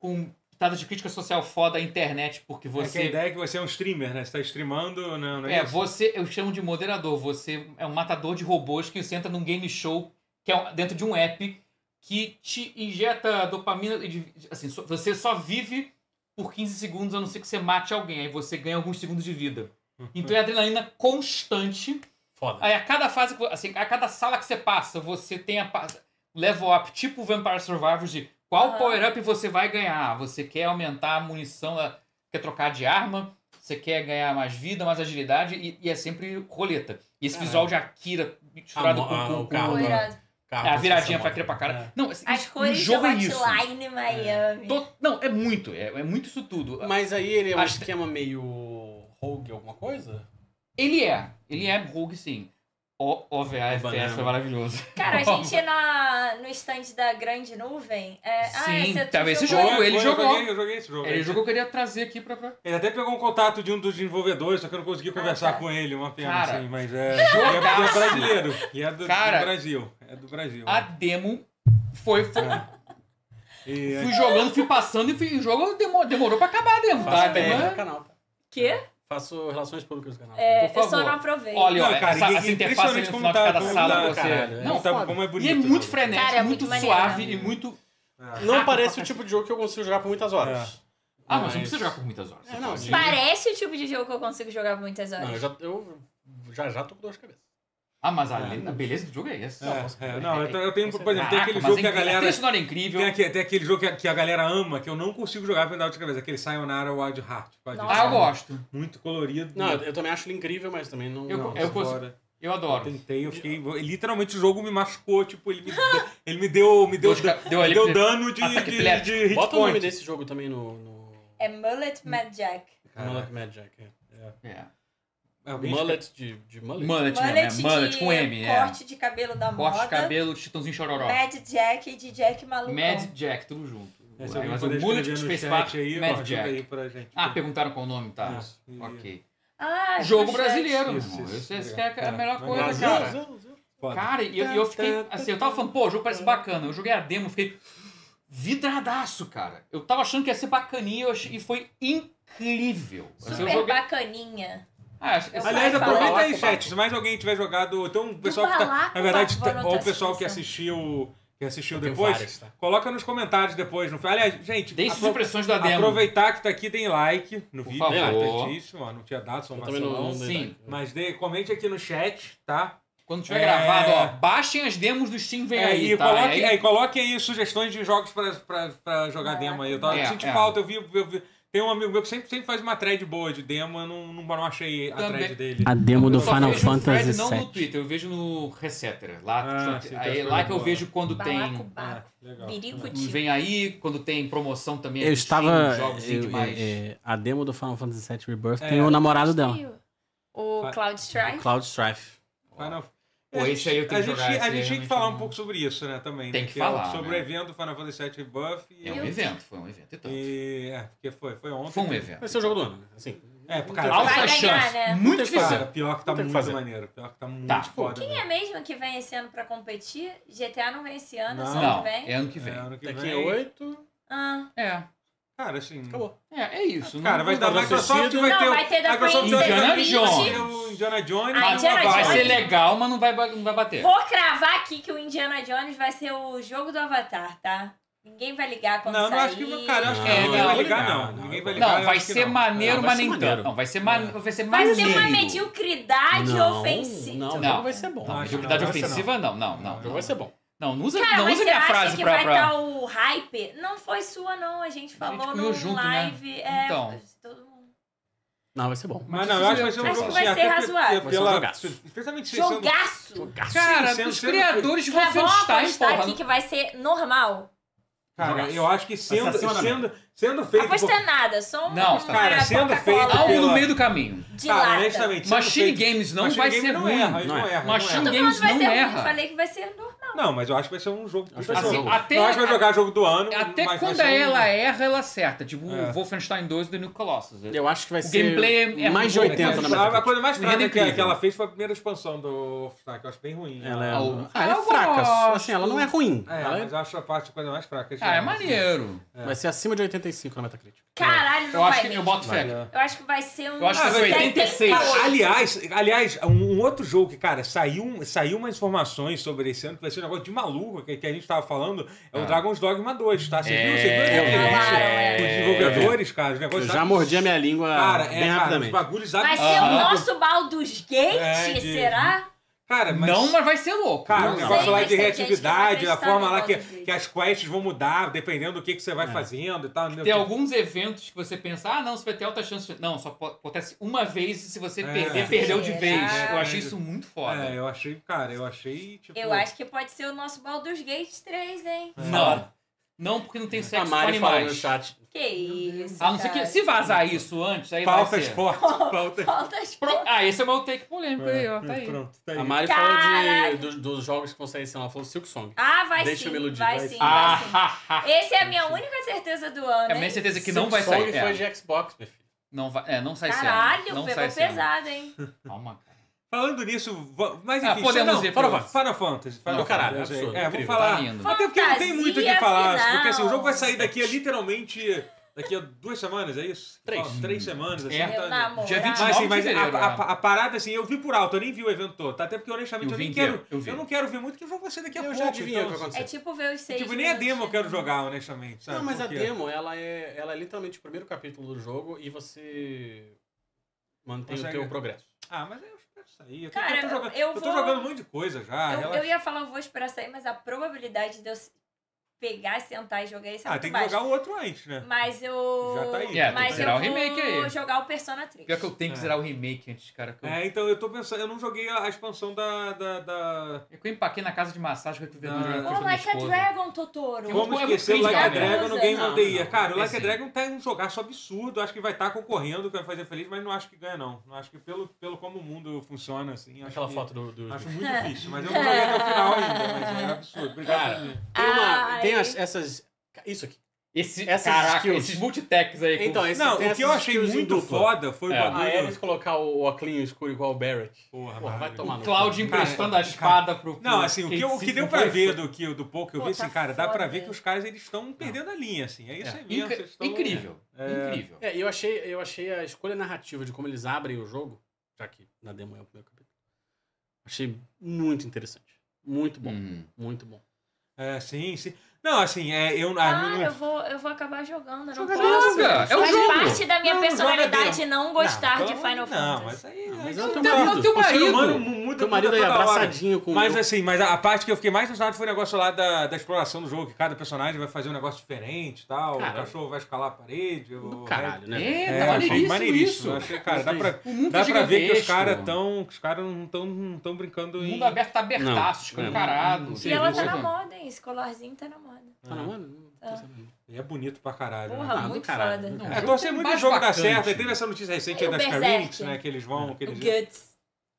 Speaker 2: com pitadas de crítica social foda à internet, porque
Speaker 1: É que a
Speaker 2: você
Speaker 1: ideia é que você é um streamer, né? Você tá streamando, não, não é,
Speaker 2: É,
Speaker 1: isso?
Speaker 2: você, eu chamo de moderador, você é um matador de robôs que você entra num game show que é um- dentro de um app que te injeta dopamina. e de- Assim, só- você só vive por 15 segundos, a não ser que você mate alguém, aí você ganha alguns segundos de vida.
Speaker 1: Uhum.
Speaker 2: Então é adrenalina constante.
Speaker 3: Foda.
Speaker 2: Aí a cada fase, que vo- assim, a cada sala que você passa, você tem a pa- level up, tipo Vampire Survivors de qual
Speaker 4: Aham.
Speaker 2: power up você vai ganhar. Você quer aumentar a munição, a- quer trocar de arma, você quer ganhar mais vida, mais agilidade, e, e é sempre roleta. E esse
Speaker 3: Caralho.
Speaker 2: visual de Akira misturado
Speaker 3: Ah,
Speaker 2: com,
Speaker 3: é. ah,
Speaker 2: com,
Speaker 3: o
Speaker 2: com-
Speaker 3: carro,
Speaker 4: Foi
Speaker 3: né?
Speaker 4: irado.
Speaker 3: Carro,
Speaker 2: é, a viradinha pra
Speaker 3: sensação.
Speaker 2: Akira pra cara.
Speaker 1: É.
Speaker 2: Não, assim,
Speaker 4: As
Speaker 2: isso-
Speaker 4: cores do
Speaker 2: o jogo é isso.
Speaker 4: Hotline Miami.
Speaker 2: To- não, é muito, é, é muito isso tudo.
Speaker 3: Mas aí ele é um
Speaker 2: Acho-
Speaker 3: esquema meio rogue alguma coisa?
Speaker 2: Ele é, ele é rogue sim. O, OVA, FPS foi
Speaker 3: Banana.
Speaker 2: maravilhoso.
Speaker 4: Cara, a
Speaker 2: [laughs]
Speaker 4: gente na, no stand da Grande Nuvem... É... ah,
Speaker 2: Sim,
Speaker 4: esse tu
Speaker 2: tava esse
Speaker 1: Foi,
Speaker 4: jogou?
Speaker 2: jogo, ele
Speaker 1: foi,
Speaker 2: jogou.
Speaker 1: Eu joguei, eu joguei esse jogo.
Speaker 2: Era o jogo que eu queria trazer aqui pra... pra-
Speaker 1: Ele até pegou um contato de um dos desenvolvedores, só que eu não consegui conversar
Speaker 4: tá.
Speaker 1: com ele, uma pena,
Speaker 2: Ah, Cara,
Speaker 1: assim, mas é. E é porque é brasileiro. E é do, do
Speaker 2: Cara.
Speaker 1: Brasil. É do Brasil.
Speaker 2: A demo foi. foi-
Speaker 1: E Ah, é-
Speaker 2: Fui jogando, fui passando e fui, o jogo demo- demorou pra acabar a demo, tá?
Speaker 3: Faço PR no
Speaker 2: Mas-
Speaker 3: canal. tá?
Speaker 4: Quê?
Speaker 3: Faço relações públicas no canal.
Speaker 4: É,
Speaker 2: é- Por
Speaker 4: eu só
Speaker 2: favor.
Speaker 4: não aprovei.
Speaker 2: Olha,
Speaker 1: Não,
Speaker 2: ó,
Speaker 1: cara,
Speaker 2: essa,
Speaker 1: e-
Speaker 2: essa
Speaker 1: e
Speaker 2: interface ali no
Speaker 1: impressionante
Speaker 2: final de
Speaker 1: como tá-
Speaker 2: cada
Speaker 1: como
Speaker 2: sala
Speaker 1: tá,
Speaker 2: você.
Speaker 3: caralho, é.
Speaker 2: não,
Speaker 1: tá, como é bonito.
Speaker 2: e é
Speaker 1: o
Speaker 2: muito
Speaker 1: jogo.
Speaker 2: frenético,
Speaker 4: Cara, é
Speaker 2: muito,
Speaker 4: muito maneiro,
Speaker 2: suave
Speaker 4: né?
Speaker 2: e muito.
Speaker 1: É.
Speaker 3: Não parece o tipo de jogo que eu consigo jogar por muitas horas.
Speaker 2: Ah, mas não precisa jogar por muitas horas.
Speaker 3: É, não,
Speaker 2: Você
Speaker 3: sim.
Speaker 2: pode-
Speaker 4: Parece o tipo de jogo que eu consigo jogar por muitas horas.
Speaker 3: É. Não, eu já, eu já já tô com dor de cabeça.
Speaker 2: Ah, mas a, a beleza do jogo é essa.
Speaker 1: É, é, não, eu tenho- eu tenho, por exemplo, tem
Speaker 2: Caraca,
Speaker 1: aquele
Speaker 2: mas
Speaker 1: jogo
Speaker 2: é
Speaker 1: que a
Speaker 2: incrível.
Speaker 1: galera.
Speaker 2: trilha sonora é incrível.
Speaker 1: Tem, aqui, tem aquele jogo que a, que a galera ama, que eu não consigo jogar pra me dar outra cabeça, aquele Sayonara Wild Heart. pode
Speaker 4: Nossa.
Speaker 2: Ah, eu gosto.
Speaker 1: Muito colorido.
Speaker 3: Não, eu, eu também acho ele incrível, mas também não.
Speaker 2: Eu-
Speaker 3: não.
Speaker 2: eu- consigo-
Speaker 1: fora.
Speaker 2: Eu
Speaker 1: Eu
Speaker 2: adoro.
Speaker 1: tentei, eu fiquei. Literalmente o jogo me machucou, tipo, ele me,
Speaker 3: [laughs]
Speaker 1: deu- ele me deu. Me deu,
Speaker 2: Dois ca- deu
Speaker 1: me deu
Speaker 2: ali-
Speaker 1: dano de,
Speaker 2: ataque
Speaker 1: de,
Speaker 2: epiléptico.
Speaker 1: de hit
Speaker 3: Bota o nome
Speaker 1: point.
Speaker 3: desse jogo também no. no...
Speaker 4: É Mullet Mad Jack.
Speaker 1: Caraca.
Speaker 3: Mullet Magic. É.
Speaker 2: É.
Speaker 1: Alguém
Speaker 3: Mullet de, de mullet.
Speaker 2: Mullet,
Speaker 4: Mullet,
Speaker 2: mesmo, é. Mullet
Speaker 4: de
Speaker 2: com M, é.
Speaker 4: corte de cabelo da
Speaker 2: Corte de
Speaker 4: moda.
Speaker 2: cabelo, titãozinho chororó.
Speaker 4: Mad Jack e de Jack maluco.
Speaker 2: Mad Jack, tudo junto.
Speaker 1: É, se
Speaker 2: Aí,
Speaker 1: alguém
Speaker 2: mas
Speaker 1: puder
Speaker 2: o Mullet
Speaker 1: escrever no
Speaker 2: Space
Speaker 1: chat
Speaker 2: Bar,
Speaker 1: aí,
Speaker 2: Mad
Speaker 1: ajuda
Speaker 2: Jack.
Speaker 1: aí pra gente.
Speaker 2: Ah, perguntaram qual o nome, tá?
Speaker 1: Isso. E-
Speaker 2: Ok.
Speaker 4: Ah,
Speaker 2: Jogo
Speaker 4: poxa.
Speaker 2: brasileiro, meu
Speaker 1: Isso,
Speaker 2: irmão.
Speaker 1: isso,
Speaker 2: Isso,
Speaker 1: obrigado.
Speaker 2: isso que é a
Speaker 1: É,
Speaker 2: melhor
Speaker 1: mas
Speaker 2: coisa,
Speaker 1: Brasil,
Speaker 2: cara.
Speaker 1: Foda.
Speaker 2: Cara, e eu, e eu fiquei, assim, eu tava falando, pô, o jogo
Speaker 1: É.
Speaker 2: parece bacana. Eu joguei a demo, fiquei vidradaço, cara. Eu tava achando que ia ser bacaninha eu achei- e foi incrível. Assim, eu
Speaker 4: Super
Speaker 2: joguei...
Speaker 4: bacaninha.
Speaker 2: Ah, esse- esse-
Speaker 1: Aliás,
Speaker 4: Vai,
Speaker 1: aproveita
Speaker 2: vai,
Speaker 1: aí,
Speaker 2: vai,
Speaker 1: chat. Se mais alguém tiver jogado. Então, o pessoal que
Speaker 4: vai lá
Speaker 1: tá.
Speaker 4: com
Speaker 1: Na verdade,
Speaker 4: barba
Speaker 1: tá-
Speaker 4: no
Speaker 1: ou o
Speaker 4: teu
Speaker 1: pessoal que
Speaker 4: coração.
Speaker 1: assistiu. Que assistiu
Speaker 3: Eu tenho
Speaker 1: depois,
Speaker 3: várias, tá?
Speaker 1: coloca nos comentários depois. No... Aliás, gente,
Speaker 2: Deixe as
Speaker 1: apro-
Speaker 2: impressões da demo.
Speaker 1: aproveitar que tá aqui, deem like no
Speaker 2: Por
Speaker 1: vídeo.
Speaker 2: favor.
Speaker 1: é importantíssimo, ó, não tinha dado, são
Speaker 3: Eu também não. não
Speaker 1: vacilão.
Speaker 3: dei
Speaker 2: Sim.
Speaker 3: ideia.
Speaker 1: Mas dê, comente aqui no chat, tá?
Speaker 2: Quando tiver
Speaker 1: É.
Speaker 2: gravado, ó, baixem as demos do Steam, vem
Speaker 1: É,
Speaker 2: aí,
Speaker 1: e
Speaker 2: tá?
Speaker 1: coloque,
Speaker 2: aí,
Speaker 1: é, e coloque aí sugestões de jogos pra, pra, pra jogar demo aí. Eu tava
Speaker 2: É,
Speaker 1: sentindo
Speaker 2: é.
Speaker 1: falta, eu vi, eu vi- Tem um amigo meu que sempre, sempre faz uma thread boa de demo, eu não, não, não achei a
Speaker 2: Também.
Speaker 1: thread dele.
Speaker 3: A demo
Speaker 2: Eu
Speaker 3: do
Speaker 2: só
Speaker 3: Final
Speaker 2: vejo o Fred
Speaker 3: Fantasy
Speaker 2: não no
Speaker 3: VII.
Speaker 2: Twitter, eu vejo no Resetter. Lá, tipo,
Speaker 1: Ah, sim,
Speaker 2: aí,
Speaker 1: tem as
Speaker 2: lá que eu
Speaker 1: coisas
Speaker 2: vejo quando
Speaker 4: Tá
Speaker 2: tem.
Speaker 4: Balacobaco.
Speaker 1: É, legal.
Speaker 4: Birico
Speaker 2: quando Vem aí, quando tem promoção também.
Speaker 3: Eu
Speaker 2: aqui,
Speaker 3: estava.
Speaker 2: Jogos
Speaker 3: eu-
Speaker 2: indie mais-
Speaker 3: é, é, a demo do Final Fantasy VII Rebirth
Speaker 1: É.
Speaker 3: tem o namorado dela,
Speaker 4: O
Speaker 1: Vai.
Speaker 4: Cloud Strike.
Speaker 3: Cloud Strife.
Speaker 1: Final
Speaker 2: Pô, esse aí eu tenho
Speaker 1: a
Speaker 2: que
Speaker 1: gente,
Speaker 2: jogar, esse
Speaker 1: A gente
Speaker 2: aí
Speaker 1: tinha que
Speaker 2: realmente
Speaker 1: falar
Speaker 2: não-
Speaker 1: um pouco sobre isso, né, também.
Speaker 2: Tem
Speaker 1: né,
Speaker 2: que
Speaker 1: é o-
Speaker 2: falar,
Speaker 1: sobre
Speaker 2: né?
Speaker 1: o evento Final Fantasy VII Rebuff. E,
Speaker 2: É um É evento, foi um evento. e tanto.
Speaker 1: e- é, porque foi, foi ontem.
Speaker 2: Foi um
Speaker 1: né?
Speaker 2: evento.
Speaker 3: Vai ser o jogo do ano, assim.
Speaker 1: É, por causa-
Speaker 2: Alpha
Speaker 4: Vai ganhar,
Speaker 2: Chance.
Speaker 4: né?
Speaker 2: Muito
Speaker 3: Tem que
Speaker 2: difícil.
Speaker 1: Cara, pior que tá
Speaker 3: Não tem o
Speaker 1: muito
Speaker 3: que fazer.
Speaker 1: maneiro. Pior que tá muito
Speaker 2: Tá.
Speaker 1: foda.
Speaker 4: Quem é mesmo que vem esse ano pra competir? GTA não vem esse ano,
Speaker 1: Não.
Speaker 4: esse ano
Speaker 2: Não,
Speaker 4: que vem.
Speaker 2: é ano que vem.
Speaker 1: É, ano que
Speaker 3: Daqui
Speaker 1: vem.
Speaker 3: a oito.
Speaker 4: Ah,
Speaker 2: É.
Speaker 1: Cara, assim.
Speaker 3: Acabou.
Speaker 2: É, é isso.
Speaker 1: Cara, vai dar
Speaker 3: Não,
Speaker 1: Microsoft, vai
Speaker 4: não,
Speaker 1: ter, o-
Speaker 4: vai ter da
Speaker 1: Microsoft vai ter
Speaker 2: Indiana
Speaker 1: o-
Speaker 2: Jones.
Speaker 1: vai ter o Indiana Jones.
Speaker 4: Ah,
Speaker 1: vai ter
Speaker 4: Indiana
Speaker 1: uma
Speaker 2: Vai
Speaker 4: Jones.
Speaker 1: base.
Speaker 2: ser legal, mas não vai, ba- não vai bater.
Speaker 4: vou cravar aqui que o Indiana Jones vai ser o jogo do Avatar, tá? Ninguém vai ligar quando
Speaker 1: Não,
Speaker 4: sair.
Speaker 1: não acho que. Cara, eu acho que
Speaker 2: É, Não,
Speaker 1: ninguém vai
Speaker 2: não,
Speaker 1: ligar, não.
Speaker 3: não, não.
Speaker 1: Ninguém vai ligar.
Speaker 2: Não,
Speaker 1: eu
Speaker 2: vai
Speaker 1: acho que
Speaker 2: ser
Speaker 1: não. É.
Speaker 2: maneiro,
Speaker 3: Não, vai
Speaker 2: mas
Speaker 3: ser
Speaker 2: nem
Speaker 3: maneiro.
Speaker 2: tanto. Não, vai ser, ma... vai ser
Speaker 4: Vai
Speaker 2: maneiro.
Speaker 4: ser uma mediocridade ofensiva.
Speaker 3: Não,
Speaker 2: Não.
Speaker 3: não, vai ser bom.
Speaker 2: Não,
Speaker 1: Não,
Speaker 2: mediocridade
Speaker 1: não, não,
Speaker 2: ofensiva, não, não, não.
Speaker 3: O jogo vai ser bom.
Speaker 2: Não, não usa,
Speaker 4: Cara,
Speaker 2: não
Speaker 4: mas
Speaker 2: usa
Speaker 4: você
Speaker 2: minha
Speaker 4: acha
Speaker 2: frase
Speaker 4: que
Speaker 2: pra.
Speaker 4: vai tá
Speaker 2: pra...
Speaker 4: estar o hype? Não foi sua, não. A gente falou
Speaker 2: comeu
Speaker 4: num
Speaker 2: junto, né?
Speaker 4: live. É,
Speaker 2: Então.
Speaker 4: todo mundo.
Speaker 3: Não, vai ser bom.
Speaker 1: Mas não, eu acho que vai ser um
Speaker 4: Acho
Speaker 1: jogo
Speaker 4: que vai
Speaker 1: assim,
Speaker 4: ser
Speaker 1: até pe-
Speaker 4: razoável.
Speaker 1: pe-
Speaker 3: Vai ser um
Speaker 1: Pela,
Speaker 3: jogaço.
Speaker 1: especialmente se sendo-
Speaker 4: Jogaço!
Speaker 2: Cara,
Speaker 1: Sim,
Speaker 2: os
Speaker 1: sendo-
Speaker 2: criadores de
Speaker 4: Já É, vamos
Speaker 2: Wolfenstein,
Speaker 4: apostar
Speaker 2: porra.
Speaker 4: aqui que vai ser normal.
Speaker 1: Cara,
Speaker 3: Jogaço.
Speaker 1: eu acho que sendo,
Speaker 3: ser acima da
Speaker 1: sendo, sendo feito. por-
Speaker 4: Apostar nada, só um
Speaker 2: Não,
Speaker 4: uma
Speaker 1: cara, sendo
Speaker 4: Coca-Cola
Speaker 1: feito-
Speaker 2: Algo no
Speaker 1: Pela-
Speaker 2: meio do caminho.
Speaker 4: de
Speaker 1: Cara,
Speaker 4: lata.
Speaker 1: honestamente, sendo
Speaker 2: Machine
Speaker 1: feito-
Speaker 2: Games não
Speaker 1: Machine
Speaker 2: vai
Speaker 1: Game
Speaker 2: ser
Speaker 1: não
Speaker 2: ruim.
Speaker 1: Erra, ele
Speaker 3: Não
Speaker 1: não
Speaker 3: é.
Speaker 1: erra, ele
Speaker 2: Machine
Speaker 1: não,
Speaker 4: Todo
Speaker 1: erra.
Speaker 2: Games
Speaker 4: mundo vai
Speaker 2: não
Speaker 4: ser ruim.
Speaker 2: erra.
Speaker 4: Eu falei que vai ser normal.
Speaker 1: não, mas eu acho que vai ser um jogo.
Speaker 3: Acho que vai ser
Speaker 1: especial.
Speaker 3: um jogo.
Speaker 2: Assim, até-
Speaker 1: não acho que vai jogar jogo do ano. mas
Speaker 2: Até
Speaker 1: vai
Speaker 2: quando
Speaker 1: ser um-
Speaker 2: ela erra, ela acerta. Tipo
Speaker 1: É.
Speaker 2: o Wolfenstein 2 do New Colossus.
Speaker 3: Eu acho que vai
Speaker 2: O
Speaker 3: ser
Speaker 2: gameplay é
Speaker 3: mais de
Speaker 2: muito bom.
Speaker 3: 80 na
Speaker 1: A- A
Speaker 3: metade.
Speaker 1: coisa mais fraca que,
Speaker 2: Irredutível.
Speaker 1: que ela fez foi a primeira expansão do Wolfenstein, que eu acho bem ruim. né?
Speaker 3: Ela é,
Speaker 2: Ah,
Speaker 3: ah,
Speaker 2: eu
Speaker 3: é fraca.
Speaker 2: gosto.
Speaker 3: Assim, ela não é ruim.
Speaker 1: É,
Speaker 3: ela é-
Speaker 1: mas eu acho a parte a coisa mais fraca.
Speaker 2: Ah, é
Speaker 1: assim.
Speaker 2: maneiro.
Speaker 3: vai ser acima de 85 na Metacritic.
Speaker 4: Caralho,
Speaker 2: Eu
Speaker 4: não
Speaker 2: acho
Speaker 4: vai
Speaker 2: que eu
Speaker 4: mesmo.
Speaker 2: boto
Speaker 1: Mas,
Speaker 2: fé.
Speaker 1: é.
Speaker 4: Eu acho que vai ser um.
Speaker 2: Eu acho que foi 86.
Speaker 1: Cara, aliás, aliás, um, um outro jogo que, cara, saiu, um- saiu umas informações sobre esse ano, que vai ser um negócio de maluco que, que a gente tava falando, é o
Speaker 2: Ah.
Speaker 1: Dragon's Dogma 2, tá? Você viu? Você viu?
Speaker 2: É,
Speaker 1: É,
Speaker 4: é.
Speaker 1: Os desenvolvedores, cara, os
Speaker 3: Eu
Speaker 1: negócios...
Speaker 3: já mordi a minha língua
Speaker 1: Cara,
Speaker 3: bem
Speaker 1: é, cara, os
Speaker 3: rapidamente.
Speaker 1: bagulhos
Speaker 4: Vai ser
Speaker 2: Aham.
Speaker 4: o nosso Baldur's Gate,
Speaker 1: É, de-
Speaker 4: será?
Speaker 1: Cara, É, mas...
Speaker 2: Não, mas vai ser louco.
Speaker 1: Cara,
Speaker 4: Não
Speaker 1: o
Speaker 4: sei,
Speaker 1: negócio lá
Speaker 4: mas
Speaker 1: de
Speaker 4: tem gente que
Speaker 1: reatividade,
Speaker 4: vai
Speaker 1: a forma lá que,
Speaker 4: gostar do
Speaker 1: que as quests vão mudar, dependendo do que, que você vai fazendo e tal.
Speaker 2: É.
Speaker 1: tipo,
Speaker 2: Tem alguns eventos que você pensa, ah, não, você vai ter alta chance. de-" Não, só po- acontece uma vez e se você
Speaker 1: É.
Speaker 2: perder, perdeu
Speaker 4: Será?
Speaker 2: de vez. Eu achei isso muito
Speaker 1: É,
Speaker 2: foda.
Speaker 1: eu achei, cara, eu achei, tipo...
Speaker 4: Eu acho que pode ser o nosso Baldur's Gate 3, hein?
Speaker 2: Não. Não, porque não tem
Speaker 3: A
Speaker 2: sexo com
Speaker 3: Mari falou no
Speaker 2: animais.
Speaker 3: chat.
Speaker 4: Que isso.
Speaker 2: A não ser que.
Speaker 4: cara.
Speaker 2: Se vazar isso antes, aí vai
Speaker 1: Faltas
Speaker 4: [laughs]
Speaker 2: ser.
Speaker 1: fortes, faltas...
Speaker 4: Falta as
Speaker 2: Pro- Ah, esse é o meu take polêmico aí, ó. Tá aí.
Speaker 1: Pronto, tá aí.
Speaker 3: A Mari
Speaker 4: Caralho.
Speaker 3: falou de, do- dos jogos que conseguem ser lá. Ela falou Silk Song.
Speaker 4: Ah, vai
Speaker 3: Deixa
Speaker 4: sim.
Speaker 3: eu me iludir,
Speaker 4: vai
Speaker 3: vai
Speaker 4: sim,
Speaker 3: sim.
Speaker 2: Ah,
Speaker 4: vai sim.
Speaker 2: ha, ha.
Speaker 4: Essa é a minha única certeza do ano.
Speaker 2: É a minha
Speaker 4: hein?
Speaker 2: certeza que
Speaker 3: Silk
Speaker 2: não vai
Speaker 3: Song
Speaker 2: sair.
Speaker 3: foi
Speaker 2: É,
Speaker 3: de Xbox, meu filho.
Speaker 2: não, vai, é, não sai esse ano.
Speaker 4: Caralho,
Speaker 2: não sai
Speaker 4: pegou
Speaker 2: esse ano.
Speaker 4: pesado, hein?
Speaker 2: Calma, cara.
Speaker 1: Falando nisso, va- mas
Speaker 2: Ah,
Speaker 1: enfim,
Speaker 2: podemos
Speaker 1: não,
Speaker 2: ir,
Speaker 1: Final
Speaker 2: podemos.
Speaker 1: Final Fantasy. Final
Speaker 3: Não, caralho,
Speaker 1: Fantasy,
Speaker 3: absurdo,
Speaker 1: É, vamos
Speaker 3: incrível.
Speaker 1: falar.
Speaker 2: Tá lindo.
Speaker 1: Até porque não tem muito o que falar,
Speaker 4: Fantasia
Speaker 1: porque assim, o jogo vai
Speaker 4: final.
Speaker 1: sair daqui a literalmente daqui a duas semanas, é isso?
Speaker 3: Três.
Speaker 1: Fala, Três semanas, assim,
Speaker 2: É.
Speaker 1: tá-
Speaker 4: Meu namorado.
Speaker 2: Dia 29
Speaker 1: Mas, assim, mas
Speaker 2: de
Speaker 1: a,
Speaker 2: fevereiro,
Speaker 1: a-
Speaker 2: né?
Speaker 1: a parada, assim, eu vi por alto, eu nem vi o evento todo, tá? Até porque, honestamente,
Speaker 2: Eu
Speaker 1: eu,
Speaker 2: vi
Speaker 1: nem
Speaker 2: inteiro,
Speaker 1: quero.
Speaker 2: eu
Speaker 1: Eu,
Speaker 2: vi.
Speaker 1: não quero ver muito, que o jogo vai sair daqui a
Speaker 3: Eu
Speaker 1: pouco.
Speaker 3: já adivinha o que
Speaker 1: então,
Speaker 3: aconteceu.
Speaker 4: É tipo ver os seis.
Speaker 1: Tipo, nem a
Speaker 4: minutos,
Speaker 1: demo eu
Speaker 4: né?
Speaker 1: quero jogar, honestamente. Sabe?
Speaker 3: não, mas a
Speaker 1: Porque-
Speaker 3: demo, ela é, ela é literalmente o primeiro capítulo do jogo e você mantém
Speaker 1: Consegue.
Speaker 3: o teu progresso.
Speaker 1: Ah, mas eu espero sair. Eu tô,
Speaker 4: Cara,
Speaker 1: eu tô jogando,
Speaker 4: eu
Speaker 1: tô
Speaker 4: vou-
Speaker 1: jogando um monte de coisa já.
Speaker 4: Eu,
Speaker 1: relaxa.
Speaker 4: eu ia falar, eu vou esperar sair, mas a probabilidade de eu pegar, sentar e jogar isso é
Speaker 1: Ah,
Speaker 4: muito
Speaker 1: tem que
Speaker 4: baixa.
Speaker 1: jogar o outro antes, né?
Speaker 4: Mas eu.
Speaker 1: Já tá aí.
Speaker 2: É, tem que
Speaker 4: mas eu
Speaker 2: zerar
Speaker 4: vou
Speaker 2: o remake aí.
Speaker 4: jogar o Persona 3.
Speaker 2: Pior que eu tenho que
Speaker 1: É.
Speaker 2: zerar o remake antes, cara. Que eu,
Speaker 1: É, então eu tô pensando, eu não joguei a a expansão da. da, da...
Speaker 2: é que eu empaquei na casa de massagem que eu tô
Speaker 1: Ah.
Speaker 2: vendo
Speaker 4: Oh, like a dragon, Totoro.
Speaker 2: Eu-
Speaker 1: Como
Speaker 2: é muito
Speaker 1: esquecer o
Speaker 2: cringe,
Speaker 1: Like a
Speaker 4: cara.
Speaker 1: Dragon no
Speaker 4: Não,
Speaker 1: Game
Speaker 3: não,
Speaker 1: of the Year.
Speaker 3: não.
Speaker 1: Cara, o
Speaker 2: É
Speaker 1: Like a
Speaker 2: sim.
Speaker 1: Dragon tá em um jogaço absurdo. Acho que vai estar concorrendo, que vai fazer feliz, mas não acho que ganha, não. Não acho que pelo, pelo como o mundo funciona, assim. Acho
Speaker 3: Aquela
Speaker 1: que-
Speaker 3: foto do. do-
Speaker 1: Acho
Speaker 4: É.
Speaker 1: muito difícil, mas eu não joguei até o final ainda, mas é absurdo. Obrigado. Felipe.
Speaker 3: Tem, uma,
Speaker 4: Ai.
Speaker 3: tem as- essas. Isso aqui.
Speaker 2: Esse,
Speaker 3: Essas
Speaker 2: caraca,
Speaker 3: skills.
Speaker 2: esses multitecs aí. com-
Speaker 3: Então, esse,
Speaker 1: não, o
Speaker 3: tem essas
Speaker 1: que eu achei
Speaker 3: skills em
Speaker 1: muito
Speaker 3: dupla.
Speaker 1: foda foi
Speaker 2: É.
Speaker 1: o
Speaker 4: Ah,
Speaker 3: A
Speaker 1: bagulho.
Speaker 3: Eris colocar o óculinho escuro igual o Barrett.
Speaker 1: Porra,
Speaker 3: Porra, vai
Speaker 1: maravilhoso.
Speaker 3: tomar no
Speaker 2: o
Speaker 3: cu.
Speaker 2: Cláudio
Speaker 1: Cara,
Speaker 2: emprestando a
Speaker 1: cara,
Speaker 2: espada pro.
Speaker 1: Não, assim, o que, eu- o que deu pra
Speaker 2: foi-
Speaker 1: ver do, que, do pouco que eu
Speaker 4: Pô,
Speaker 1: vi,
Speaker 4: tá
Speaker 1: assim, cara, dá pra
Speaker 4: foda.
Speaker 1: ver que os caras eles estão perdendo a linha, assim. É isso aí mesmo.
Speaker 2: Inca-
Speaker 1: vocês estão-
Speaker 2: Incrível. Incrível.
Speaker 3: É, eu achei, eu achei a escolha narrativa de como eles abrem o jogo, já que na demo é o primeiro capítulo. Achei muito interessante. Muito
Speaker 1: Né?
Speaker 3: bom.
Speaker 2: Hum.
Speaker 3: Muito bom.
Speaker 1: É, sim, sim. Não, assim, é, eu. ah, não-
Speaker 4: Cara, eu vou, eu vou acabar jogando, eu não
Speaker 2: Joga,
Speaker 4: posso.
Speaker 2: joga, é o
Speaker 4: Faz
Speaker 2: jogo.
Speaker 4: parte da minha
Speaker 1: Não, joga
Speaker 4: personalidade não gostar
Speaker 1: Não,
Speaker 4: de
Speaker 1: pelo
Speaker 4: Final
Speaker 1: amor- Não,
Speaker 4: Fantasy.
Speaker 1: mas aí.
Speaker 3: Mas
Speaker 1: aí
Speaker 3: eu tenho
Speaker 1: tá-
Speaker 2: Tá,
Speaker 3: marido.
Speaker 2: mas teu
Speaker 1: O ser humano
Speaker 2: marido.
Speaker 1: mu- muda
Speaker 3: Teu marido aí
Speaker 1: muda toda hora.
Speaker 3: abraçadinho com
Speaker 1: Mas
Speaker 3: o...
Speaker 1: assim, mas a a parte que eu fiquei mais impressionado foi o negócio lá da, da exploração do jogo, que cada personagem vai fazer um negócio diferente e tal.
Speaker 3: Caralho.
Speaker 1: O cachorro vai escalar a parede.
Speaker 3: do
Speaker 1: o-
Speaker 3: caralho, né?
Speaker 2: É,
Speaker 1: É, eu
Speaker 2: tá
Speaker 1: achei
Speaker 2: maneiríssimo
Speaker 1: maneiríssimo.
Speaker 2: isso.
Speaker 1: Eu Achei, cara, dá pra,
Speaker 2: O mundo
Speaker 1: dá
Speaker 2: é
Speaker 1: pra ver que os
Speaker 2: gigantesco.
Speaker 1: caras tão. que Os caras não estão não tão brincando
Speaker 2: O
Speaker 1: em.
Speaker 2: mundo aberto tá abertaço,
Speaker 3: Não.
Speaker 2: escancarado.
Speaker 4: E ela tá
Speaker 2: Coisa-
Speaker 4: na moda, hein? Esse colarzinho tá na moda.
Speaker 3: Tá na mano? Não tô sabendo.
Speaker 1: Ah, E é bonito pra caralho.
Speaker 4: Porra,
Speaker 1: né?
Speaker 3: Ah, do
Speaker 4: muito
Speaker 3: caralho,
Speaker 4: foda.
Speaker 3: do
Speaker 2: Não,
Speaker 1: É,
Speaker 2: o
Speaker 1: torcer
Speaker 2: tem
Speaker 1: muito o
Speaker 2: mais
Speaker 1: jogo dá
Speaker 2: bacante.
Speaker 1: certo. Aí teve essa notícia recente
Speaker 4: E
Speaker 1: aí
Speaker 4: o
Speaker 1: das
Speaker 4: Berserk?
Speaker 1: Carinics, né? Que eles vão. Que
Speaker 4: O
Speaker 1: eles,
Speaker 4: Guts.
Speaker 1: que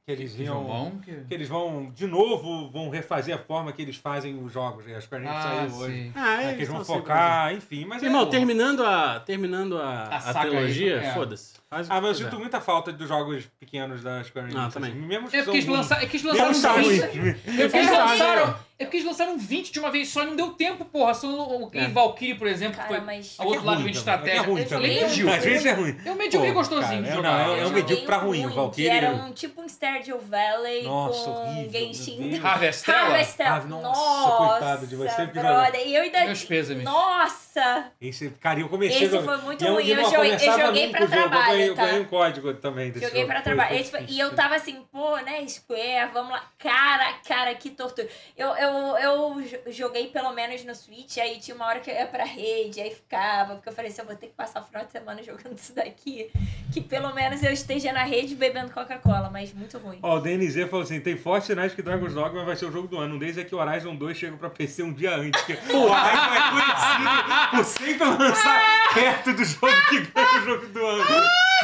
Speaker 1: Que eles
Speaker 2: João
Speaker 1: iam.
Speaker 2: Bom, que-
Speaker 1: Que eles vão, de novo, vão refazer a forma que eles fazem os jogos. né? Acho que a gente
Speaker 2: Ah,
Speaker 1: saiu hoje.
Speaker 2: sim.
Speaker 3: Ah,
Speaker 1: É, que
Speaker 3: eles
Speaker 1: eles vão
Speaker 3: estão sempre
Speaker 1: focar, enfim. Mas
Speaker 3: assim. Irmão,
Speaker 1: é,
Speaker 3: terminando a, terminando a,
Speaker 2: A
Speaker 3: a,
Speaker 2: saga aí,
Speaker 3: trilogia,
Speaker 2: é.
Speaker 3: foda-se. Faz o
Speaker 1: Ah,
Speaker 3: que
Speaker 1: mas eu
Speaker 3: quiser.
Speaker 1: sinto muita falta dos jogos pequenos da Square Enix.
Speaker 3: Ah, também.
Speaker 1: assim, mesmo que
Speaker 2: É porque eles
Speaker 1: são ruins.
Speaker 2: lançaram. É que eles
Speaker 1: Mesmo que são
Speaker 2: lançaram
Speaker 1: ruins.
Speaker 2: 20. É porque eles lançaram. É porque eles lançaram 20 de uma vez só e não deu tempo, porra. Só o o-
Speaker 3: É.
Speaker 2: em Valkyrie, por exemplo, que
Speaker 4: Cara,
Speaker 2: foi
Speaker 4: mas.
Speaker 2: ao outro lado de
Speaker 1: ruim também.
Speaker 2: estratégia.
Speaker 1: É ruim
Speaker 2: Eu
Speaker 1: também.
Speaker 2: falei, medíocre.
Speaker 1: Às vezes é ruim.
Speaker 2: É um medíocre
Speaker 1: Pô,
Speaker 2: gostosinho de
Speaker 1: cara, não,
Speaker 2: jogar.
Speaker 1: é- é um
Speaker 4: Eu
Speaker 2: Eu-
Speaker 1: medíocre
Speaker 4: joguei
Speaker 1: pra
Speaker 4: um
Speaker 1: ruim, o
Speaker 4: que
Speaker 1: Valkyrie.
Speaker 4: era um tipo um Stardew Valley
Speaker 1: Nossa,
Speaker 4: com
Speaker 1: horrível, meu
Speaker 4: [laughs] Genshin.
Speaker 2: Ah,
Speaker 1: Deus.
Speaker 2: Harvestella?
Speaker 4: Harvestella.
Speaker 1: Ah, nossa, coitado de você, porque joga-
Speaker 4: brother. E eu ainda...
Speaker 2: Meus pêsames.
Speaker 4: Nossa!
Speaker 1: Esse, cara, eu comecei.
Speaker 4: Esse
Speaker 1: a jogar-
Speaker 4: foi muito
Speaker 1: e eu,
Speaker 4: ruim.
Speaker 1: e
Speaker 4: Eu,
Speaker 1: não
Speaker 4: joguei, eu
Speaker 1: começava
Speaker 4: joguei
Speaker 1: nunca
Speaker 4: pra
Speaker 1: o jogo. Eu ganhei,
Speaker 4: trabalho,
Speaker 1: eu ganhei um
Speaker 4: tá?
Speaker 1: código também desse
Speaker 4: Joguei
Speaker 1: jogo.
Speaker 4: pra
Speaker 1: Foi-
Speaker 4: trabalho.
Speaker 1: foi
Speaker 4: Esse foi- E
Speaker 1: difícil.
Speaker 4: eu tava assim, pô, né, Square, vamos lá. Cara, cara, que tortura. Eu, eu, eu jo- joguei pelo menos no Switch, aí tinha uma hora que eu ia pra rede, aí ficava, porque eu falei assim, eu vou ter que passar o final de semana [laughs] jogando isso daqui, que pelo menos eu esteja na rede bebendo Coca-Cola, mas muito ruim.
Speaker 1: Ó, o DNZ falou assim: tem fortes sinais que Dragon's Dogma vai ser o jogo do ano. Um deles é que Horizon 2 chega pra PC um dia antes. Que o Horizon é conhecido por sempre lançar perto do jogo que ganha o jogo do ano.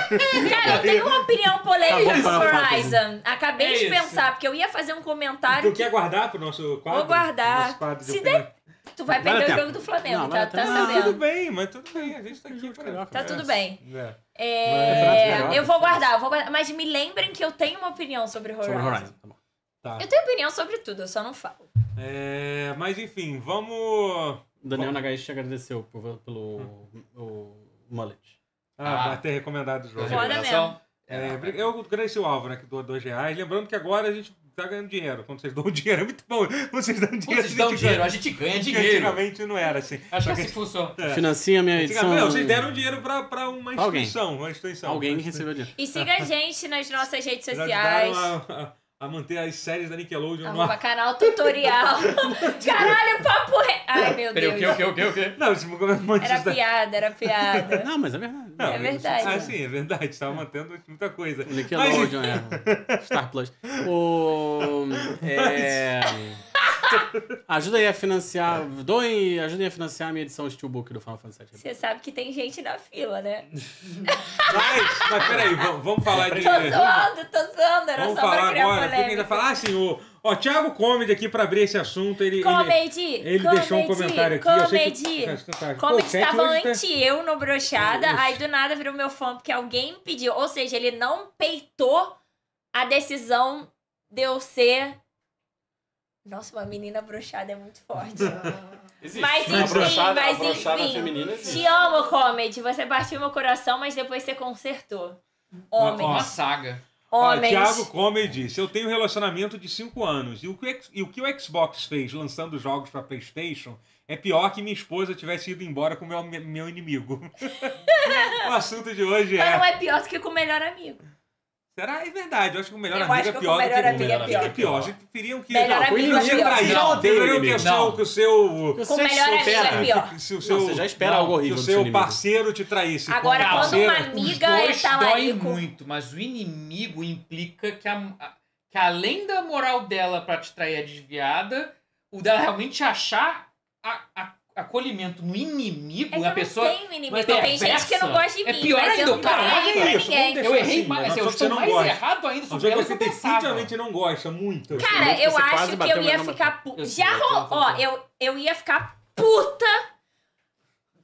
Speaker 4: Cara, eu tenho uma opinião polêmica
Speaker 3: Acabou
Speaker 4: do
Speaker 3: Final Fantasy.
Speaker 4: Horizon. Acabei
Speaker 2: É
Speaker 4: de
Speaker 2: isso.
Speaker 4: pensar, porque eu ia fazer um comentário
Speaker 1: Tu
Speaker 4: que
Speaker 1: quer guardar pro nosso quadro?
Speaker 4: Vou guardar.
Speaker 1: Nosso quadro de
Speaker 4: Se tá
Speaker 1: opinião?
Speaker 4: tu vai
Speaker 3: Vale
Speaker 4: perder
Speaker 3: a
Speaker 4: o
Speaker 3: pena.
Speaker 4: jogo do Flamengo,
Speaker 3: Não,
Speaker 4: tá,
Speaker 3: vale a
Speaker 4: tá
Speaker 3: pena.
Speaker 1: Ah, tudo
Speaker 4: sabendo.
Speaker 1: bem, mas tudo bem. A gente tá aqui pra...
Speaker 4: Tá tudo bem.
Speaker 1: É.
Speaker 4: É,
Speaker 3: Mas é pra-
Speaker 4: eu vou guardar, eu vou guardar. Mas me lembrem que eu tenho uma opinião sobre Horizon.
Speaker 3: Sobre Horizon, tá bom.
Speaker 1: Tá.
Speaker 4: Eu tenho opinião sobre tudo, eu só não falo.
Speaker 1: É, mas enfim, vamos.
Speaker 3: O Daniel
Speaker 1: Bom.
Speaker 3: Nagashi te agradeceu por- pelo o mullet.
Speaker 1: Ah,
Speaker 2: Ah.
Speaker 1: vai ter recomendado o jogo. né?
Speaker 4: Foda
Speaker 2: Revelação.
Speaker 1: É, obri- eu agradeço o Álvaro, né, que doa dois reais. Lembrando que agora a gente tá ganhando dinheiro. Quando vocês dão dinheiro, é muito bom. Quando vocês dão dinheiro,
Speaker 2: Vocês
Speaker 1: a
Speaker 2: dão
Speaker 1: gente
Speaker 2: dinheiro,
Speaker 1: ganha.
Speaker 2: a gente ganha
Speaker 1: Porque
Speaker 2: dinheiro.
Speaker 1: Antigamente não era assim.
Speaker 2: Acho que assim funciona.
Speaker 1: É.
Speaker 3: Financia minha edição.
Speaker 1: Antigamente, não, vocês deram dinheiro pra, pra uma
Speaker 3: Pra alguém.
Speaker 1: instituição. Uma instituição.
Speaker 3: Alguém
Speaker 1: Uma instituição.
Speaker 3: recebeu dinheiro.
Speaker 4: E
Speaker 2: [laughs]
Speaker 4: siga a gente nas nossas redes
Speaker 1: Vocês
Speaker 4: sociais.
Speaker 1: ajudaram a, a- a manter as séries da Nickelodeon no
Speaker 4: Arroba
Speaker 1: ar.
Speaker 4: canal
Speaker 2: [laughs]
Speaker 4: tutorial. Caralho, papo re... Ai, meu
Speaker 2: Peraí, o que, o
Speaker 4: Deus.
Speaker 2: que, o que, o que?
Speaker 1: [laughs] Não, isso manter
Speaker 4: Era
Speaker 1: isso da-
Speaker 4: piada, era
Speaker 2: [laughs]
Speaker 4: piada.
Speaker 3: Não, mas é verdade.
Speaker 1: Não,
Speaker 4: É verdade.
Speaker 1: Ah, sim, é verdade. Tava mantendo muita coisa.
Speaker 3: O Nickelodeon, é. Star Plus. O, é, ajuda aí a financiar. Doem, ajudem a financiar a minha edição Steelbook do Final Fantasy VII.
Speaker 4: Você sabe que tem gente na fila, né?
Speaker 1: Mas, mas peraí, vamos, vamos falar de.
Speaker 4: Tô zoando, tô zoando, era
Speaker 1: Vamos
Speaker 4: só pra
Speaker 1: falar
Speaker 4: criar
Speaker 1: agora. Quem ainda
Speaker 4: polêmica.
Speaker 1: falar assim, o. Ó, Thiago Comedy aqui pra abrir esse assunto. Ele, ele-
Speaker 4: Comedy,
Speaker 1: Ele
Speaker 4: comedy,
Speaker 1: deixou um comentário aqui. Eu sei que-
Speaker 4: Comedy,
Speaker 1: Acho que tá- Pô,
Speaker 4: comedy
Speaker 1: o chat
Speaker 4: estava
Speaker 1: hoje tá-
Speaker 4: anti eu no brochada, aí do nada virou meu fã porque alguém pediu. Ou seja, ele não peitou a decisão de eu ser. Nossa, uma menina brochada é muito forte.
Speaker 6: Ah.
Speaker 4: Mas enfim, mas enfim. Te amo, comedy. Você partiu meu coração, mas depois você consertou.
Speaker 2: Uma
Speaker 4: Homens.
Speaker 2: saga.
Speaker 1: Ó,
Speaker 4: Homens.
Speaker 1: Thiago Comedy disse: Eu tenho um relacionamento de 5 anos. E o, que, o X- e o que o Xbox fez lançando jogos pra PlayStation é pior que minha esposa tivesse ido embora com o meu, meu inimigo. [laughs] o assunto de hoje
Speaker 4: Mas não
Speaker 1: é.
Speaker 4: é pior do que com o melhor amigo.
Speaker 1: Será? É verdade. Eu acho que o melhor
Speaker 4: Eu
Speaker 1: amigo
Speaker 4: acho
Speaker 1: é
Speaker 4: que o
Speaker 1: pior do
Speaker 4: melhor
Speaker 1: que
Speaker 4: amigo é pior.
Speaker 1: É pior. Vocês preferiam que.
Speaker 4: Melhor
Speaker 1: Não,
Speaker 4: amigo é
Speaker 1: você
Speaker 4: pior.
Speaker 1: trair
Speaker 3: Não,
Speaker 1: alguém,
Speaker 3: odeio
Speaker 1: eu
Speaker 3: inimigo.
Speaker 1: pensar
Speaker 2: Não.
Speaker 1: que o seu.
Speaker 4: Com o melhor amigo é pior.
Speaker 1: Se o
Speaker 3: Não,
Speaker 1: seu,
Speaker 3: você já espera
Speaker 2: Não,
Speaker 3: algo
Speaker 1: que
Speaker 3: horrível
Speaker 1: o
Speaker 3: do
Speaker 1: seu
Speaker 3: inimigo.
Speaker 1: parceiro te traísse.
Speaker 4: Agora,
Speaker 1: Como
Speaker 4: quando uma
Speaker 1: parceiro,
Speaker 4: amiga
Speaker 2: Os
Speaker 4: é
Speaker 2: dois doem
Speaker 4: talarico.
Speaker 2: muito, mas o inimigo implica que, a, a- que além da moral dela pra te trair é desviada, o dela realmente achar a- a- acolhimento no
Speaker 4: É
Speaker 2: inimigo,
Speaker 4: que eu
Speaker 2: na
Speaker 4: não
Speaker 2: tipo, pessoa.
Speaker 4: tenho inimigo.
Speaker 2: Mas
Speaker 4: Tem gente que não gosta de mim,
Speaker 2: é pior
Speaker 4: mas eu
Speaker 2: ainda,
Speaker 4: não tô
Speaker 2: cara.
Speaker 4: nem aí pra
Speaker 1: Olha isso,
Speaker 4: ninguém.
Speaker 1: vamos
Speaker 2: Eu errei
Speaker 1: assim, né?
Speaker 2: mais, assim,
Speaker 1: Só
Speaker 2: eu
Speaker 1: que você
Speaker 2: estou
Speaker 1: não
Speaker 2: mais
Speaker 1: gosta.
Speaker 2: errado ainda
Speaker 1: Um
Speaker 2: sobre
Speaker 1: jogo
Speaker 2: ela
Speaker 1: que
Speaker 2: do que
Speaker 1: você
Speaker 2: eu pensava.
Speaker 1: definitivamente não gosta muito.
Speaker 4: Cara, eu
Speaker 3: você quase
Speaker 4: acho que
Speaker 3: bateu
Speaker 4: eu
Speaker 3: na
Speaker 4: ia
Speaker 3: mão.
Speaker 4: ficar puta.
Speaker 2: Eu sei,
Speaker 4: Já
Speaker 2: eu tô
Speaker 4: rolou. Ó,
Speaker 2: entendendo.
Speaker 4: eu, eu ia ficar puta.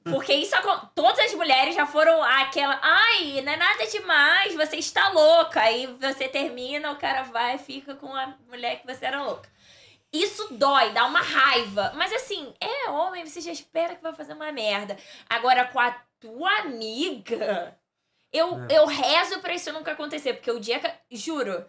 Speaker 4: Porque isso acon- Todas as mulheres já foram aquela. Ai, não é nada demais, você está louca. Aí você termina, o cara vai e fica com a mulher que você era louca. Isso dói, dá uma raiva. Mas assim, é homem, você já espera que vai fazer uma merda. Agora, com a tua amiga, eu,
Speaker 3: É.
Speaker 4: eu rezo pra isso nunca acontecer. Porque o dia que. Juro.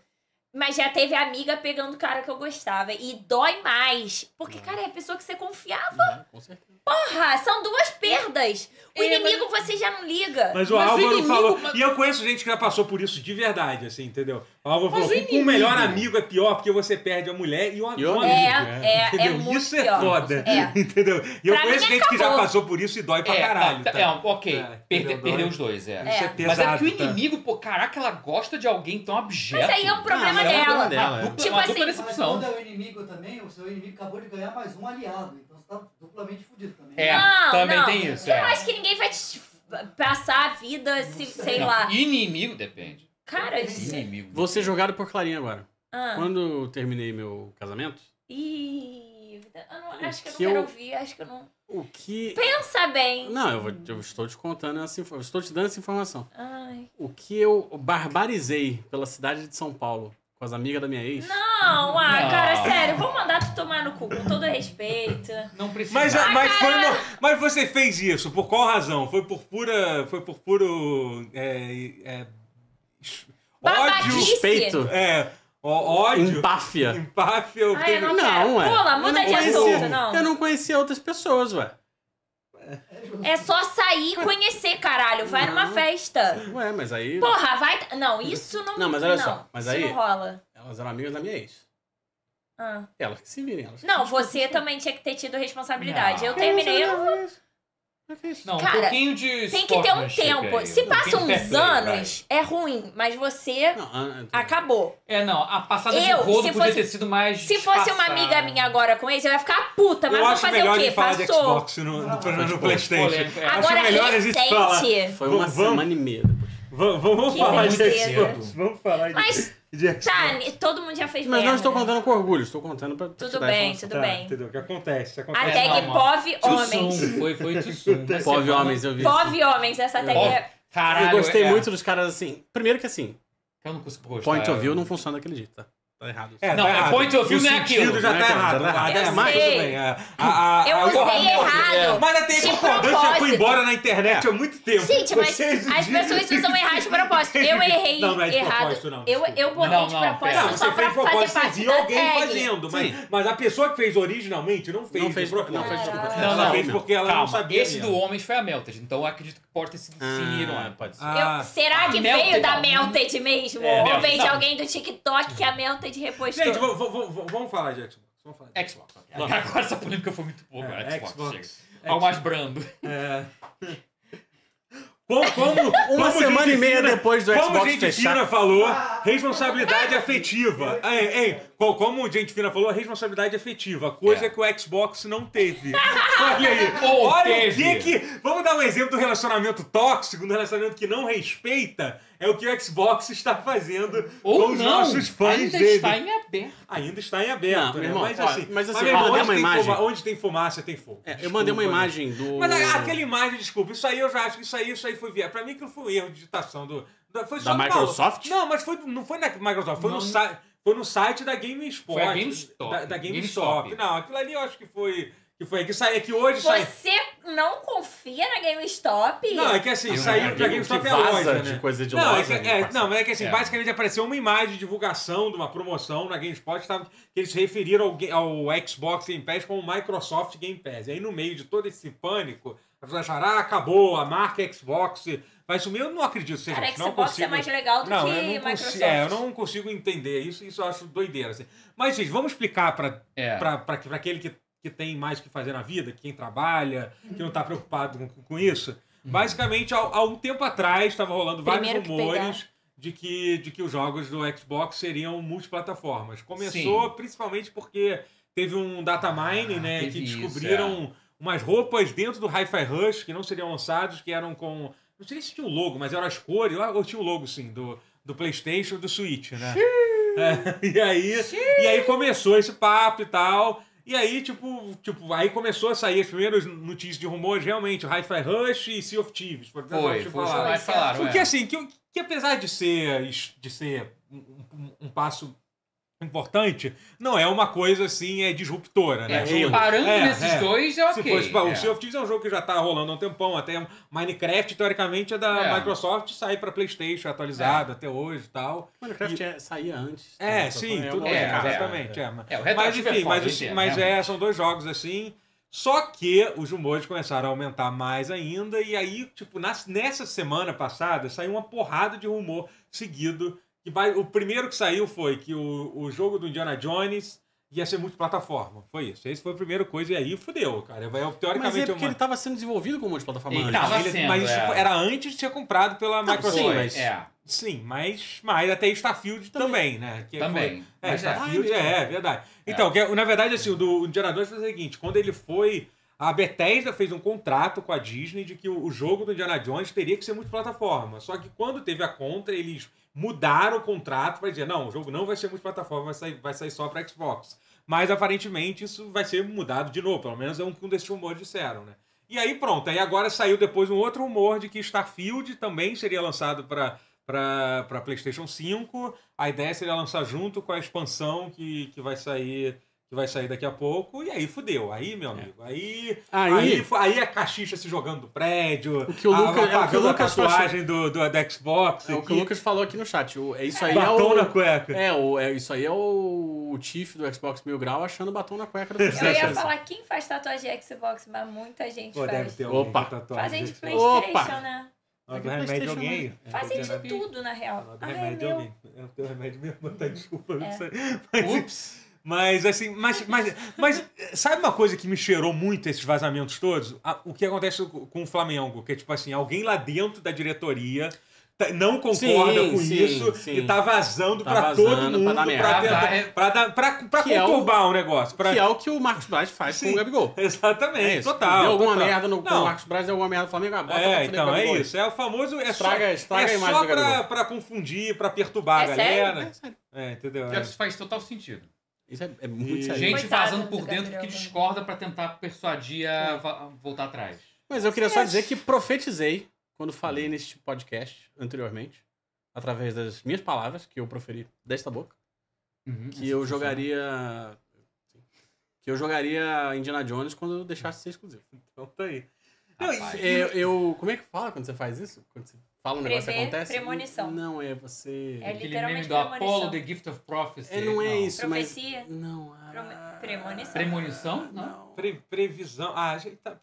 Speaker 4: Mas já teve amiga pegando o cara que eu gostava. E dói mais. Porque, cara, é a pessoa que você confiava.
Speaker 3: Não, É, com certeza.
Speaker 4: Porra, são duas perdas. O
Speaker 2: É,
Speaker 4: inimigo você já não liga.
Speaker 1: Mas o
Speaker 2: Mas o
Speaker 1: Álvaro
Speaker 2: inimigo-
Speaker 1: falou.
Speaker 2: mas-
Speaker 1: E eu conheço gente que já passou por isso de verdade, assim, entendeu? O Álvaro
Speaker 2: Mas
Speaker 1: falou:
Speaker 2: o
Speaker 1: que com o
Speaker 2: inimigo-
Speaker 1: melhor amigo é pior porque você perde a mulher e o,
Speaker 3: E o
Speaker 1: o
Speaker 3: amigo,
Speaker 1: amigo.
Speaker 4: É, é, é
Speaker 1: Entendeu?
Speaker 4: muito
Speaker 1: isso é
Speaker 4: pior.
Speaker 1: foda.
Speaker 4: É.
Speaker 1: [laughs] Entendeu? E eu
Speaker 4: Pra
Speaker 1: conheço
Speaker 4: mim,
Speaker 1: gente que já
Speaker 4: acabou.
Speaker 1: passou por isso e dói pra
Speaker 2: É,
Speaker 1: caralho.
Speaker 2: tá,
Speaker 1: tá?
Speaker 2: é, ok.
Speaker 1: É,
Speaker 2: perde-
Speaker 1: entendeu?
Speaker 2: perdeu os dois, é.
Speaker 1: Isso é
Speaker 4: É.
Speaker 2: Mas
Speaker 1: pesado.
Speaker 2: é que o
Speaker 1: tá?
Speaker 2: inimigo, pô, caraca, ela gosta de alguém tão objeto.
Speaker 4: Mas aí é um problema
Speaker 3: mas é um
Speaker 4: dela.
Speaker 1: Ah,
Speaker 3: problema dela, é.
Speaker 2: Uma dupla,
Speaker 4: Tipo
Speaker 2: uma
Speaker 4: assim,
Speaker 2: dupla
Speaker 6: Mas
Speaker 2: decepção.
Speaker 6: quando é o inimigo também, o seu inimigo acabou de ganhar mais um aliado. Então você tá duplamente fudido também.
Speaker 2: É,
Speaker 4: Não,
Speaker 2: também
Speaker 4: não.
Speaker 2: tem isso.
Speaker 4: Eu
Speaker 2: é.
Speaker 4: acho que ninguém vai te passar a vida, se, sei
Speaker 2: Não,
Speaker 4: lá.
Speaker 2: Inimigo depende.
Speaker 4: Cara,
Speaker 6: Sim.
Speaker 2: Inimigo.
Speaker 3: Vou ser jogado por Clarinha agora.
Speaker 4: ah.
Speaker 3: Quando eu terminei meu casamento,
Speaker 4: Ih, eu não, acho que eu não
Speaker 3: Que
Speaker 4: quero
Speaker 3: eu-
Speaker 4: ouvir, acho que eu não.
Speaker 3: o que.
Speaker 4: Pensa bem.
Speaker 3: Não, eu, vou- eu estou te contando essa info- eu estou te dando essa informação.
Speaker 4: Ai.
Speaker 3: O que eu barbarizei pela cidade de São Paulo com as amigas da minha ex.
Speaker 4: Não, ah,
Speaker 2: Não.
Speaker 4: cara, sério, vou mandar tu tomar no cu, com todo respeito.
Speaker 2: Não precisa.
Speaker 1: Mas, é,
Speaker 4: é- Ah,
Speaker 1: mas, foi uma- mas você fez isso, por qual razão? Foi por pura. Foi por puro. É, é, es-
Speaker 4: Babaquice.
Speaker 1: ódio.
Speaker 3: Despeito.
Speaker 1: É. ó- Ódio.
Speaker 3: Empáfia.
Speaker 1: Empáfia. eu
Speaker 4: Ai, Ah, eu não,
Speaker 1: tenho-
Speaker 4: quero.
Speaker 3: Não, ué.
Speaker 4: Pula,
Speaker 3: Eu
Speaker 4: muda
Speaker 3: não
Speaker 4: de
Speaker 3: conhecia-
Speaker 4: assunto, não.
Speaker 3: Eu não conhecia outras pessoas, ué.
Speaker 4: É só sair e conhecer, caralho. Vai numa
Speaker 3: Não.
Speaker 4: festa.
Speaker 3: Ué, mas aí.
Speaker 4: Porra, vai. Não, isso não.
Speaker 3: Não, mas olha só, mas
Speaker 4: isso
Speaker 3: aí-
Speaker 4: não rola.
Speaker 3: Elas eram amigas da minha ex.
Speaker 4: Ah.
Speaker 3: Elas que se virem, elas.
Speaker 1: Tipo
Speaker 4: Não, você
Speaker 1: assim,
Speaker 4: também tinha que ter tido responsabilidade.
Speaker 2: Não.
Speaker 4: Eu terminei. eu-
Speaker 2: Não,
Speaker 4: Cara,
Speaker 2: um pouquinho de
Speaker 4: Tem que ter um
Speaker 2: sportsmanship
Speaker 4: tempo.
Speaker 2: aí,
Speaker 1: né?
Speaker 4: Se
Speaker 2: um pouquinho
Speaker 4: passa
Speaker 2: de fair
Speaker 4: uns
Speaker 2: play,
Speaker 4: anos, é ruim, mas você
Speaker 3: Não, ah, ah,
Speaker 4: acabou.
Speaker 2: vai. É, não, a passada de
Speaker 4: Eu,
Speaker 2: rodo
Speaker 4: se
Speaker 2: podia
Speaker 4: fosse-
Speaker 2: ter sido mais
Speaker 4: Se fosse uma
Speaker 2: disfarçada.
Speaker 4: amiga minha agora com esse, eu ia ficar puta, mas
Speaker 1: Eu
Speaker 4: vou
Speaker 1: acho
Speaker 4: fazer
Speaker 1: melhor
Speaker 4: o
Speaker 1: a
Speaker 4: quê?
Speaker 1: gente falar de
Speaker 4: Passou.
Speaker 1: Xbox no, no, no, no
Speaker 3: Xbox.
Speaker 1: Playstation.
Speaker 2: Polêmico, é.
Speaker 1: Acho
Speaker 4: Agora
Speaker 1: melhor a gente falar.
Speaker 4: recente.
Speaker 3: Foi uma
Speaker 1: Vamos-
Speaker 3: semana e meia depois.
Speaker 1: Vamos, vamos
Speaker 4: Que
Speaker 1: falar de
Speaker 4: tristeza.
Speaker 1: Xbox. Vamos falar de,
Speaker 4: Mas,
Speaker 1: de Xbox.
Speaker 4: tá, ni- todo mundo já fez
Speaker 3: Mas
Speaker 4: merda. né?
Speaker 3: não estou contando tá, com orgulho, estou contando pra. pra te
Speaker 4: É, Tudo
Speaker 3: dar
Speaker 4: bem,
Speaker 3: informação.
Speaker 4: tudo bem.
Speaker 1: Entendeu? O que acontece? acontece.
Speaker 4: A
Speaker 2: É
Speaker 4: tag
Speaker 2: normal.
Speaker 4: POV
Speaker 2: Too
Speaker 4: Homens.
Speaker 2: soon, é Foi, né? foi too soon. Uma
Speaker 3: Pove
Speaker 2: semana-
Speaker 3: homens, eu vi. isso.
Speaker 4: POV Homens, essa tag é.
Speaker 2: Caralho,
Speaker 3: eu gostei
Speaker 2: é.
Speaker 3: muito dos caras assim. Primeiro que assim,
Speaker 2: Eu não consigo gostar.
Speaker 3: point of view
Speaker 2: eu-
Speaker 3: não funciona daquele jeito, tá? Tá errado.
Speaker 1: É,
Speaker 2: Não, é
Speaker 1: errado.
Speaker 2: point of view
Speaker 1: O
Speaker 2: não é
Speaker 1: sentido
Speaker 2: aquilo.
Speaker 1: já
Speaker 3: Não é
Speaker 1: tá
Speaker 3: aquilo,
Speaker 1: errado.
Speaker 3: já tá errado.
Speaker 1: É,
Speaker 4: Eu
Speaker 1: mas tudo
Speaker 4: sei.
Speaker 1: bem. é. A- a-
Speaker 4: Eu
Speaker 1: a-
Speaker 4: usei
Speaker 2: é.
Speaker 4: errado.
Speaker 1: Mas até
Speaker 4: de
Speaker 1: a concordância foi
Speaker 4: propósito.
Speaker 1: embora na internet há muito tempo.
Speaker 4: Gente, mas
Speaker 1: Vocês-
Speaker 4: as pessoas usam errado de propósito. Eu errei
Speaker 1: [laughs] Não, não é de
Speaker 4: errado.
Speaker 1: propósito, não,
Speaker 4: Eu,
Speaker 1: desculpa.
Speaker 4: eu botei
Speaker 2: Não,
Speaker 4: de
Speaker 2: não,
Speaker 4: propósito
Speaker 2: pera.
Speaker 1: Não,
Speaker 4: só
Speaker 1: você
Speaker 4: pra
Speaker 1: fez por
Speaker 4: fazer
Speaker 1: propósito,
Speaker 4: parte
Speaker 1: de
Speaker 4: da
Speaker 1: alguém
Speaker 4: tag.
Speaker 1: fazendo, mas,
Speaker 3: Sim.
Speaker 1: mas a pessoa que fez originalmente não fez.
Speaker 3: Não fez,
Speaker 1: de propósito.
Speaker 3: não fez de propósito.
Speaker 2: Não,
Speaker 1: Ela
Speaker 2: não.
Speaker 1: fez porque ela não
Speaker 2: Calma,
Speaker 1: sabia.
Speaker 2: esse
Speaker 1: mesmo.
Speaker 2: do Homens foi a Melted, então eu acredito que pode ter sido sim é, irônico.
Speaker 3: Ah, pode ser.
Speaker 4: Eu-
Speaker 1: Ah,
Speaker 4: será que veio
Speaker 2: Ah, Melted,
Speaker 4: da
Speaker 2: não.
Speaker 4: Melted mesmo?
Speaker 1: É,
Speaker 4: Ou
Speaker 2: Melted,
Speaker 4: veio de
Speaker 2: não.
Speaker 4: alguém do TikTok que a Melted repostou?
Speaker 1: gente, vou- vou- vou- vamos falar de Xbox. Vamos falar de
Speaker 3: É
Speaker 2: Xbox. Agora essa polêmica foi muito boa, cara.
Speaker 1: É,
Speaker 2: Xbox. chega.
Speaker 1: Xbox.
Speaker 2: Algo mais brando.
Speaker 1: É.
Speaker 3: [laughs]
Speaker 1: Como, como-
Speaker 3: Uma
Speaker 1: como
Speaker 3: semana
Speaker 1: gente
Speaker 3: e meia
Speaker 1: fina-
Speaker 3: depois do
Speaker 1: Como
Speaker 3: Xbox
Speaker 1: gente
Speaker 3: fechar.
Speaker 1: fina falou, responsabilidade afetiva. É, é, co- como gente fina falou, responsabilidade afetiva. Coisa
Speaker 2: É.
Speaker 1: que o Xbox não teve. [laughs] Olha aí.
Speaker 2: Ou
Speaker 1: Olha
Speaker 2: teve.
Speaker 1: o que que... Vamos dar um exemplo do relacionamento tóxico, do relacionamento que não respeita. É o que o Xbox está fazendo
Speaker 2: Ou
Speaker 1: com os
Speaker 2: não,
Speaker 1: nossos fãs
Speaker 2: ainda
Speaker 1: dele.
Speaker 2: está em aberto.
Speaker 1: Ainda está em aberto,
Speaker 3: Não,
Speaker 1: né?
Speaker 3: meu irmão,
Speaker 1: mas,
Speaker 3: olha,
Speaker 1: assim,
Speaker 3: mas assim,
Speaker 1: meu
Speaker 3: eu
Speaker 1: irmão,
Speaker 3: mandei
Speaker 1: onde
Speaker 3: uma
Speaker 1: tem
Speaker 3: imagem.
Speaker 1: foma- onde tem fumaça, tem fogo.
Speaker 3: É, eu mandei
Speaker 1: Desculpa,
Speaker 3: uma
Speaker 1: né?
Speaker 3: imagem do.
Speaker 1: Mas a- aquela imagem, desculpa, isso aí eu já acho que isso aí, isso aí foi viagem. Pra mim aquilo foi um erro de digitação do. da- foi
Speaker 3: Da
Speaker 1: do maluco.
Speaker 3: Microsoft?
Speaker 1: Não, mas foi, não foi na Microsoft, foi,
Speaker 2: Não.
Speaker 1: no, site foi no site da GameSpot.
Speaker 2: Foi a GameStop.
Speaker 1: Da, da GameStop.
Speaker 2: GameStop.
Speaker 1: Não, aquilo ali eu acho que foi. Que foi que saiu, é que hoje saiu.
Speaker 4: Você não confia na GameStop?
Speaker 1: Não, é que assim,
Speaker 3: Não,
Speaker 1: saiu
Speaker 3: é,
Speaker 1: da
Speaker 3: é,
Speaker 1: GameStop
Speaker 3: que
Speaker 1: é a
Speaker 3: vaza
Speaker 1: loja,
Speaker 3: de
Speaker 1: né?
Speaker 3: coisa de
Speaker 1: não,
Speaker 3: loja,
Speaker 1: é que-
Speaker 3: né,
Speaker 1: é,
Speaker 3: parceiro?
Speaker 1: não, mas é que assim,
Speaker 2: É.
Speaker 1: basicamente apareceu uma imagem de divulgação de uma promoção na GameSpot que tava- que eles se referiram ao, ga- ao Xbox Game Pass como Microsoft Game Pass. E aí, no meio de todo esse pânico, as pessoas acharam, ah, acabou, a marca Xbox vai sumir. Eu não acredito, seja,
Speaker 4: Cara,
Speaker 1: não
Speaker 4: Xbox
Speaker 1: consigo...
Speaker 4: é mais legal do
Speaker 1: Não,
Speaker 4: que
Speaker 1: eu não,
Speaker 4: Microsoft.
Speaker 1: consigo, é, eu não consigo entender isso, isso eu acho doideira. assim. Mas, gente, vamos explicar para
Speaker 2: É.
Speaker 1: para aquele que, que tem mais o que fazer na vida, quem trabalha, que não está preocupado com, com isso.
Speaker 2: Uhum.
Speaker 1: Basicamente, há, há um tempo atrás, estava rolando vários
Speaker 4: Primeiro que
Speaker 1: rumores de que, de que os jogos do Xbox seriam multiplataformas. Começou principalmente porque teve um data mining,
Speaker 2: Ah,
Speaker 1: né, que
Speaker 2: teve isso, é.
Speaker 1: descobriram umas roupas dentro do Hi-Fi Rush que não seriam lançados, que eram com... Não sei se tinha o logo, mas eram as cores, ou ou tinha o logo, sim, do, do PlayStation e do Switch, né? É, [laughs] e aí, e aí começou esse papo e tal. E aí, tipo, tipo, aí começou a sair as primeiras notícias de rumores, realmente, o Hi-Fi Rush e Sea of Thieves. por exemplo,
Speaker 2: Foi,
Speaker 1: tipo,
Speaker 2: foi o que
Speaker 1: lá.
Speaker 2: mais falaram.
Speaker 1: Porque
Speaker 2: é.
Speaker 1: assim, que, que apesar de ser, de ser um, um- um passo importante, não é uma coisa assim, é disruptora, né?
Speaker 2: É,
Speaker 1: Tipo,
Speaker 2: comparando
Speaker 1: é,
Speaker 2: nesses
Speaker 1: é.
Speaker 2: dois, é
Speaker 1: Se
Speaker 2: ok.
Speaker 1: fosse, pá,
Speaker 2: é.
Speaker 1: O Sea of Thieves é um jogo que já tá rolando há um tempão, até Minecraft, teoricamente, é da
Speaker 2: É.
Speaker 1: Microsoft, sai pra Playstation atualizado até hoje e tal.
Speaker 3: Minecraft é- saía antes.
Speaker 1: É,
Speaker 3: né? Só
Speaker 1: sim,
Speaker 3: foi-
Speaker 1: tudo
Speaker 3: outra
Speaker 1: bem,
Speaker 2: é,
Speaker 3: casa,
Speaker 1: exatamente. é, mas-
Speaker 2: É, o retroativo
Speaker 1: mas enfim,
Speaker 2: é foda,
Speaker 1: mas, os-
Speaker 2: eu entendo,
Speaker 1: mas
Speaker 2: realmente.
Speaker 1: é, são dois jogos assim. Só que os rumores começaram a aumentar mais ainda, e aí, tipo, nas- nessa semana passada saiu uma porrada de rumor seguido. Que vai- o primeiro que saiu foi que o, o jogo do Indiana Jones ia ser multiplataforma. Foi isso. Esse foi a primeira coisa, e aí fudeu, cara. Vai-
Speaker 3: Mas é
Speaker 1: Teoricamente,
Speaker 3: porque ele tava sendo desenvolvido como multiplataforma
Speaker 2: Ele
Speaker 3: antes.
Speaker 2: tava
Speaker 1: Não, ele-
Speaker 2: sendo,
Speaker 1: Então, mas isso
Speaker 2: é.
Speaker 1: era antes de ser comprado pela
Speaker 3: Não,
Speaker 1: Microsoft.
Speaker 2: Foi,
Speaker 3: sim, mas-
Speaker 2: é,
Speaker 1: Sim, mas, mas até Starfield também, né? Que foi-
Speaker 2: também.
Speaker 1: é,
Speaker 2: Mas é.
Speaker 1: Starfield,
Speaker 3: Ah, é
Speaker 1: é,
Speaker 3: mesmo.
Speaker 1: é, verdade. Então, que, na verdade, assim, o do Indiana Jones foi o seguinte: quando ele foi. A Bethesda fez um contrato com a Disney de que o, o jogo do Indiana Jones teria que ser multiplataforma. Só que quando teve a contra, eles mudar o contrato para dizer, não, o jogo não vai ser multiplataforma, vai sair, vai sair só para Xbox. Mas aparentemente isso vai ser mudado de novo, pelo menos é um que um desses rumores disseram, né? E aí pronto, aí agora saiu depois um outro rumor de que Starfield também seria lançado para para PlayStation 5. A ideia é seria lançar junto com a expansão que, que vai sair que vai sair daqui a pouco. E aí fudeu. Aí, meu amigo, aí
Speaker 3: É. Ah, Aí-
Speaker 1: aí, aí, a Caxixa se jogando do prédio,
Speaker 3: O que o
Speaker 1: a-
Speaker 3: Lucas- é o que o
Speaker 1: apagando a
Speaker 3: Lucas
Speaker 1: tatuagem do, do, da Xbox.
Speaker 3: É o que o Lucas falou aqui no chat. O- é isso aí é
Speaker 1: Batom
Speaker 3: o,
Speaker 1: na cueca.
Speaker 3: é, o, é isso aí é o, o Tiff do Xbox Mil Grau achando batom
Speaker 1: [laughs]
Speaker 3: na cueca do PlayStation.
Speaker 4: Eu ia falar quem faz tatuagem Xbox, mas muita gente
Speaker 1: Pô, deve
Speaker 4: faz.
Speaker 1: ter alguém
Speaker 3: Opa.
Speaker 1: com tatuagem.
Speaker 4: Fazem de
Speaker 1: gente.
Speaker 4: Playstation,
Speaker 3: Opa.
Speaker 4: né?
Speaker 1: Ah, do
Speaker 3: É que
Speaker 1: remédio de
Speaker 3: PlayStation
Speaker 1: alguém aí.
Speaker 4: Fazem de
Speaker 2: Entendi.
Speaker 4: tudo, na real.
Speaker 1: Fala do
Speaker 4: Ah, é
Speaker 1: remédio de
Speaker 4: meu.
Speaker 1: alguém. É o teu remédio mesmo, tá? Desculpa.
Speaker 4: É.
Speaker 1: não sei. Mas,
Speaker 2: Ups.
Speaker 1: Mas assim, mas, mas, mas sabe uma coisa que me cheirou muito esses vazamentos todos? A- O que acontece co- com o Flamengo, que é tipo assim, alguém lá dentro da diretoria tá- não concorda
Speaker 3: Sim,
Speaker 1: com
Speaker 3: sim,
Speaker 1: isso
Speaker 3: sim.
Speaker 1: e tá vazando
Speaker 3: Tá
Speaker 1: pra
Speaker 3: vazando
Speaker 1: todo mundo
Speaker 3: pra dar
Speaker 1: pra,
Speaker 3: merda.
Speaker 1: tentar- pra, dar- pra, pra
Speaker 3: Que é o-
Speaker 1: conturbar o, negócio. pra-
Speaker 3: Que é o que o Marcos Braz faz com
Speaker 1: Sim.
Speaker 3: o Gabigol.
Speaker 1: [laughs] Exatamente,
Speaker 3: É isso.
Speaker 1: total.
Speaker 3: Deu alguma
Speaker 1: total.
Speaker 3: merda no com o
Speaker 1: Não,
Speaker 3: Marcos Braz, deu alguma merda no Flamengo, ah, bota pra
Speaker 1: É,
Speaker 3: fuder com o
Speaker 1: então é
Speaker 3: Gabigol.
Speaker 1: isso. É o famoso. É
Speaker 3: Estraga-
Speaker 1: só,
Speaker 3: estraga a
Speaker 1: é
Speaker 3: imagem
Speaker 1: só
Speaker 3: do Gabigol.
Speaker 1: pra, pra confundir, pra perturbar
Speaker 4: É
Speaker 1: a
Speaker 4: sério?
Speaker 1: galera.
Speaker 3: É, sério.
Speaker 1: É, entendeu?
Speaker 2: Pior que
Speaker 1: É.
Speaker 2: Isso faz total sentido.
Speaker 3: Isso é, é muito
Speaker 1: E-
Speaker 3: sério.
Speaker 2: Gente
Speaker 4: Coitado
Speaker 2: vazando
Speaker 4: do
Speaker 2: por dentro
Speaker 4: Gabriel,
Speaker 2: que
Speaker 4: né?
Speaker 2: discorda pra tentar persuadir a va- voltar atrás.
Speaker 3: Mas eu queria só dizer que profetizei quando falei neste podcast anteriormente, através das minhas palavras que eu proferi desta boca,
Speaker 2: Uhum, é
Speaker 3: que eu jogaria que eu jogaria Indiana Jones quando eu deixasse ser exclusivo.
Speaker 1: Então tá aí.
Speaker 2: Rapaz.
Speaker 3: Eu, eu- como é que fala quando você faz isso? Quando você fala um negócio que
Speaker 4: Prever
Speaker 3: acontece?
Speaker 4: premonição.
Speaker 3: Não é você.
Speaker 4: É
Speaker 2: Aquele meme
Speaker 4: literalmente
Speaker 2: do Apollo,
Speaker 4: premonição.
Speaker 2: The Gift of Prophecy.
Speaker 3: É, não é isso, mas
Speaker 4: Profecia.
Speaker 3: não. ah,
Speaker 4: Prome- premonição.
Speaker 2: Premonição? Não.
Speaker 3: Não.
Speaker 1: Pre- previsão. Ah, a gente tá.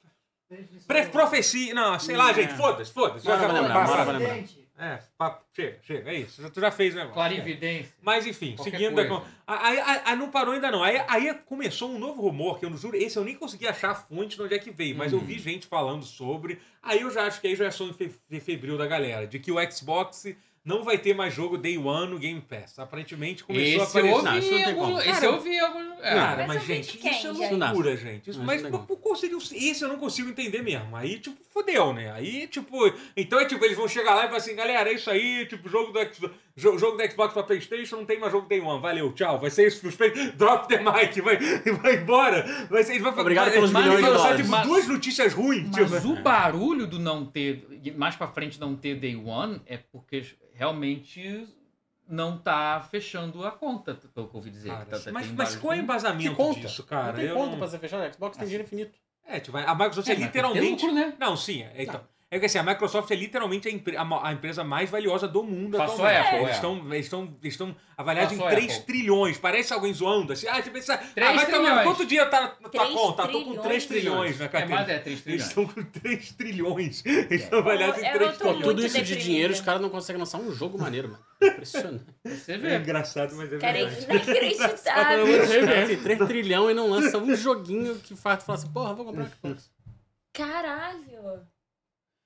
Speaker 6: Prejuízo.
Speaker 2: É.
Speaker 1: Pre profecia. Não, sei lá,
Speaker 3: É.
Speaker 1: gente. Foda-se, foda-se.
Speaker 3: Bora,
Speaker 1: Já
Speaker 3: vai
Speaker 1: tá-
Speaker 3: lembrar,
Speaker 1: passa.
Speaker 3: bora, vai lembrar.
Speaker 6: Presidente,
Speaker 1: É, papo, chega, chega. É isso. Já- Tu já fez, né, irmão?
Speaker 2: Clarividência.
Speaker 1: Mas enfim,
Speaker 2: Qualquer
Speaker 1: seguindo.
Speaker 2: coisa.
Speaker 1: com- a- Aí aí- aí não parou ainda não. Aí, aí começou um novo rumor, que eu não juro, esse eu nem consegui achar a fonte de onde é que veio, mas eu vi
Speaker 2: Hum.
Speaker 1: gente falando sobre. Aí eu já acho que aí já é sonho fe- fe- febril da galera, de que o Xbox não vai ter mais jogo Day One no Game Pass. Aparentemente começou
Speaker 2: Esse
Speaker 1: a
Speaker 2: eu
Speaker 1: aparecer.
Speaker 3: Não, isso não
Speaker 2: ouvi.
Speaker 3: tem como.
Speaker 2: algum- Esse
Speaker 1: Cara,
Speaker 2: eu ouvi. algum- é.
Speaker 1: Cara,
Speaker 4: Mas
Speaker 1: mas,
Speaker 4: eu vi de
Speaker 1: gente,
Speaker 4: quem,
Speaker 1: isso é
Speaker 4: gente?
Speaker 1: loucura, gente. Isso,
Speaker 3: Mas
Speaker 1: mas
Speaker 3: não é dá
Speaker 1: por, por qual seria o- Esse eu não consigo entender mesmo. Aí, tipo, fodeu, né? Aí, tipo... Então, é tipo, eles vão chegar lá e falar assim, galera, é isso aí, tipo, jogo do, X- jo- jogo do Xbox pra Playstation, não tem mais jogo Day One, valeu, tchau. Vai ser isso pros play- [laughs] Drop the mic, vai, vai embora. Vai ser, ele vai,
Speaker 3: Obrigado
Speaker 1: vai,
Speaker 3: pelos
Speaker 1: vai
Speaker 3: milhões de
Speaker 1: lançar,
Speaker 3: dólares.
Speaker 1: tipo,
Speaker 2: Mas-
Speaker 1: duas notícias ruins,
Speaker 2: Mas
Speaker 1: tipo...
Speaker 2: o barulho do não ter, mais pra frente não ter Day One, é porque realmente não tá fechando a conta, pelo que eu ouvi dizer.
Speaker 1: Cara,
Speaker 3: Então,
Speaker 2: que tá- tá
Speaker 1: mas,
Speaker 2: tendo
Speaker 1: mas
Speaker 2: barulho.
Speaker 1: qual é o embasamento
Speaker 3: Que conta?
Speaker 1: disso, cara?
Speaker 3: não tem
Speaker 1: Eu
Speaker 3: conta
Speaker 1: não- Ah.
Speaker 3: pra você fechar. Xbox tem dinheiro infinito.
Speaker 1: É, tipo, a Microsoft é,
Speaker 2: É, mas tem que ter
Speaker 1: literalmente...
Speaker 2: lucro, né?
Speaker 1: Não, sim. É, então, é que assim, a Microsoft é literalmente a, empre- a ma- a empresa mais valiosa do mundo
Speaker 2: Passou
Speaker 1: atualmente.
Speaker 2: a Apple,
Speaker 1: eles
Speaker 2: é.
Speaker 1: estão eles estão- eles estão avaliados
Speaker 2: Passou
Speaker 1: em
Speaker 2: a
Speaker 1: 3
Speaker 2: Apple.
Speaker 1: trilhões. Parece alguém zoando assim. Ah, tipo, essa,
Speaker 2: Três
Speaker 1: ah, vai tomar-
Speaker 2: trilhões.
Speaker 1: quanto dinheiro tá na tua
Speaker 4: Três
Speaker 1: conta? Ah, Tô com
Speaker 4: trilhões.
Speaker 1: 3 trilhões na
Speaker 2: É mais
Speaker 1: carteira.
Speaker 2: é 3
Speaker 1: Eles
Speaker 2: trilhões. É.
Speaker 1: estão com 3 trilhões. Eles estão avaliados em
Speaker 4: Eu
Speaker 1: 3
Speaker 4: tô
Speaker 3: Pô,
Speaker 1: trilhões.
Speaker 4: muito
Speaker 3: tudo isso de
Speaker 4: deprimida.
Speaker 3: dinheiro, os caras não conseguem lançar um jogo maneiro,
Speaker 4: [laughs]
Speaker 3: mano. Impressionante.
Speaker 2: Você
Speaker 1: É
Speaker 2: vê.
Speaker 1: engraçado, mas é
Speaker 4: Cara, é
Speaker 1: verdade.
Speaker 3: É um [laughs]
Speaker 4: inacreditável.
Speaker 3: Tem 3 trilhão e não lança um joguinho que faz tu fala assim, porra, vou comprar um Xbox.
Speaker 4: Caralho.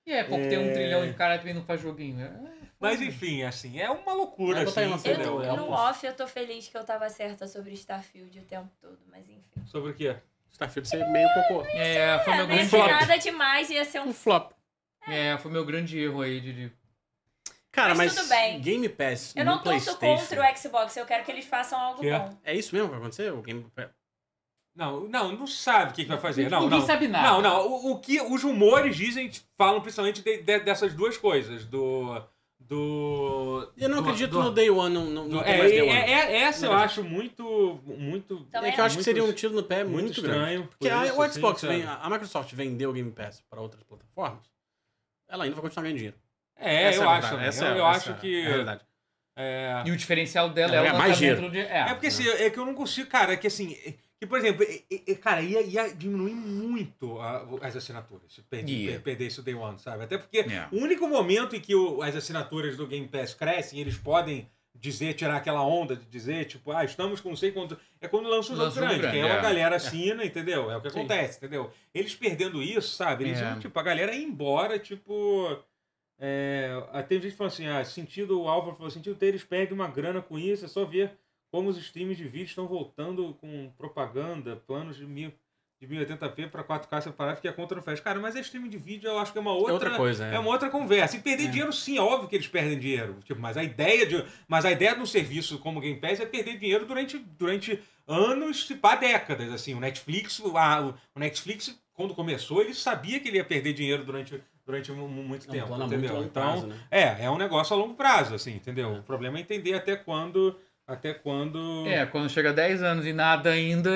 Speaker 2: E é, porque tem um trilhão e o cara também não faz joguinho. né?
Speaker 1: Mas enfim, assim, é uma loucura.
Speaker 3: Vai botar
Speaker 1: Assim,
Speaker 3: aí uma
Speaker 4: Eu,
Speaker 3: Entendeu? É
Speaker 4: no
Speaker 3: um-
Speaker 4: off eu tô feliz que eu tava certa sobre Starfield o tempo todo, mas enfim.
Speaker 1: um, Sobre o quê?
Speaker 3: Starfield você é meio cocô.
Speaker 2: É, foi
Speaker 4: É,
Speaker 2: meu
Speaker 4: não ia
Speaker 2: grande
Speaker 4: ser
Speaker 1: flop.
Speaker 4: nada demais, ia ser um.
Speaker 3: Um flop.
Speaker 2: É, foi meu grande erro aí de. de-
Speaker 3: Cara, mas,
Speaker 4: Mas tudo bem.
Speaker 3: Game Pass
Speaker 4: Eu
Speaker 3: no
Speaker 4: não torço
Speaker 3: PlayStation-
Speaker 4: contra o Xbox, eu quero que eles façam algo
Speaker 1: Que é?
Speaker 4: bom.
Speaker 3: É isso mesmo que vai acontecer? O Game Pass...
Speaker 1: Não, não, não sabe o que, que vai fazer. Não,
Speaker 2: Ninguém
Speaker 1: não.
Speaker 2: sabe nada.
Speaker 1: Não, não. O, o que os rumores dizem, tipo, falam principalmente de- de- dessas duas coisas. Do. Do.
Speaker 3: Eu não
Speaker 1: do-
Speaker 3: acredito
Speaker 1: do-
Speaker 3: no Day One, não, não, não
Speaker 1: do-
Speaker 3: tem
Speaker 1: é,
Speaker 3: mais Day
Speaker 1: é,
Speaker 3: One. É,
Speaker 1: é- essa eu
Speaker 3: Não.
Speaker 1: acho muito. Muito.
Speaker 4: Também
Speaker 3: que eu acho
Speaker 1: muito-
Speaker 3: que seria um tiro no pé muito, grande.
Speaker 1: estranho.
Speaker 3: Porque
Speaker 1: por
Speaker 3: a,
Speaker 1: isso,
Speaker 3: o
Speaker 1: assim,
Speaker 3: Xbox,
Speaker 1: sabe?
Speaker 3: vem, a a Microsoft vendeu o Game Pass para outras plataformas, ela ainda vai continuar ganhando dinheiro.
Speaker 1: É,
Speaker 3: Essa
Speaker 1: eu
Speaker 3: a
Speaker 1: acho.
Speaker 3: verdade,
Speaker 1: também.
Speaker 3: essa é-
Speaker 1: eu eu
Speaker 3: essa
Speaker 1: acho
Speaker 3: É
Speaker 1: que.
Speaker 3: a realidade.
Speaker 1: é,
Speaker 2: E o diferencial dela
Speaker 3: Não,
Speaker 2: é
Speaker 3: é
Speaker 2: o
Speaker 3: mais
Speaker 2: lançamento de. É,
Speaker 1: É porque assim, é que eu não consigo, cara, que assim, é- que por exemplo, é- é- é- cara, ia, ia diminuir muito a- as assinaturas, se perder,
Speaker 2: Ia.
Speaker 1: per- perder isso day one, sabe? Até porque
Speaker 2: É.
Speaker 1: o único momento em que o- as assinaturas do Game Pass crescem, eles podem dizer, tirar aquela onda de dizer, tipo, ah, estamos com não sei quanto, é quando lança os
Speaker 2: Lança
Speaker 1: outros
Speaker 2: um
Speaker 1: grandes, que
Speaker 2: grande,
Speaker 1: é uma
Speaker 2: é.
Speaker 1: galera assina, entendeu? É o que
Speaker 3: Sim.
Speaker 1: acontece, entendeu? Eles perdendo isso, sabe? Eles
Speaker 2: É.
Speaker 1: iam, tipo, a galera ia embora, tipo... É, ah, tem gente que fala assim, ah, sentido, o Álvaro falou, sentido ter, eles perdem uma grana com isso, é só ver como os streams de vídeo estão voltando com propaganda, planos de, mil, de 1080p pra 4K separado, porque a conta não fecha. Cara, mas é streaming de vídeo, eu acho que é uma outra,
Speaker 3: outra coisa, é.
Speaker 1: uma outra conversa. E perder dinheiro, sim, é óbvio que eles perdem dinheiro. Tipo, mas a ideia de, mas a ideia de um serviço como o Game Pass é perder dinheiro durante, durante anos, se pá, décadas. Assim, o Netflix, o- a- o Netflix, quando começou, ele sabia que ele ia perder dinheiro durante, durante mu- mu- muito
Speaker 3: É um
Speaker 1: tempo,
Speaker 3: plano a muito
Speaker 1: entendeu?
Speaker 3: longo
Speaker 1: então,
Speaker 3: prazo, né?
Speaker 1: é, é um negócio a longo prazo, assim, entendeu? O problema é entender até quando, até quando.
Speaker 2: É, quando chega 10 anos e nada ainda.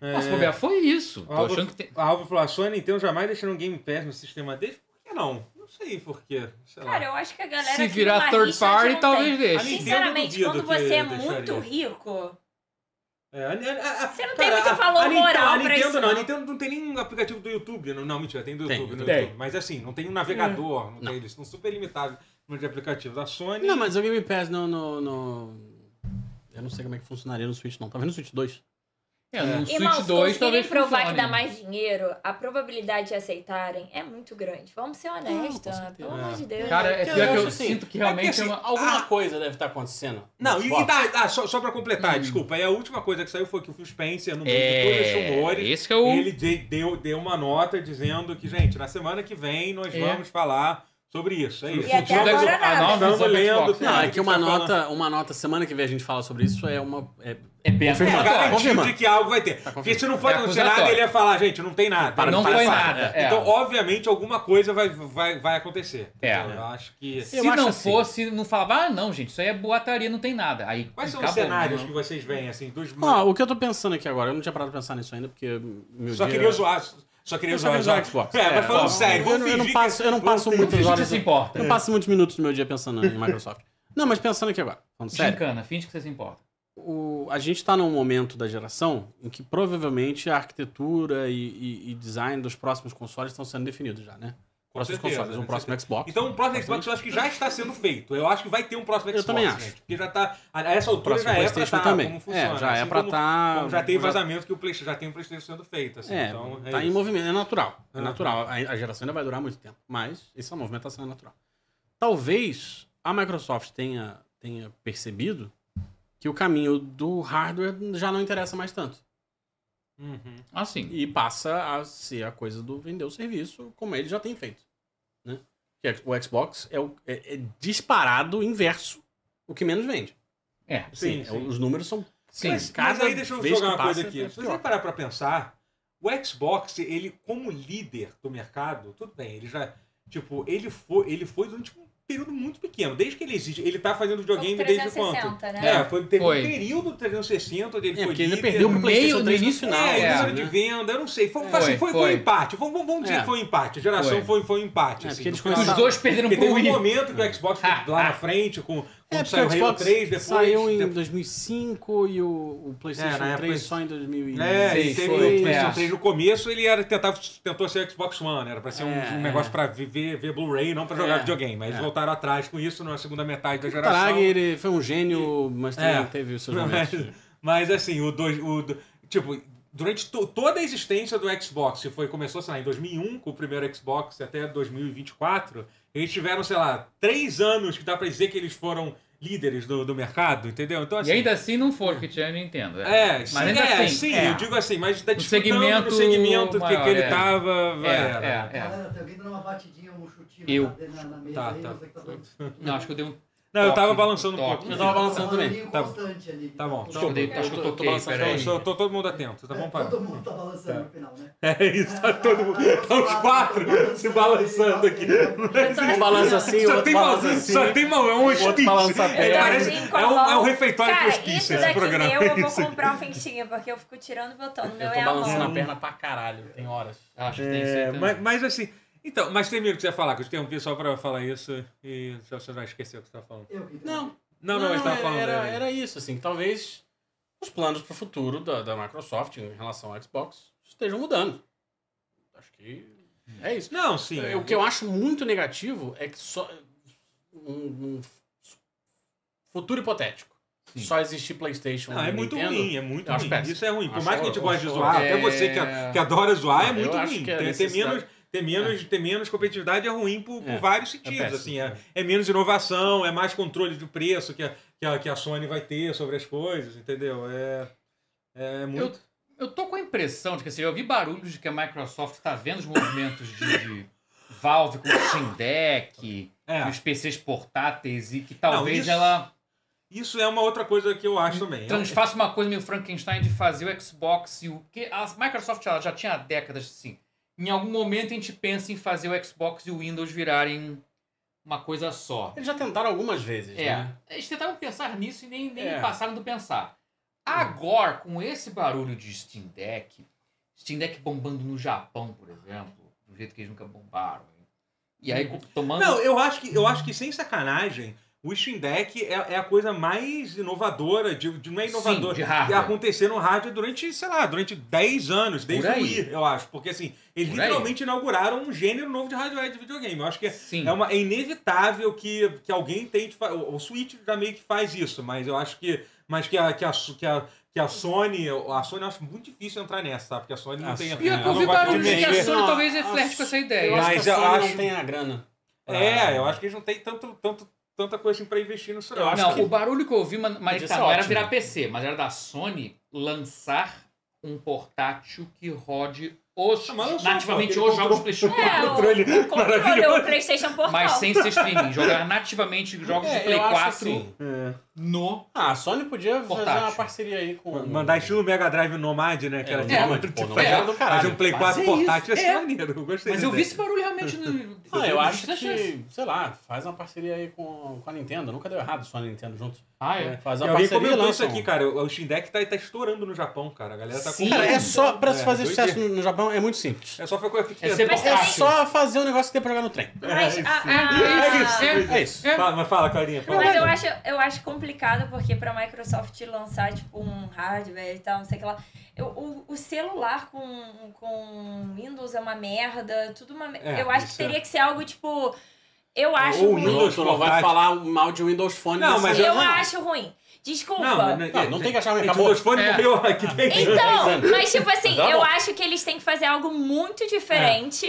Speaker 1: é,
Speaker 2: Nossa, bobear, foi isso. Tô
Speaker 1: Alvo-
Speaker 2: achando que tem.
Speaker 1: A Alvo falou, a Sony Nintendo jamais deixaram um Game Pass no sistema deles. Por que não? Não sei por quê. Sei lá.
Speaker 4: Cara, eu acho que a galera.
Speaker 2: Se
Speaker 4: cria
Speaker 2: virar
Speaker 4: uma
Speaker 2: third
Speaker 4: rixa
Speaker 2: party,
Speaker 4: que não
Speaker 2: talvez
Speaker 4: tem.
Speaker 2: deixe.
Speaker 1: A Nintendo
Speaker 4: Sinceramente,
Speaker 1: duvido
Speaker 4: quando
Speaker 1: que
Speaker 4: você é
Speaker 1: deixaria.
Speaker 4: muito rico,
Speaker 1: É, a- a- a-
Speaker 4: Você não tem
Speaker 1: cara,
Speaker 4: muito
Speaker 1: a-
Speaker 4: valor
Speaker 1: a Nintendo-
Speaker 4: moral
Speaker 1: a
Speaker 4: pra
Speaker 1: Nintendo
Speaker 4: isso,
Speaker 1: não. A
Speaker 4: não.
Speaker 1: Nintendo não tem nenhum aplicativo do YouTube. né? Não, não mentira, tem do
Speaker 3: Tem,
Speaker 1: YouTube. no
Speaker 2: tem.
Speaker 1: YouTube. Mas assim, não tem um navegador. Não tem, eles estão super limitados no de aplicativo da Sony.
Speaker 3: Não, mas o Game Pass no, no, no- Eu não sei como é que funcionaria no Switch, não. Talvez no Switch 2.
Speaker 2: É, no Switch
Speaker 4: irmãos,
Speaker 2: 2
Speaker 4: conseguirem
Speaker 2: talvez
Speaker 4: provar
Speaker 2: funcione.
Speaker 4: que dá mais dinheiro, a probabilidade de aceitarem é muito grande. Vamos ser honestos,
Speaker 3: Não, Ah, com certeza.
Speaker 4: pelo amor de Deus. né?
Speaker 2: Cara, é
Speaker 3: Porque eu
Speaker 2: pior que eu
Speaker 3: acho assim, ah,
Speaker 2: sinto que
Speaker 1: é porque
Speaker 2: realmente é
Speaker 1: assim,
Speaker 2: uma.
Speaker 3: Alguma coisa deve estar acontecendo.
Speaker 1: Não, e, e
Speaker 3: Xbox.
Speaker 1: dá, ah, só, só pra completar, desculpa. E a última coisa que saiu foi que o Phil Spencer, no meio
Speaker 2: É,
Speaker 1: de todos os rumores,
Speaker 2: esse que é o.
Speaker 1: ele de- deu, deu uma nota dizendo que, gente, na semana que vem nós
Speaker 2: É.
Speaker 1: vamos falar sobre isso. É isso.
Speaker 4: E até
Speaker 2: Xbox-
Speaker 4: agora
Speaker 2: a
Speaker 4: nada.
Speaker 2: nova
Speaker 1: Estamos
Speaker 2: visão do
Speaker 1: lendo,
Speaker 2: Xbox,
Speaker 1: cara.
Speaker 3: Não,
Speaker 2: né?
Speaker 3: é que uma nota, uma nota, semana que vem a gente fala sobre isso, é uma. É,
Speaker 2: É bem
Speaker 1: É
Speaker 3: Confirmado.
Speaker 1: garantido
Speaker 3: Confirmando.
Speaker 1: de que algo vai ter. Porque se não for
Speaker 2: É
Speaker 1: anunciar
Speaker 2: acusatório.
Speaker 1: nada, ele ia falar, gente, não tem nada.
Speaker 3: Para,
Speaker 2: não
Speaker 1: Então,
Speaker 2: foi
Speaker 3: para,
Speaker 2: nada. é.
Speaker 1: Então, obviamente, alguma coisa vai, vai, vai acontecer.
Speaker 2: É.
Speaker 1: Então, Eu acho que.
Speaker 2: Se
Speaker 3: Eu acho
Speaker 2: não
Speaker 3: assim.
Speaker 2: fosse, não falava, ah, não, gente, isso aí é boataria, não tem nada. Aí
Speaker 1: Quais são os
Speaker 2: acabou, né?
Speaker 1: cenários
Speaker 2: não.
Speaker 1: que vocês veem, assim, dos.
Speaker 3: Ó, Ah, o que eu tô pensando aqui agora, eu não tinha parado pra pensar nisso ainda, porque meu
Speaker 1: Só
Speaker 3: dia...
Speaker 1: queria zoar. Só queria
Speaker 3: Eu só
Speaker 1: zoar.
Speaker 3: queria zoar Xbox.
Speaker 1: É, mas falando
Speaker 3: ó,
Speaker 1: sério,
Speaker 3: eu,
Speaker 1: vou
Speaker 3: não- eu
Speaker 1: fingir
Speaker 3: não
Speaker 1: que-
Speaker 3: passo, eu não
Speaker 1: vou
Speaker 3: passo um
Speaker 1: fingir-
Speaker 2: Finge
Speaker 3: muitas
Speaker 2: que
Speaker 3: horas.
Speaker 2: você se importa.
Speaker 3: Não passo muitos minutos do meu dia pensando em Microsoft. Não, mas pensando aqui agora, falando sério.
Speaker 2: Gincana, finge que você se importa.
Speaker 3: o- a gente está num momento da geração em que provavelmente a arquitetura e, e- e design dos próximos consoles estão sendo definidos já, né?
Speaker 1: Com
Speaker 3: Próximos
Speaker 1: certeza,
Speaker 3: consoles, um
Speaker 1: né?
Speaker 3: próximo Xbox.
Speaker 1: Então, o próximo Xbox eu acho que já está sendo feito. Eu acho que vai ter um próximo
Speaker 3: Eu
Speaker 1: Xbox.
Speaker 3: também
Speaker 1: gente,
Speaker 3: acho.
Speaker 1: Porque já tá. A a essa
Speaker 3: o
Speaker 1: altura
Speaker 3: próximo
Speaker 1: já é pra
Speaker 3: PlayStation
Speaker 1: estar.
Speaker 3: também.
Speaker 1: Como funciona.
Speaker 3: é, já é
Speaker 1: assim
Speaker 3: pra
Speaker 1: como-
Speaker 3: estar.
Speaker 1: como já tem vazamento que o Play- já tem o PlayStation sendo feito. Assim,
Speaker 3: É,
Speaker 1: então, é
Speaker 3: tá em
Speaker 1: isso.
Speaker 3: movimento, é natural. É
Speaker 1: Uhum.
Speaker 3: natural. A, a geração ainda vai durar muito tempo, mas essa movimentação é natural. Talvez a Microsoft tenha, tenha percebido que o caminho do hardware já não interessa mais tanto.
Speaker 1: Uhum.
Speaker 4: Ah,
Speaker 2: Assim.
Speaker 3: E passa a ser a coisa do vender o serviço, como ele já tem feito. Né? Que O Xbox é, o- é- é disparado inverso o que menos vende.
Speaker 2: É,
Speaker 1: Sim,
Speaker 3: Assim,
Speaker 1: sim.
Speaker 3: Os números são.
Speaker 2: sim.
Speaker 1: Mas,
Speaker 3: Cada
Speaker 1: mas aí deixa eu
Speaker 3: vez
Speaker 1: jogar
Speaker 3: que
Speaker 1: uma coisa
Speaker 3: passa,
Speaker 1: aqui.
Speaker 3: é
Speaker 1: Se você
Speaker 3: pior.
Speaker 1: parar pra pensar, o Xbox, ele como líder do mercado, tudo bem, ele já, tipo, ele foi, ele foi durante um período muito pequeno, desde que ele existe, ele tá fazendo videogame desde quanto?
Speaker 4: 360, né?
Speaker 1: É, foi, teve
Speaker 2: Foi.
Speaker 1: um período 360 onde ele
Speaker 3: É,
Speaker 1: foi
Speaker 3: porque
Speaker 1: líder.
Speaker 3: ele perdeu
Speaker 2: No
Speaker 3: o PlayStation
Speaker 2: meio, no
Speaker 3: 3 no
Speaker 2: início,
Speaker 3: final.
Speaker 1: É,
Speaker 2: é,
Speaker 1: número
Speaker 3: né?
Speaker 1: de venda, eu não sei. Foi,
Speaker 2: Foi,
Speaker 1: assim, foi, foi
Speaker 2: foi.
Speaker 1: um empate. Vamos, vamos dizer
Speaker 3: É.
Speaker 1: que foi um empate. A geração
Speaker 2: Foi.
Speaker 1: foi, foi um empate.
Speaker 3: É,
Speaker 1: assim,
Speaker 3: porque
Speaker 1: no
Speaker 3: eles
Speaker 1: final.
Speaker 2: Os
Speaker 3: começaram-
Speaker 2: dois perderam
Speaker 1: Porque
Speaker 2: pro
Speaker 1: teve um
Speaker 2: Wii.
Speaker 1: momento que o
Speaker 3: [laughs]
Speaker 1: Xbox foi lá na frente, com,
Speaker 3: É,
Speaker 1: quando
Speaker 3: porque
Speaker 1: saiu
Speaker 3: o
Speaker 1: o Halo
Speaker 3: Xbox
Speaker 1: 3, depois...
Speaker 3: saiu em
Speaker 1: depois-
Speaker 3: 2005 e o, o PlayStation
Speaker 1: É, na época
Speaker 3: 3
Speaker 1: isso.
Speaker 3: só em 2006.
Speaker 1: É,
Speaker 2: Sim,
Speaker 1: e teve
Speaker 2: foi,
Speaker 1: o PlayStation
Speaker 2: é.
Speaker 1: 3 no começo, ele era, tentava, tentou ser Xbox One, era pra ser um,
Speaker 3: É,
Speaker 1: um
Speaker 3: é.
Speaker 1: negócio pra vi- ver, ver Blu-ray, não pra jogar
Speaker 3: É,
Speaker 1: videogame. Mas eles
Speaker 3: é.
Speaker 1: voltaram atrás com isso na segunda metade da geração.
Speaker 3: Tarag, ele foi um gênio, mas também
Speaker 1: É.
Speaker 3: teve os
Speaker 1: [laughs]
Speaker 3: seus
Speaker 1: mas,
Speaker 3: momentos.
Speaker 1: mas, assim, o, dois, o do- tipo, durante to- toda a existência do Xbox, que foi, começou, sei lá, em 2001 com o primeiro Xbox até 2024, eles tiveram, sei lá, três anos que dá pra dizer que eles foram líderes do, do mercado, entendeu? Então,
Speaker 3: é
Speaker 1: assim,
Speaker 2: E ainda assim não for, que tinha Nintendo.
Speaker 1: É,
Speaker 2: mas
Speaker 1: sim,
Speaker 2: ainda
Speaker 1: é,
Speaker 2: assim.
Speaker 1: sim,
Speaker 2: é.
Speaker 1: eu digo assim, mas tá
Speaker 2: No
Speaker 1: disputando no
Speaker 2: segmento
Speaker 1: segmento que- que,
Speaker 2: maior,
Speaker 1: ele
Speaker 2: é.
Speaker 1: tava. vai, era.
Speaker 2: É, é, é.
Speaker 6: Galera, tem alguém dando uma batidinha, um chutinho
Speaker 2: Eu.
Speaker 6: na, na mesa
Speaker 1: Tá,
Speaker 6: aí,
Speaker 1: tá.
Speaker 6: não sei o que tá dando.
Speaker 2: Não, acho que eu dei um.
Speaker 1: Não, eu tava
Speaker 2: Toque,
Speaker 1: balançando um
Speaker 2: toque.
Speaker 1: pouco.
Speaker 3: Eu tava balançando
Speaker 6: um
Speaker 3: também.
Speaker 6: barulhinho
Speaker 1: Tá bom.
Speaker 6: constante ali.
Speaker 1: Tá bom.
Speaker 2: Acho que eu, dei, acho que eu
Speaker 3: Eu tô- eu tô
Speaker 2: toquei,
Speaker 3: balançando
Speaker 2: peraí.
Speaker 1: Estou tô, todo mundo atento, tá bom, pai?
Speaker 6: Todo mundo tá balançando no final, né?
Speaker 1: É isso, [laughs] tá todo mundo. Tá os quatro se balançando aqui.
Speaker 4: Eu tô
Speaker 3: Um
Speaker 1: [laughs]
Speaker 3: balança
Speaker 4: assim,
Speaker 1: Só
Speaker 3: assim, outro
Speaker 1: é. tem mão,
Speaker 3: balança assim.
Speaker 1: só tem mão, é um
Speaker 3: outro
Speaker 1: hospício.
Speaker 3: balança a
Speaker 1: É,
Speaker 3: perna.
Speaker 1: parece-
Speaker 4: Assim, com a
Speaker 1: é, um,
Speaker 4: mão.
Speaker 1: é um refeitório
Speaker 4: Cara,
Speaker 1: de hospício
Speaker 4: isso
Speaker 1: esse
Speaker 4: daqui
Speaker 1: programa.
Speaker 4: meu,
Speaker 1: [laughs]
Speaker 4: eu vou
Speaker 1: Isso.
Speaker 4: comprar um fentinha, porque eu fico tirando e botando. Meu
Speaker 3: Eu
Speaker 4: é
Speaker 3: tô
Speaker 4: a mão.
Speaker 3: balançando a perna pra caralho, tem horas.
Speaker 2: Acho que tem isso aí
Speaker 1: É,
Speaker 2: também.
Speaker 1: mas, mas assim, então, mas tem medo que você ia falar, que eu te interrompi só pra falar isso e só você vai esquecer o que você tá falando.
Speaker 6: Eu que
Speaker 3: Não,
Speaker 1: Não, não, a gente tava falando.
Speaker 3: Era,
Speaker 1: né?
Speaker 3: era isso, assim. que Talvez os planos para o futuro da, da Microsoft em relação ao Xbox estejam mudando. Acho que é isso.
Speaker 1: Não, sim.
Speaker 3: É, O que eu acho muito negativo é que só. Um, um futuro hipotético.
Speaker 2: Sim.
Speaker 3: Só existir PlayStation.
Speaker 1: Não, é
Speaker 3: e
Speaker 1: muito
Speaker 3: Nintendo.
Speaker 1: ruim, é muito
Speaker 3: Eu acho
Speaker 1: ruim.
Speaker 3: péssimo.
Speaker 1: Isso é ruim. Por
Speaker 3: Acho
Speaker 1: mais que a gente goste de
Speaker 3: horror.
Speaker 1: zoar,
Speaker 2: É.
Speaker 1: até você que, que adora zoar, é
Speaker 3: Não, eu
Speaker 1: muito
Speaker 3: acho
Speaker 1: ruim.
Speaker 3: que a
Speaker 1: Ter, ter
Speaker 3: necessidade-
Speaker 1: menos, ter, menos, ter menos competitividade é ruim por, por
Speaker 3: É.
Speaker 1: vários sentidos.
Speaker 3: péssimo,
Speaker 1: assim, é,
Speaker 3: é.
Speaker 1: é menos inovação, é mais controle de preço que a, que, a, que a Sony vai ter sobre as coisas, entendeu? É, é muito.
Speaker 2: Eu, Eu tô com a impressão de que assim, eu vi barulhos de que a Microsoft tá vendo os movimentos de, de Valve com o Steam Deck,
Speaker 1: É.
Speaker 2: os PCs portáteis e que talvez
Speaker 1: isso-
Speaker 2: ela
Speaker 1: Isso é uma outra coisa que eu acho também.
Speaker 2: trans- faça uma coisa meio Frankenstein de fazer o Xbox e o que a Microsoft ela já tinha há décadas assim. Em algum momento a gente pensa em fazer o Xbox e o Windows virarem uma coisa só.
Speaker 3: Eles já tentaram algumas vezes,
Speaker 2: É,
Speaker 3: né?
Speaker 2: eles tentaram pensar nisso e nem, nem
Speaker 3: É.
Speaker 2: passaram do pensar. Agora, com esse barulho de Steam Deck, Steam Deck bombando no Japão, por exemplo, do jeito que eles nunca bombaram. E aí, co- tomando...
Speaker 1: Não, eu acho que, eu acho que sem sacanagem, o Steam Deck é, é a coisa mais inovadora, de, de- não é
Speaker 2: Sim,
Speaker 1: inovadora,
Speaker 2: de
Speaker 1: que
Speaker 2: hardware.
Speaker 1: aconteceu no rádio durante, sei lá, durante 10 anos, desde
Speaker 2: Por
Speaker 1: o
Speaker 2: aí.
Speaker 1: Wii, eu acho. Porque assim, eles
Speaker 2: Por aí.
Speaker 1: literalmente inauguraram um gênero novo de hardware de videogame. Eu acho que é,
Speaker 2: Sim.
Speaker 1: é uma, é inevitável que, que alguém tente. fa- O, o Switch já meio que faz isso, mas eu acho que. Mas que a, que a, que a, que a Sony. A Sony eu acho muito difícil entrar nessa, sabe? Porque a Sony não
Speaker 3: A
Speaker 1: tem.
Speaker 3: Sony-
Speaker 2: Pior
Speaker 1: ela
Speaker 2: que eu
Speaker 1: É, não
Speaker 2: vi
Speaker 1: gosta de
Speaker 2: barulho é de que a
Speaker 1: mexer.
Speaker 2: Sony
Speaker 3: Não,
Speaker 2: talvez
Speaker 3: a-
Speaker 2: reflete com essa
Speaker 3: É, Eu
Speaker 2: ideia.
Speaker 3: acho
Speaker 1: Mas
Speaker 3: que a
Speaker 1: eu
Speaker 3: Sony
Speaker 1: acho-
Speaker 3: não tem a grana. pra-
Speaker 1: É, eu acho que eles não têm tanto, tanto, tanta coisa assim pra investir nisso,
Speaker 3: Eu
Speaker 1: não.
Speaker 3: acho
Speaker 2: não,
Speaker 3: que-
Speaker 2: o barulho que eu ouvi, mas, mas
Speaker 3: Podia
Speaker 2: tá,
Speaker 3: ser
Speaker 2: não era
Speaker 3: ótimo.
Speaker 2: virar PC, mas era da Sony lançar um portátil que rode os,
Speaker 1: Ah, mas lançou,
Speaker 2: nativamente
Speaker 1: pô,
Speaker 2: os
Speaker 1: aquele
Speaker 2: jogos PlayStation 4.
Speaker 4: É, o
Speaker 5: Controle
Speaker 4: o controle,
Speaker 5: maravilhoso.
Speaker 4: o PlayStation Portal.
Speaker 2: Mas sem ser streaming. Jogar nativamente jogos
Speaker 3: É,
Speaker 2: de Play
Speaker 3: eu acho
Speaker 2: 4
Speaker 3: assim.
Speaker 2: no.
Speaker 3: Ah, a Sony podia fazer
Speaker 2: Portátil.
Speaker 3: uma parceria aí com...
Speaker 1: Mandar estilo Mega Drive Nomad, né? Que
Speaker 3: É,
Speaker 1: era
Speaker 3: o
Speaker 1: de
Speaker 2: é,
Speaker 1: uma-
Speaker 3: Nomad, pô,
Speaker 1: tipo,
Speaker 3: Nomad
Speaker 1: é,
Speaker 3: era do caralho.
Speaker 1: fazer um Play
Speaker 2: Mas
Speaker 1: 4
Speaker 2: é
Speaker 1: portátil ia
Speaker 2: isso,
Speaker 1: ser
Speaker 2: é.
Speaker 1: maneiro. Eu gostei
Speaker 2: Mas eu vi esse barulho realmente no.
Speaker 3: Ah, eu acho
Speaker 2: Essa chance.
Speaker 3: que, sei lá, faz uma parceria aí com, com a Nintendo. Nunca deu errado só a Nintendo juntos.
Speaker 2: Ah, é.
Speaker 3: Faz
Speaker 1: E
Speaker 3: uma
Speaker 1: alguém
Speaker 3: parceria e
Speaker 1: comentou
Speaker 3: lança
Speaker 1: isso aqui,
Speaker 3: um.
Speaker 1: cara. O o Steam Deck tá, tá estourando no Japão, cara. A galera tá
Speaker 2: Sim.
Speaker 3: Cara,
Speaker 1: comprando.
Speaker 3: é só pra se
Speaker 1: É,
Speaker 3: fazer
Speaker 1: doido
Speaker 3: sucesso no, no Japão, é muito simples.
Speaker 1: É só ficar eu fico
Speaker 2: É
Speaker 1: pensando-
Speaker 2: sempre
Speaker 4: Mas
Speaker 3: É
Speaker 2: fácil.
Speaker 3: só fazer um negócio que tem pra jogar no trem.
Speaker 4: Mas, a-
Speaker 2: É
Speaker 4: a-
Speaker 2: isso, é,
Speaker 3: É isso.
Speaker 2: é.
Speaker 1: Fala, mas fala, Clarinha. Fala.
Speaker 4: Mas eu acho, eu acho complicado, porque pra Microsoft lançar, tipo, um hardware e tal, não sei o que lá. Eu- o, o celular com, com Windows é uma merda, tudo uma merda.
Speaker 1: É,
Speaker 4: eu acho que
Speaker 1: isso é.
Speaker 4: teria que ser algo, tipo. Eu acho
Speaker 1: Ou
Speaker 4: ruim.
Speaker 1: Windows
Speaker 3: Tu não vai
Speaker 1: portátil.
Speaker 3: falar mal de Windows Phone.
Speaker 1: Não,
Speaker 3: nesse-
Speaker 1: mas
Speaker 4: eu
Speaker 1: não.
Speaker 4: acho ruim. Desculpa.
Speaker 1: né,
Speaker 3: Não, não tem que achar ruim,
Speaker 1: Gente,
Speaker 3: acabou.
Speaker 1: O dos fones
Speaker 2: É.
Speaker 1: morreu aqui dentro.
Speaker 4: Então,
Speaker 3: anos.
Speaker 4: mas tipo assim,
Speaker 3: Mas tá
Speaker 4: eu
Speaker 3: bom.
Speaker 4: acho que eles têm que fazer algo muito diferente.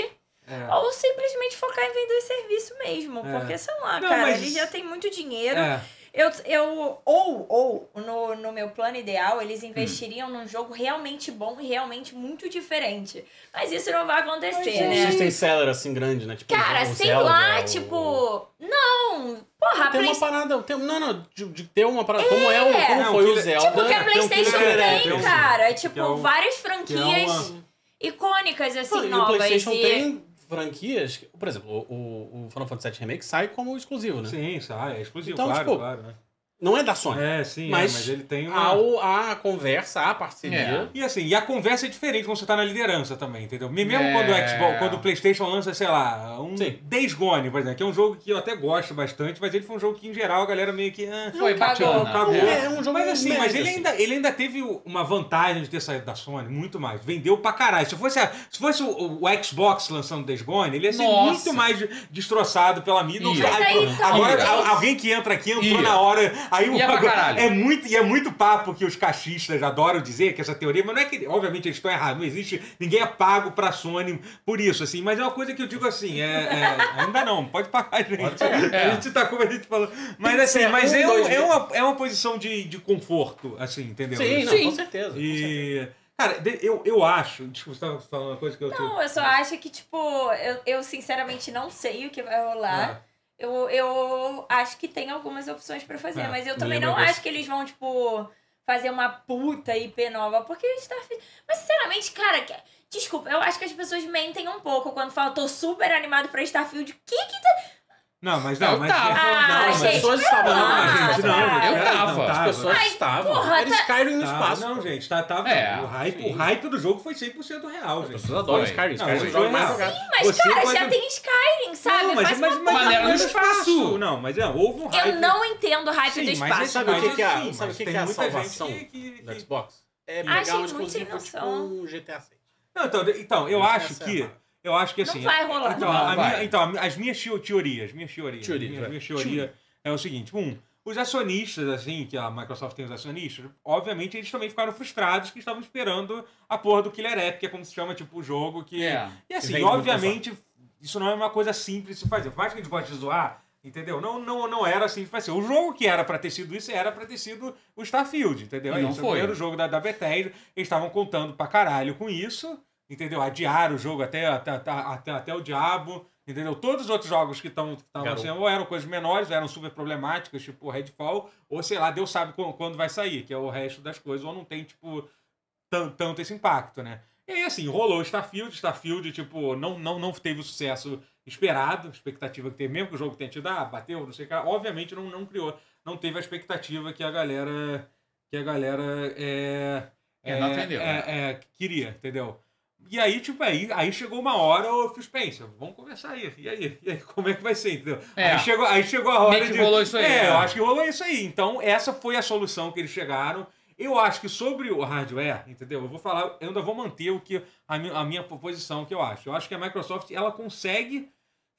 Speaker 1: É.
Speaker 4: Ou simplesmente focar em vender serviço mesmo.
Speaker 1: É.
Speaker 4: Porque, sei lá,
Speaker 1: Não,
Speaker 4: cara,
Speaker 1: mas-
Speaker 4: eles já têm muito dinheiro.
Speaker 1: É.
Speaker 4: Eu, eu, ou, ou, no, no meu plano ideal, eles investiriam num jogo realmente bom e realmente muito diferente. Mas isso não vai acontecer,
Speaker 3: Não
Speaker 4: né?
Speaker 3: existe um seller assim grande, né? Tipo,
Speaker 4: Cara,
Speaker 3: o
Speaker 4: sei
Speaker 3: Zelda, é
Speaker 4: lá,
Speaker 3: o-
Speaker 4: tipo. Não! Porra, a
Speaker 3: Tem
Speaker 4: Play-
Speaker 3: uma parada, tem, não, não, de, de ter uma parada, como é o, como
Speaker 1: Não,
Speaker 3: foi o
Speaker 1: que-
Speaker 3: Zelda.
Speaker 4: Tipo, que a
Speaker 1: tem um
Speaker 4: PlayStation
Speaker 1: Killer
Speaker 4: tem,
Speaker 1: App,
Speaker 4: cara.
Speaker 1: que
Speaker 4: Tipo,
Speaker 1: é um-
Speaker 4: várias
Speaker 1: que é
Speaker 4: franquias
Speaker 1: uma-
Speaker 4: icônicas, assim, é
Speaker 3: Não, e o
Speaker 4: novas.
Speaker 3: PlayStation
Speaker 4: e-
Speaker 3: tem franquias, que- por exemplo, o, o- o Final Fantasy VII Remake sai como exclusivo, né?
Speaker 1: Sim, sai. É exclusivo,
Speaker 3: Então,
Speaker 1: claro,
Speaker 3: tipo,
Speaker 1: claro. né?
Speaker 3: Não é da Sony.
Speaker 1: É, sim, é, mas,
Speaker 3: mas
Speaker 1: ele tem uma...
Speaker 3: Há, o- há a conversa, há a parceria.
Speaker 1: E assim, e a conversa é diferente quando você tá na liderança também, entendeu? Me- Mesmo
Speaker 2: É.
Speaker 1: quando o Xbox, quando o Playstation lança, sei lá, um
Speaker 3: Sim.
Speaker 1: Days Gone, por exemplo, que é um jogo que eu até gosto bastante, mas ele foi um jogo que, em geral, a galera meio que... ah,
Speaker 2: Foi
Speaker 1: cagou,
Speaker 2: bacana.
Speaker 1: cagou.
Speaker 3: É, é um jogo
Speaker 1: mas assim,
Speaker 3: médio,
Speaker 1: mas ele
Speaker 3: assim.
Speaker 1: ainda, ele ainda teve uma vantagem de ter saído da Sony, muito mais. Vendeu pra caralho. Se fosse, a- se fosse o, o Xbox lançando Days Gone, ele ia ser
Speaker 2: Nossa.
Speaker 1: muito mais de- destroçado pela mídia. Não
Speaker 2: Ia.
Speaker 1: sei,
Speaker 4: Mas
Speaker 1: ai,
Speaker 4: aí,
Speaker 1: pronto.
Speaker 4: então,
Speaker 1: agora,
Speaker 2: ia.
Speaker 1: al- alguém que entra aqui entrou
Speaker 2: Ia.
Speaker 1: na hora. Aí o
Speaker 2: Ia pra caralho.
Speaker 1: é muito, e é muito papo que os cachistas adoram dizer, que essa teoria, mas não é que, obviamente, eles estão errados, não existe, ninguém é pago pra Sony por isso, assim, mas é uma coisa que eu digo assim, é, é, ainda não, pode pagar a gente.
Speaker 2: É.
Speaker 1: A gente tá como a gente falou. Mas assim,
Speaker 3: ser
Speaker 1: mas
Speaker 3: um,
Speaker 1: é, um-
Speaker 3: dois,
Speaker 1: é uma, é uma posição de, de conforto, assim, entendeu?
Speaker 3: Sim, não,
Speaker 2: Sim.
Speaker 3: com certeza. com certeza.
Speaker 1: E. Cara, de- eu, eu acho. Desculpa, você tava falando uma coisa que eu.
Speaker 4: Não, eu só
Speaker 3: Hum.
Speaker 4: acho que, tipo, eu, eu sinceramente não sei o que vai
Speaker 1: Ah.
Speaker 4: rolar. Eu, eu acho que tem algumas opções pra fazer,
Speaker 1: É,
Speaker 4: mas eu
Speaker 1: me
Speaker 4: também
Speaker 1: lembra
Speaker 4: não
Speaker 1: disso.
Speaker 4: acho que eles vão, tipo, fazer uma puta IP nova, porque Starfield. Mas sinceramente, cara, que- desculpa, eu acho que as pessoas mentem um pouco quando falam, tô super animado pra Starfield. O que que tá.
Speaker 1: Não, mas
Speaker 2: Eu
Speaker 1: não, mas. é
Speaker 2: tava.
Speaker 1: não,
Speaker 4: Ah,
Speaker 1: mas-
Speaker 3: As
Speaker 4: gente,
Speaker 3: pessoas estavam
Speaker 1: Não,
Speaker 4: lá,
Speaker 3: lá,
Speaker 1: gente, não.
Speaker 4: cara.
Speaker 1: não,
Speaker 2: Eu tava.
Speaker 1: não,
Speaker 3: As pessoas
Speaker 4: Ai,
Speaker 3: estavam.
Speaker 4: porra,
Speaker 3: Eles
Speaker 4: tá-
Speaker 3: caíram no
Speaker 1: Tá,
Speaker 3: espaço.
Speaker 1: Não, gente, tá, tá,
Speaker 2: É,
Speaker 1: o, hype,
Speaker 3: sim.
Speaker 1: o hype do jogo foi 100% real,
Speaker 3: As
Speaker 1: gente.
Speaker 3: pessoas adoram
Speaker 2: Foi.
Speaker 1: Não,
Speaker 3: Skyrim. Skyrim é
Speaker 1: foi
Speaker 3: o jogo mais
Speaker 1: real.
Speaker 3: jogado.
Speaker 4: Mas,
Speaker 1: Você
Speaker 4: cara,
Speaker 1: pode-
Speaker 4: já tem Skyrim, sabe?
Speaker 1: Não, mas,
Speaker 4: Faz
Speaker 1: mas,
Speaker 4: uma
Speaker 1: mas
Speaker 2: maneira
Speaker 1: houve um
Speaker 2: no
Speaker 1: espaço.
Speaker 2: espaço.
Speaker 1: Não, mas é, houve um hype.
Speaker 4: Eu não entendo o hype
Speaker 1: Sim,
Speaker 4: do
Speaker 1: mas
Speaker 4: espaço.
Speaker 1: esse
Speaker 3: Sabe o
Speaker 1: hype,
Speaker 3: que que é a-
Speaker 1: sim,
Speaker 3: sabe o
Speaker 1: mas
Speaker 3: que que
Speaker 1: tem
Speaker 3: é a
Speaker 1: muita gente
Speaker 3: salvação
Speaker 1: que- que-
Speaker 3: do
Speaker 1: que-
Speaker 3: Xbox. É
Speaker 4: Achei
Speaker 3: pegar um
Speaker 4: muito sem
Speaker 3: exclusivo tipo
Speaker 4: noção.
Speaker 3: um GTA 6.
Speaker 1: Não, então, então, eu
Speaker 3: Isso
Speaker 1: acho
Speaker 3: essa é
Speaker 1: que.
Speaker 3: a-
Speaker 1: Eu acho que
Speaker 4: Não
Speaker 1: assim.
Speaker 4: vai rolar.
Speaker 1: Então,
Speaker 2: Não,
Speaker 1: a
Speaker 2: vai.
Speaker 1: minha- então, as minhas teo- teorias, minhas teorias.
Speaker 3: Teorias,
Speaker 1: minha,
Speaker 3: vai.
Speaker 1: minha teoria
Speaker 3: Teoria.
Speaker 1: é o seguinte: um, os acionistas, assim, que a Microsoft tem os acionistas, obviamente eles também ficaram frustrados que estavam esperando a porra do Killer App, que é como se chama, tipo, o jogo que.
Speaker 2: É.
Speaker 1: E assim,
Speaker 3: Vende muito
Speaker 1: obviamente, isso não é uma coisa simples de se fazer. Por mais que a gente goste de zoar, Entendeu? Não, não, não era assim. Tipo assim, o jogo que era pra ter sido isso era pra ter sido o Starfield, entendeu? É
Speaker 2: E não
Speaker 1: isso,
Speaker 2: foi.
Speaker 1: O primeiro jogo da, da Bethesda. Eles estavam contando pra caralho com isso, entendeu? Adiaram o jogo até, até, até, até, até o diabo, entendeu? Todos os outros jogos que estavam
Speaker 5: Garoto.
Speaker 1: sendo ou eram coisas menores, ou eram super problemáticas, tipo o Redfall, ou sei lá, Deus sabe quando, quando vai sair, que é o resto das coisas, ou não tem, tipo, tan- tanto esse impacto, né? E aí, assim, rolou o Starfield, Starfield, tipo, não, não, não teve o sucesso esperado, expectativa que teve, mesmo que o jogo tenha tido, ah, bateu, não sei o que, lá, obviamente não, não criou, não teve a expectativa que a galera, que a galera é,
Speaker 2: É, não atendeu,
Speaker 1: é, é, queria, entendeu? E aí, tipo, aí, aí chegou uma hora, ô Phil Spencer, vamos conversar aí, e aí, e aí, [laughs] como é que vai ser, entendeu?
Speaker 2: É.
Speaker 1: Aí, chegou, aí chegou a hora
Speaker 2: Meio que
Speaker 1: de...
Speaker 2: rolou isso aí,
Speaker 1: É,
Speaker 2: né?
Speaker 1: eu acho que rolou isso aí. Então, essa foi a solução que eles chegaram. Eu acho que sobre o hardware, entendeu? Eu vou falar, eu ainda vou manter o que a minha, a minha posição que eu acho. Eu acho que a Microsoft ela consegue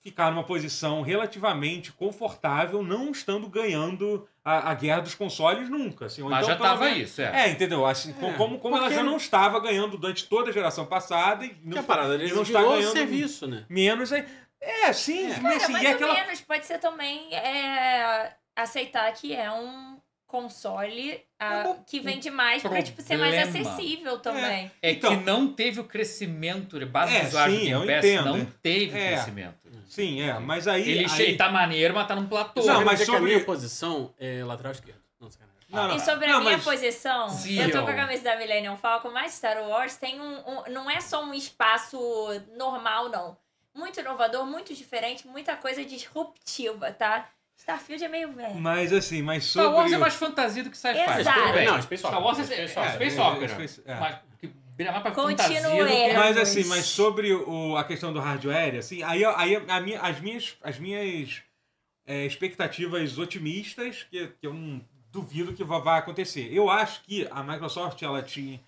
Speaker 1: ficar numa posição relativamente confortável, não estando ganhando a, a guerra dos consoles nunca. Assim, Ou
Speaker 2: Mas
Speaker 1: então,
Speaker 2: já
Speaker 1: pelo
Speaker 2: tava
Speaker 1: menos-
Speaker 2: isso, é.
Speaker 1: É, entendeu? Assim, co-
Speaker 3: É,
Speaker 1: como, como ela
Speaker 3: porque-
Speaker 1: já não estava ganhando durante toda a geração passada e
Speaker 3: Que
Speaker 1: não,
Speaker 3: é a parada, eles
Speaker 1: e não está
Speaker 3: virou
Speaker 1: ganhando
Speaker 3: serviço, né?
Speaker 1: menos. aí- É, sim, mas,
Speaker 4: Cara,
Speaker 1: assim,
Speaker 4: mais
Speaker 1: e
Speaker 4: ou
Speaker 1: aquela
Speaker 4: menos, pode ser também é, aceitar que é um console
Speaker 1: É
Speaker 4: ah, que vende mais pra tipo, ser mais
Speaker 2: problema.
Speaker 4: acessível também.
Speaker 2: É
Speaker 1: Então-
Speaker 2: que não teve o crescimento, a base
Speaker 1: É,
Speaker 2: do usuário
Speaker 1: sim,
Speaker 2: do
Speaker 1: eu
Speaker 2: Game Pass
Speaker 1: entendo.
Speaker 2: não teve
Speaker 1: É.
Speaker 2: crescimento.
Speaker 1: Sim, é, mas aí.
Speaker 2: Ele che-
Speaker 1: aí...
Speaker 2: tá maneiro, mas tá num platô.
Speaker 1: Não,
Speaker 3: Quer
Speaker 1: mas
Speaker 3: dizer que
Speaker 1: sobre- Ah,
Speaker 3: a minha posição é lateral esquerdo. Não, sacanagem.
Speaker 1: Não, não.
Speaker 4: E sobre a
Speaker 1: Não,
Speaker 4: minha
Speaker 1: mas-
Speaker 4: posição,
Speaker 2: Sim,
Speaker 4: eu tô com
Speaker 2: ó.
Speaker 4: a camisa da Millennium Falcon, mas Star Wars tem um, um- Não é só um espaço normal, não. Muito inovador, muito diferente, muita coisa disruptiva, tá? Starfield é meio velho.
Speaker 1: Mas assim, mas sobre.
Speaker 2: Star Wars é mais fantasia do que sci-fi.
Speaker 4: Exato.
Speaker 2: tudo bem.
Speaker 3: Não, Space Opera.
Speaker 2: Star Wars é, é, é,
Speaker 3: Space Opera.
Speaker 2: Space
Speaker 1: É,
Speaker 2: Opera.
Speaker 1: Space- é.
Speaker 2: Mas que beira mais pra
Speaker 4: Continue.
Speaker 2: fantasia do que-
Speaker 1: Mas
Speaker 4: Mas-
Speaker 1: assim, mas sobre o- a questão do hardware, assim, aí, aí a minha- as minhas, as minhas é, expectativas otimistas, que, que eu não duvido que vá, vá acontecer. Eu acho que a Microsoft, ela tinha.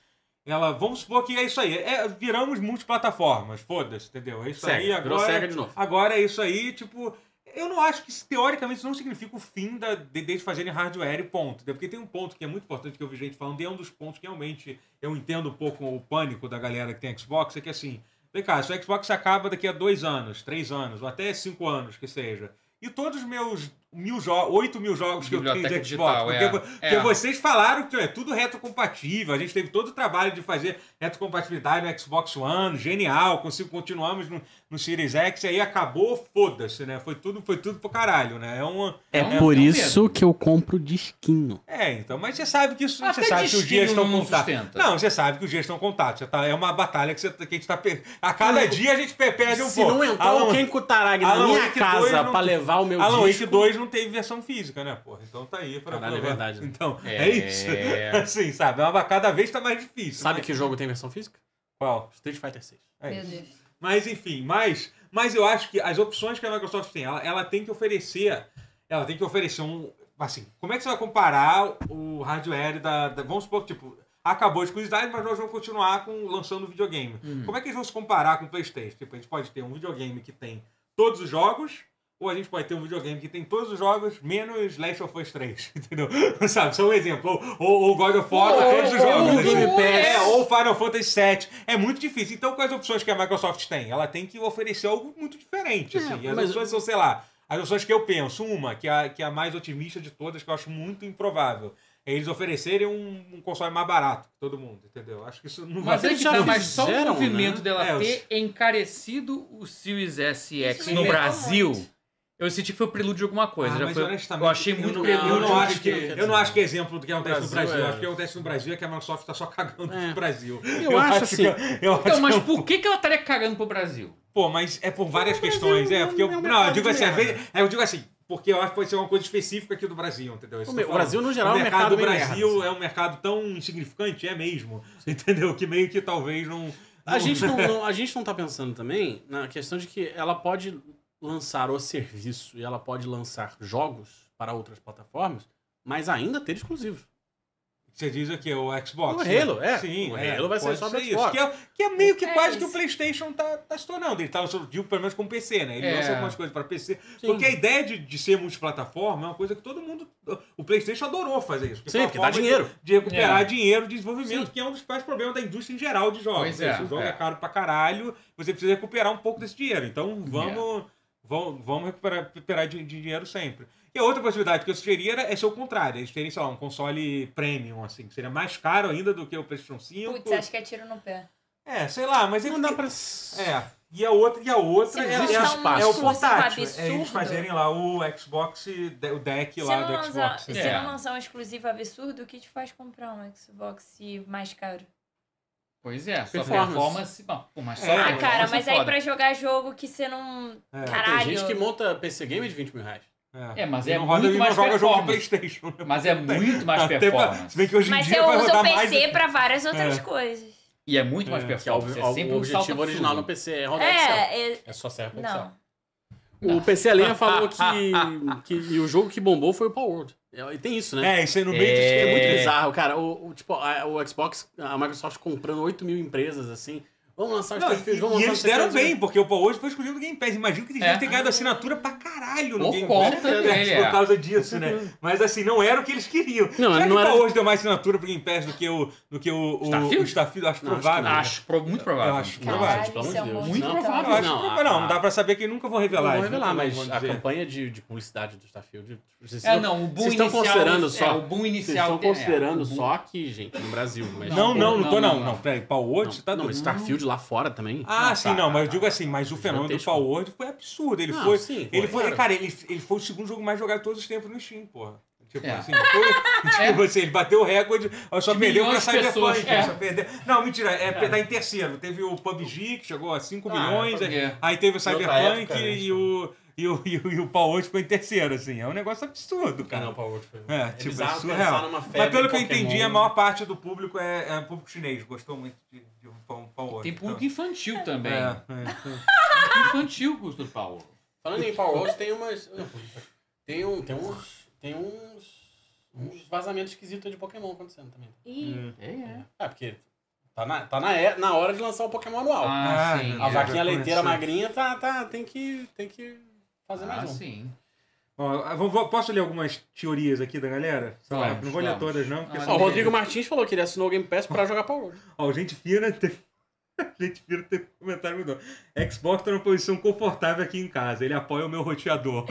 Speaker 1: Ela, vamos supor que é isso aí. É, viramos multiplataformas, foda-se, entendeu? É isso
Speaker 3: Sega,
Speaker 1: aí
Speaker 3: virou
Speaker 1: agora.
Speaker 3: Sega de novo.
Speaker 1: Agora é isso aí, tipo. Eu não acho que isso, teoricamente isso não significa o fim da, de, deles fazerem hardware e ponto. né? Porque tem um ponto que é muito importante que eu vi gente falando, e é um dos pontos que realmente eu entendo um pouco o pânico da galera que tem Xbox, é que assim, vem cá, se o Xbox acaba daqui a dois anos, três anos, ou até cinco anos que seja. E todos os meus mil jogos, oito mil jogos que eu tenho de
Speaker 2: Biblioteca
Speaker 1: Xbox.
Speaker 2: digital,
Speaker 1: porque
Speaker 2: é.
Speaker 1: vo-
Speaker 2: É.
Speaker 1: porque vocês falaram que é tudo retrocompatível. A gente teve todo o trabalho de fazer retrocompatibilidade no Xbox One, genial, consigo continuamos no, no Series X, e aí acabou, foda-se, né? Foi tudo, foi tudo pro caralho, né? É uma.
Speaker 3: É
Speaker 2: um-
Speaker 3: por
Speaker 2: é um
Speaker 3: isso que eu compro disquinho.
Speaker 1: É, então, mas você sabe que isso.
Speaker 2: Até
Speaker 1: você sabe que os
Speaker 2: destino
Speaker 1: dias estão
Speaker 2: não
Speaker 1: contados.
Speaker 2: sustenta.
Speaker 1: Não, você sabe que os dias estão contados. Você tá- é uma batalha que, você, que a gente tá. per- A cada dia a gente pe- perde um
Speaker 3: Se
Speaker 1: pouco.
Speaker 3: não entrar
Speaker 1: Alan-
Speaker 3: o Ken Kutaragi na
Speaker 1: Alan
Speaker 3: minha
Speaker 1: Wake dois
Speaker 3: casa
Speaker 1: não-
Speaker 3: pra levar o meu
Speaker 1: Alan Wake
Speaker 3: disco...
Speaker 1: 2 não teve versão física, né, porra? Então tá aí pra
Speaker 3: Caralho, é
Speaker 1: provar.
Speaker 3: verdade, né?
Speaker 1: Então, é,
Speaker 2: É.
Speaker 1: isso. [laughs] Assim, sabe? É uma, cada vez tá mais difícil.
Speaker 3: Sabe
Speaker 1: mas-
Speaker 3: que jogo tem versão física?
Speaker 1: Qual?
Speaker 3: Street Fighter 6.
Speaker 1: É
Speaker 4: Meu
Speaker 1: isso.
Speaker 4: Deus.
Speaker 1: Mas enfim, mas, mas eu acho que as opções que a Microsoft tem, ela, ela tem que oferecer, ela tem que oferecer um, assim, como é que você vai comparar o hardware da, da- vamos supor, que, tipo, acabou a exclusividade, mas nós vamos continuar com lançando um videogame.
Speaker 2: Uhum.
Speaker 1: Como é que eles vão se comparar com o PlayStation? Tipo, a gente pode ter um videogame que tem todos os jogos, ou a gente pode ter um videogame que tem todos os jogos, menos Last of Us 3, [laughs] entendeu? Sabe, só um exemplo. Ou- Ou, ou God of War,
Speaker 2: Ou-
Speaker 1: todos os
Speaker 2: ou
Speaker 1: jogos.
Speaker 2: o Game
Speaker 1: assim.
Speaker 2: Pass.
Speaker 1: É, ou Final Fantasy VII. É muito difícil. Então, quais opções que a Microsoft tem? Ela tem que oferecer algo muito diferente,
Speaker 3: É,
Speaker 1: assim. As
Speaker 3: mas-
Speaker 1: opções são, sei lá, as opções que eu penso. Uma, que é, a- que é a mais otimista de todas, que eu acho muito improvável. É eles oferecerem um, um console mais barato pra todo mundo, entendeu? Acho que isso não vai
Speaker 2: Mas
Speaker 1: ser.
Speaker 2: é
Speaker 3: eles
Speaker 2: que
Speaker 3: já
Speaker 2: tá, mas só o
Speaker 3: fizeram,
Speaker 2: movimento
Speaker 3: né?
Speaker 2: dela
Speaker 1: É, os-
Speaker 2: ter encarecido o Series SX
Speaker 4: Isso
Speaker 2: no
Speaker 4: me
Speaker 2: Brasil,
Speaker 4: pegou muito.
Speaker 2: eu senti que foi o prelúdio de alguma coisa.
Speaker 1: Ah,
Speaker 2: já
Speaker 1: mas
Speaker 2: foi-
Speaker 1: honestamente,
Speaker 2: eu achei
Speaker 1: eu
Speaker 2: muito
Speaker 3: não-
Speaker 2: prelúdio.
Speaker 1: Eu
Speaker 3: Não,
Speaker 1: não,
Speaker 3: não
Speaker 1: acho que,
Speaker 3: quer dizer.
Speaker 1: eu não acho que é exemplo do que acontece no
Speaker 3: Brasil
Speaker 1: Brasil.
Speaker 3: é-
Speaker 1: Eu acho que acontece no Brasil é que a Microsoft tá só cagando
Speaker 3: É.
Speaker 1: pro Brasil.
Speaker 3: Eu acho assim-
Speaker 1: que- eu
Speaker 2: Então,
Speaker 1: acho
Speaker 2: mas
Speaker 1: que- é um
Speaker 2: por que, que ela estaria cagando pro Brasil?
Speaker 1: Pô, mas é por várias
Speaker 3: O Brasil
Speaker 1: questões. É,
Speaker 3: não-
Speaker 1: porque eu.
Speaker 3: não é um
Speaker 1: Não, eu
Speaker 3: mercado
Speaker 1: digo
Speaker 3: de
Speaker 1: assim, às
Speaker 3: merda.
Speaker 1: vezes. Eu digo assim, porque eu acho que pode ser uma coisa específica aqui do Brasil, entendeu? Isso
Speaker 3: O
Speaker 1: que
Speaker 3: meu-
Speaker 1: eu tô
Speaker 3: o
Speaker 1: falando.
Speaker 3: Brasil, no geral, é um mercado
Speaker 1: do
Speaker 3: meio
Speaker 1: Brasil
Speaker 3: merda, assim.
Speaker 1: é um mercado tão insignificante, é mesmo. [laughs] Entendeu? Que meio que talvez não.
Speaker 3: A gente, não, não- a gente não tá pensando também na questão de que ela pode lançar o serviço e ela pode lançar jogos para outras plataformas, mas ainda ter exclusivos.
Speaker 1: Você diz aqui, o Xbox.
Speaker 3: O Halo, é.
Speaker 1: Sim,
Speaker 3: O
Speaker 1: é,
Speaker 3: Halo vai ser
Speaker 1: pode
Speaker 3: só pro Xbox.
Speaker 1: Que é, que é meio que
Speaker 4: É
Speaker 1: quase que o
Speaker 4: isso.
Speaker 1: PlayStation tá, tá se tornando. Ele tá, lançando, digo, pelo menos com PC, né? Ele
Speaker 2: É.
Speaker 1: lança algumas coisas pra PC. Porque a ideia de, de ser multiplataforma é uma coisa que todo mundo. O PlayStation adorou fazer isso.
Speaker 3: Sim,
Speaker 1: foi uma
Speaker 3: porque dá
Speaker 1: forma de-
Speaker 3: dinheiro.
Speaker 1: de recuperar
Speaker 2: É.
Speaker 1: dinheiro de desenvolvimento, que é um dos principais problemas da indústria em geral de jogos.
Speaker 2: Pois é,
Speaker 1: o jogo é.
Speaker 2: é. É.
Speaker 1: caro pra caralho, você precisa recuperar um pouco desse dinheiro. Então vamos, Vão- Vamos recuperar, recuperar de, de dinheiro sempre. E a outra possibilidade que eu sugeri era, é ser o contrário. Eles terem, sei lá, um console premium, assim, que seria mais caro ainda do que o PlayStation 5.
Speaker 4: Putz, acho que é tiro no pé.
Speaker 1: É, sei lá, mas... é
Speaker 3: Não
Speaker 1: porque-
Speaker 3: dá pra...
Speaker 1: É. E a outra, e a outra
Speaker 4: Sim,
Speaker 1: é,
Speaker 4: eles
Speaker 1: é,
Speaker 3: são
Speaker 1: é o
Speaker 3: um
Speaker 1: portátil.
Speaker 4: absurdo.
Speaker 1: É eles fazerem lá o Xbox, de- o deck
Speaker 4: Se
Speaker 1: lá
Speaker 4: não,
Speaker 1: do
Speaker 4: lançar,
Speaker 1: Xbox. assim.
Speaker 4: se
Speaker 2: É.
Speaker 4: não lançar um exclusivo absurdo, o que te faz comprar um Xbox mais caro?
Speaker 2: Pois é, sua
Speaker 3: Performance.
Speaker 2: performance. Bom, pô, mas só
Speaker 1: É,
Speaker 4: ah,
Speaker 2: performance
Speaker 4: cara, mas
Speaker 2: é
Speaker 4: aí
Speaker 2: foda.
Speaker 4: pra jogar jogo que você não.
Speaker 1: É.
Speaker 4: Caralho.
Speaker 3: Tem gente que monta PC Game de 20 mil reais.
Speaker 2: É, mas
Speaker 1: E
Speaker 2: é
Speaker 1: não roda,
Speaker 2: muito
Speaker 1: e não
Speaker 2: mais
Speaker 1: joga jogo de
Speaker 2: performance.
Speaker 1: Playstation. né?
Speaker 2: Mas é muito
Speaker 1: [laughs]
Speaker 2: mais
Speaker 1: Até pra-
Speaker 2: performance.
Speaker 1: Se bem que hoje em
Speaker 4: Mas
Speaker 1: dia
Speaker 4: eu
Speaker 1: vai
Speaker 4: uso o
Speaker 1: rodar mais...
Speaker 4: PC pra várias outras coisas.
Speaker 2: E é muito mais
Speaker 1: É,
Speaker 3: Que é o,
Speaker 2: performance. É,
Speaker 3: o-
Speaker 2: sempre um
Speaker 3: o
Speaker 2: salto
Speaker 3: objetivo
Speaker 2: absurdo.
Speaker 3: original no PC é rodar Excel.
Speaker 4: É, é-
Speaker 3: É só serve pra Excel.
Speaker 4: não.
Speaker 3: O PC Alenha falou que, que e o jogo que bombou foi o Power World. É, E tem isso, né?
Speaker 1: É, isso aí no meio disso que
Speaker 3: É,
Speaker 1: é muito
Speaker 3: muito
Speaker 1: bizarro.
Speaker 3: bizarro, cara. O, o- tipo, a- o Xbox, a Microsoft comprando 8 mil empresas, assim. Vamos lançar os
Speaker 1: Não,
Speaker 3: perfis, vamos
Speaker 1: e, e
Speaker 3: lançar
Speaker 1: eles
Speaker 3: os perfis.
Speaker 1: deram bem, porque o Paul hoje foi escolhido no Game Pass. Imagino que eles
Speaker 2: É.
Speaker 1: devem ter ganhado assinatura pra caralho no
Speaker 2: Por
Speaker 1: Game
Speaker 2: conta
Speaker 1: Pass.
Speaker 2: dele, é.
Speaker 1: Por causa disso, né? Mas assim, não era o que eles queriam.
Speaker 3: Não,
Speaker 1: Será que
Speaker 3: não
Speaker 1: o
Speaker 3: era-
Speaker 1: Paul hoje deu mais assinatura pro Game Pass do que o, do que o, o
Speaker 2: Starfield?
Speaker 1: o Starfield? Acho
Speaker 3: Não, acho que
Speaker 1: provável.
Speaker 3: não.
Speaker 2: Acho pro- muito provável.
Speaker 1: Eu acho
Speaker 3: Não,
Speaker 1: provável.
Speaker 3: gente, pelo amor
Speaker 4: isso é um
Speaker 3: de Deus.
Speaker 4: monte de
Speaker 3: Não,
Speaker 4: coisa.
Speaker 1: Eu acho
Speaker 2: Não,
Speaker 1: que provável. Não,
Speaker 3: a-
Speaker 1: dá pra saber que nunca vão
Speaker 3: Não
Speaker 1: revelar. um
Speaker 3: vou
Speaker 1: eles
Speaker 3: revelar,
Speaker 1: nunca vão
Speaker 3: mas a
Speaker 1: dizer.
Speaker 3: campanha de, de publicidade do Starfield... Vocês
Speaker 2: É, não, o boom
Speaker 3: Vocês estão
Speaker 2: inicial.
Speaker 3: considerando
Speaker 2: é,
Speaker 3: só-
Speaker 2: o boom
Speaker 3: vocês
Speaker 2: inicial.
Speaker 3: estão
Speaker 2: tem- é,
Speaker 3: considerando
Speaker 2: o boom-
Speaker 3: só aqui, gente, no Brasil. Mas,
Speaker 1: Não, não, não tô
Speaker 2: não,
Speaker 1: não.
Speaker 2: não.
Speaker 1: Não, peraí. Paul
Speaker 3: Não,
Speaker 1: hoje tá
Speaker 3: não,
Speaker 1: doido.
Speaker 3: mas Starfield lá fora também.
Speaker 1: Ah, sim,
Speaker 3: tá,
Speaker 1: não,
Speaker 3: tá,
Speaker 1: mas eu
Speaker 3: tá,
Speaker 1: digo
Speaker 3: tá.
Speaker 1: assim, mas o fenômeno do
Speaker 3: Gigantesco.
Speaker 1: Power World foi absurdo. Ele
Speaker 3: Não,
Speaker 1: foi.
Speaker 3: sim,
Speaker 1: ele
Speaker 3: foi,
Speaker 1: foi,
Speaker 3: claro.
Speaker 1: cara, ele, ele foi o segundo jogo mais jogado de todos os tempos no Steam, porra. Tipo
Speaker 2: É.
Speaker 1: assim, foi, tipo assim, ele bateu o recorde, só
Speaker 2: De
Speaker 1: perdeu pra
Speaker 2: milhões de pessoas,
Speaker 1: Cyberpunk.
Speaker 2: é.
Speaker 1: Só perdeu. Não, mentira, é, tá em terceiro. Teve o PUBG, que chegou a 5
Speaker 3: Ah,
Speaker 1: milhões, aí,
Speaker 2: é.
Speaker 1: aí teve o
Speaker 3: Outra
Speaker 1: Cyberpunk
Speaker 3: época, né,
Speaker 1: e, o, e, o, e, o, e o Power World ficou em terceiro, assim. É um negócio absurdo,
Speaker 3: Ah,
Speaker 1: cara.
Speaker 3: não, Power World foi...
Speaker 1: É, tipo,
Speaker 3: bizarro
Speaker 1: é
Speaker 3: pensar
Speaker 1: surreal.
Speaker 3: numa
Speaker 1: Mas
Speaker 3: febre
Speaker 1: pelo que eu
Speaker 3: Pokémon.
Speaker 1: entendi, é a maior parte do público é, é público chinês. Gostou muito de, de um pão, pão hoje.
Speaker 2: Tem público infantil também.
Speaker 1: É, é.
Speaker 2: Público infantil, Gusto Paulo.
Speaker 3: Falando em Power World, tem [laughs] umas. Tem, um, tem uns. Tem uns. Uns vazamentos esquisitos de Pokémon acontecendo também.
Speaker 1: Hum.
Speaker 4: Ih,
Speaker 2: É, é.
Speaker 3: É, porque. Tá na, tá na, é- na hora de lançar o Pokémon anual.
Speaker 2: Ah,
Speaker 1: Ah,
Speaker 2: sim.
Speaker 3: a
Speaker 1: é,
Speaker 3: vaquinha
Speaker 1: já
Speaker 3: leiteira
Speaker 1: começou.
Speaker 3: magrinha tá, tá, tem que. Tem que fazer
Speaker 2: Ah,
Speaker 3: mais um.
Speaker 2: sim.
Speaker 1: Bom, eu vou- vou- posso ler algumas teorias aqui da galera? Sei lá,
Speaker 2: Vamos,
Speaker 1: não vou ler
Speaker 2: vamos.
Speaker 1: todas, não. Porque
Speaker 2: Ah,
Speaker 1: só...
Speaker 3: Ó, o Rodrigo Martins falou que ele assinou o Game Pass pra jogar Power World. [laughs]
Speaker 1: Ó, gente fina teve... [laughs] gente fina teve um comentário mudou. Xbox tá numa posição confortável aqui em casa. Ele apoia o meu roteador.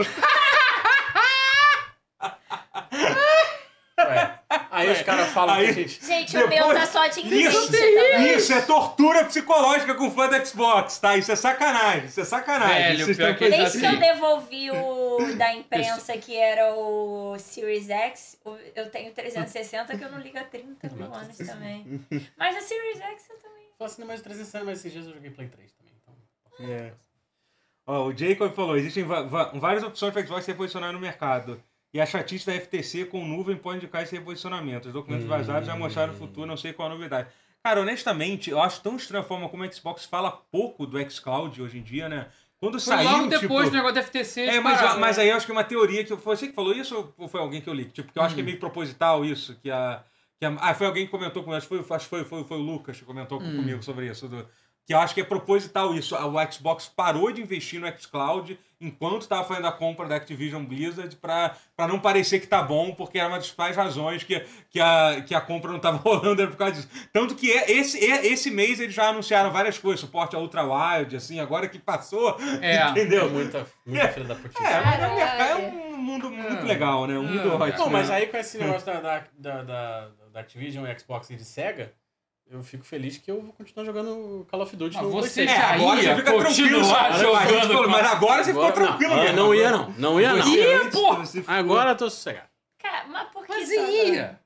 Speaker 3: É. Aí os caras falam
Speaker 1: Aí-
Speaker 3: que a [laughs] gente.
Speaker 4: Gente,
Speaker 1: Depois-
Speaker 4: o meu tá só de
Speaker 1: [laughs] Isso,
Speaker 4: incrível.
Speaker 1: isso é tortura psicológica com o fã da Xbox, tá? Isso é sacanagem, isso é sacanagem.
Speaker 2: Velho,
Speaker 1: Vocês
Speaker 2: pior
Speaker 1: tão
Speaker 2: que-
Speaker 1: fazendo
Speaker 4: Desde que
Speaker 2: assim.
Speaker 4: eu devolvi o
Speaker 1: [laughs]
Speaker 4: da imprensa, que era o Series X, o- eu tenho 360 que eu não ligo há 30 mil anos
Speaker 1: tá
Speaker 4: também. Mas a Series X eu também.
Speaker 3: Eu assinei mais 300 assim, mas esses dias eu joguei Play 3 também. Então.
Speaker 1: É. Ó, o Jacob falou: existem va- va- várias opções para Xbox se reposicionar no mercado. E a chatice da FTC com nuvem pode indicar esse reposicionamento. Os documentos vazados já mostraram o futuro, não sei qual a novidade. Cara, honestamente, eu acho tão estranha a forma como a Xbox fala pouco do xCloud hoje em dia, né? Quando
Speaker 2: Foi
Speaker 1: saiu,
Speaker 2: logo depois
Speaker 1: tipo...
Speaker 2: do negócio da FTC.
Speaker 1: É,
Speaker 2: eles
Speaker 1: mas,
Speaker 2: pararam.
Speaker 1: mas aí eu acho que é uma teoria que foi você que falou isso ou foi alguém que eu li? Tipo, que eu acho
Speaker 2: Hum.
Speaker 1: que é meio proposital isso, que a. Que a ah, foi alguém que comentou comigo, acho que foi, acho que foi, foi, foi o Lucas que comentou
Speaker 2: Hum.
Speaker 1: comigo sobre isso. do- que eu acho que é proposital isso. A- O Xbox parou de investir no Xcloud enquanto estava fazendo a compra da Activision Blizzard pra, pra não parecer que tá bom, porque era uma das principais razões que, que, a, que a compra não tava [laughs] rolando era por causa disso. Tanto que é, esse, é- esse mês eles já anunciaram várias coisas, suporte a Ultra Wild, assim, agora que passou, [laughs]
Speaker 2: É.
Speaker 1: entendeu?
Speaker 3: Muita, muita filha da putice.
Speaker 1: É, mas é
Speaker 4: Caralho.
Speaker 1: um mercado, é um mundo muito
Speaker 3: Hum.
Speaker 1: legal, né? Um mundo
Speaker 2: É.
Speaker 1: ótimo.
Speaker 3: Não, mas
Speaker 1: né?
Speaker 3: aí com esse negócio da, da, da, da, da Activision, Xbox e de Sega, eu fico feliz que eu vou continuar jogando Call of Duty
Speaker 2: Ah,
Speaker 3: no
Speaker 2: você
Speaker 1: É,
Speaker 3: PlayStation.
Speaker 2: já
Speaker 1: agora
Speaker 2: ia
Speaker 1: você fica tranquilo.
Speaker 2: continuar
Speaker 1: sabe? A gente
Speaker 2: jogando
Speaker 1: falou,
Speaker 2: com-
Speaker 1: Mas agora você ficou
Speaker 3: Agora-
Speaker 1: tranquilo
Speaker 3: não, é,
Speaker 1: mesmo.
Speaker 3: não ia não, não ia não.
Speaker 1: Ia,
Speaker 2: porra!
Speaker 3: Agora eu tô sossegado.
Speaker 4: Cara, mas por que
Speaker 2: Mas
Speaker 4: isso agora?
Speaker 2: ia.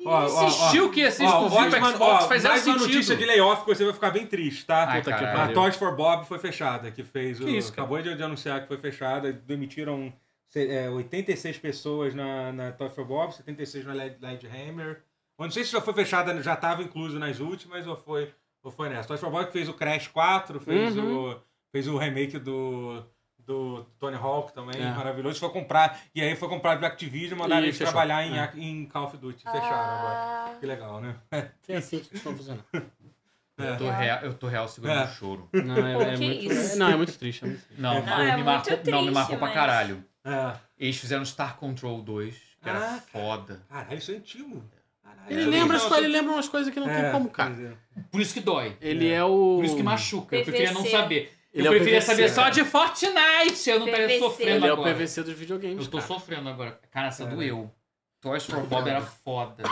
Speaker 2: Insistiu que ia ser
Speaker 1: Ó,
Speaker 2: exclusivo
Speaker 1: Watchman,
Speaker 2: pro Xbox,
Speaker 1: ó,
Speaker 2: faz
Speaker 1: mais
Speaker 2: zero
Speaker 1: uma notícia de
Speaker 2: sentido.
Speaker 1: layoff que você vai ficar bem triste, tá?
Speaker 2: Ai,
Speaker 1: Puta que
Speaker 2: caralho.
Speaker 1: pariu. A Toys for Bob foi fechada, que fez o...
Speaker 3: isso, cara?
Speaker 1: acabou de de anunciar que foi fechada, demitiram se- é, 86 pessoas na, na Toys for Bob, 76 na Led, Hammer. Eu não sei se já foi fechada, já estava incluso nas últimas ou foi, ou foi nessa. Toys for Bob fez o Crash 4, fez,
Speaker 3: Uhum.
Speaker 1: o, fez o remake do... Do Tony Hawk também,
Speaker 3: É.
Speaker 1: maravilhoso. Foi comprar, e aí foi comprado pela Activision, mandaram
Speaker 3: E
Speaker 1: eles
Speaker 3: fechou.
Speaker 1: trabalhar em,
Speaker 3: É.
Speaker 1: a- em Call of Duty. Fecharam agora.
Speaker 4: Ah,
Speaker 1: Que legal, né?
Speaker 3: É assim que estão funcionando.
Speaker 2: Eu tô real, eu tô real segurando
Speaker 1: É.
Speaker 2: o choro.
Speaker 3: Não, é,
Speaker 4: Pô,
Speaker 3: é
Speaker 4: que
Speaker 3: muito,
Speaker 4: isso?
Speaker 3: não, é muito triste. É muito triste.
Speaker 2: Não,
Speaker 4: Não, é
Speaker 2: me
Speaker 4: muito
Speaker 2: marcou, não, me
Speaker 4: triste,
Speaker 2: marcou pra
Speaker 4: mas-
Speaker 2: caralho.
Speaker 1: É.
Speaker 2: Eles fizeram Star Control 2, que era
Speaker 1: Ah,
Speaker 2: foda.
Speaker 1: Caralho, isso é antigo. Caralho,
Speaker 3: Ele
Speaker 1: isso é
Speaker 3: lembra, as
Speaker 1: antigo.
Speaker 3: coisas, ele lembra umas coisas que não
Speaker 1: É,
Speaker 3: tem como, cara.
Speaker 1: pois é.
Speaker 2: Por isso que dói.
Speaker 3: Ele é o.
Speaker 2: Por isso que machuca. Eu preferia não
Speaker 4: PVC.
Speaker 2: saber.
Speaker 3: Ele é
Speaker 2: eu
Speaker 3: o
Speaker 2: preferia
Speaker 3: PVC,
Speaker 2: saber
Speaker 3: né?
Speaker 2: só de Fortnite. Eu não estaria
Speaker 4: PVC.
Speaker 2: sofrendo
Speaker 3: Ele é o
Speaker 2: agora.
Speaker 3: PVC dos videogames.
Speaker 2: Eu tô
Speaker 3: cara.
Speaker 2: sofrendo agora. Cara, essa doeu. Toys for Bob era foda.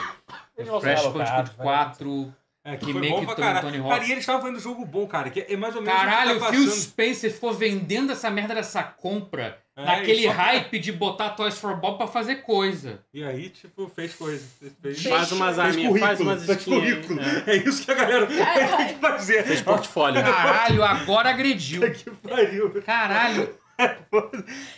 Speaker 5: Eles
Speaker 2: Fresh
Speaker 5: lançaram, cara,
Speaker 2: Bandicoot 4.
Speaker 1: É, que
Speaker 2: Remake
Speaker 1: foi bom pra
Speaker 2: do Tony
Speaker 1: caralho.
Speaker 2: Hawk.
Speaker 1: Cara, e eles estavam fazendo jogo bom, cara. Que é mais ou menos
Speaker 2: Caralho,
Speaker 1: o
Speaker 2: o
Speaker 1: que tá
Speaker 2: Phil
Speaker 1: passando.
Speaker 2: Spencer ficou vendendo essa merda dessa compra
Speaker 1: É,
Speaker 2: naquele
Speaker 1: isso.
Speaker 2: hype de botar Toys for Bob pra
Speaker 1: [laughs]
Speaker 2: fazer coisa.
Speaker 1: E aí, tipo, fez coisa. Fez,
Speaker 4: Fez
Speaker 3: Faz umas
Speaker 1: fez
Speaker 3: arminhas, faz
Speaker 1: currículo.
Speaker 3: umas
Speaker 1: Fez
Speaker 3: skins. aí,
Speaker 1: currículo.
Speaker 3: né?
Speaker 1: [laughs] É isso que a galera tem que fazer.
Speaker 3: Fez portfólio. né?
Speaker 2: Caralho, agora agrediu.
Speaker 1: Que pariu.
Speaker 2: Caralho.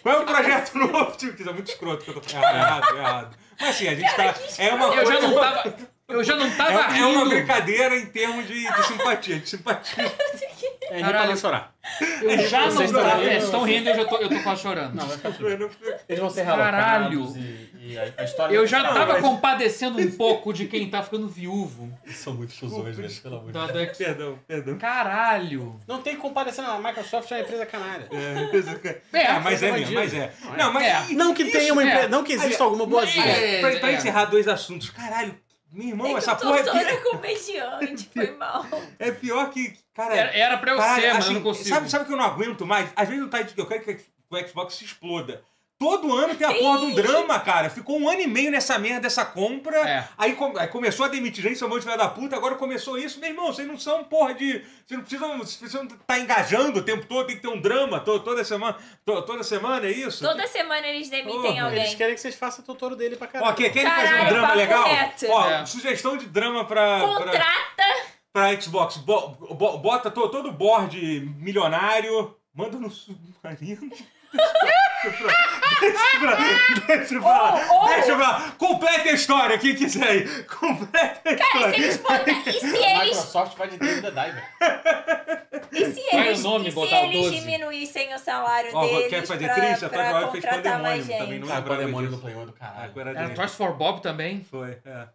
Speaker 1: Qual é o projeto novo, tio? Que isso é muito escroto que eu tô falando. É Errado, é errado. Mas assim, a gente tá. É uma
Speaker 2: Eu já
Speaker 1: coisa.
Speaker 2: não tava. Eu já não tava
Speaker 1: é, é uma
Speaker 2: rindo.
Speaker 1: brincadeira em termos de, de simpatia, de simpatia.
Speaker 3: É rir pra
Speaker 2: Caralho.
Speaker 3: não chorar.
Speaker 2: Eu já não
Speaker 3: Vocês
Speaker 2: tava.
Speaker 3: estão
Speaker 2: Eles
Speaker 3: rindo?
Speaker 2: estão rindo e eu já tô, eu tô quase chorando.
Speaker 5: Eles vão ser
Speaker 2: Caralho.
Speaker 5: ralocados e, e a, a história...
Speaker 2: Eu já tava compadecendo um pouco de quem tá ficando viúvo.
Speaker 5: São muito fusões, velho, pelo amor de
Speaker 2: Da-
Speaker 5: Deus.
Speaker 2: da-
Speaker 1: Perdão, perdão.
Speaker 2: Caralho.
Speaker 3: Não tem que comparecer, não. A Microsoft é uma empresa canária.
Speaker 2: É,
Speaker 1: Ah, mas é
Speaker 3: coisa
Speaker 1: mesmo,
Speaker 3: bandida.
Speaker 1: mas é. Não, mas.
Speaker 2: É.
Speaker 3: Não que tenha uma
Speaker 2: é.
Speaker 3: empresa. Não que exista alguma boazinha.
Speaker 2: É,
Speaker 1: Pra, pra
Speaker 2: é.
Speaker 1: encerrar dois assuntos. Caralho, meu irmão, essa
Speaker 4: eu tô
Speaker 1: porra é,
Speaker 4: toda
Speaker 1: pi-
Speaker 4: comediante, foi
Speaker 1: [laughs]
Speaker 4: mal.
Speaker 1: é pior que. Cara,
Speaker 2: Era, era pra eu
Speaker 1: Caralho,
Speaker 2: ser, mas
Speaker 1: assim,
Speaker 2: eu não consigo.
Speaker 1: Sabe, sabe o que eu não aguento mais? Às vezes eu, tá, eu quero que o Xbox se exploda. Todo ano tem a porra de um drama, cara. Ficou um ano e meio nessa merda, dessa compra.
Speaker 2: É.
Speaker 1: Aí, com- aí começou a demitir gente, seu monte de filha da puta. Agora começou isso. Meu irmão, vocês não são porra de... Vocês não precisam... Vocês não tá engajando o tempo todo. Tem que ter um drama to- toda semana. to- toda semana, é isso?
Speaker 4: Toda semana eles demitem
Speaker 1: Porra,
Speaker 3: Eles
Speaker 4: alguém.
Speaker 3: querem que vocês façam o tutorial dele pra
Speaker 1: Ó,
Speaker 3: caralho.
Speaker 1: quem quer
Speaker 4: Caralho,
Speaker 1: fazer um drama
Speaker 4: papo
Speaker 1: legal?
Speaker 4: reto.
Speaker 1: Ó,
Speaker 2: É.
Speaker 1: sugestão de drama pra... pra-
Speaker 4: Contrata
Speaker 1: pra Xbox. Bo- bo- bota to- todo o board milionário, manda no submarino. Deixa pra, [laughs] deixa pra, deixa pra lá,
Speaker 4: Ou- ou-
Speaker 1: deixa pra lá. Completa a história, quem quiser aí. Completa a
Speaker 4: e se
Speaker 1: história.
Speaker 4: eles botarem. E se
Speaker 5: A
Speaker 4: eles
Speaker 5: Microsoft vai de David the Diver.
Speaker 4: E se
Speaker 2: Qual é o
Speaker 4: eles,
Speaker 2: nome,
Speaker 4: e se
Speaker 2: botar o
Speaker 4: eles
Speaker 2: 12?
Speaker 4: diminuíssem o salário
Speaker 1: Ó,
Speaker 4: deles
Speaker 1: quer fazer Tá,
Speaker 4: pra,
Speaker 1: triste? A Toy
Speaker 4: pra
Speaker 1: Boy fez
Speaker 4: contratar mais
Speaker 1: Pandemônio, também
Speaker 4: gente?
Speaker 1: não- tá
Speaker 5: Cara,
Speaker 1: lembrava
Speaker 3: é
Speaker 5: Pandemônio
Speaker 1: disso.
Speaker 5: do Play One do
Speaker 1: Ah,
Speaker 5: caralho.
Speaker 1: agora
Speaker 2: Era
Speaker 1: dele.
Speaker 2: Toys for Bob também.
Speaker 1: Foi, é.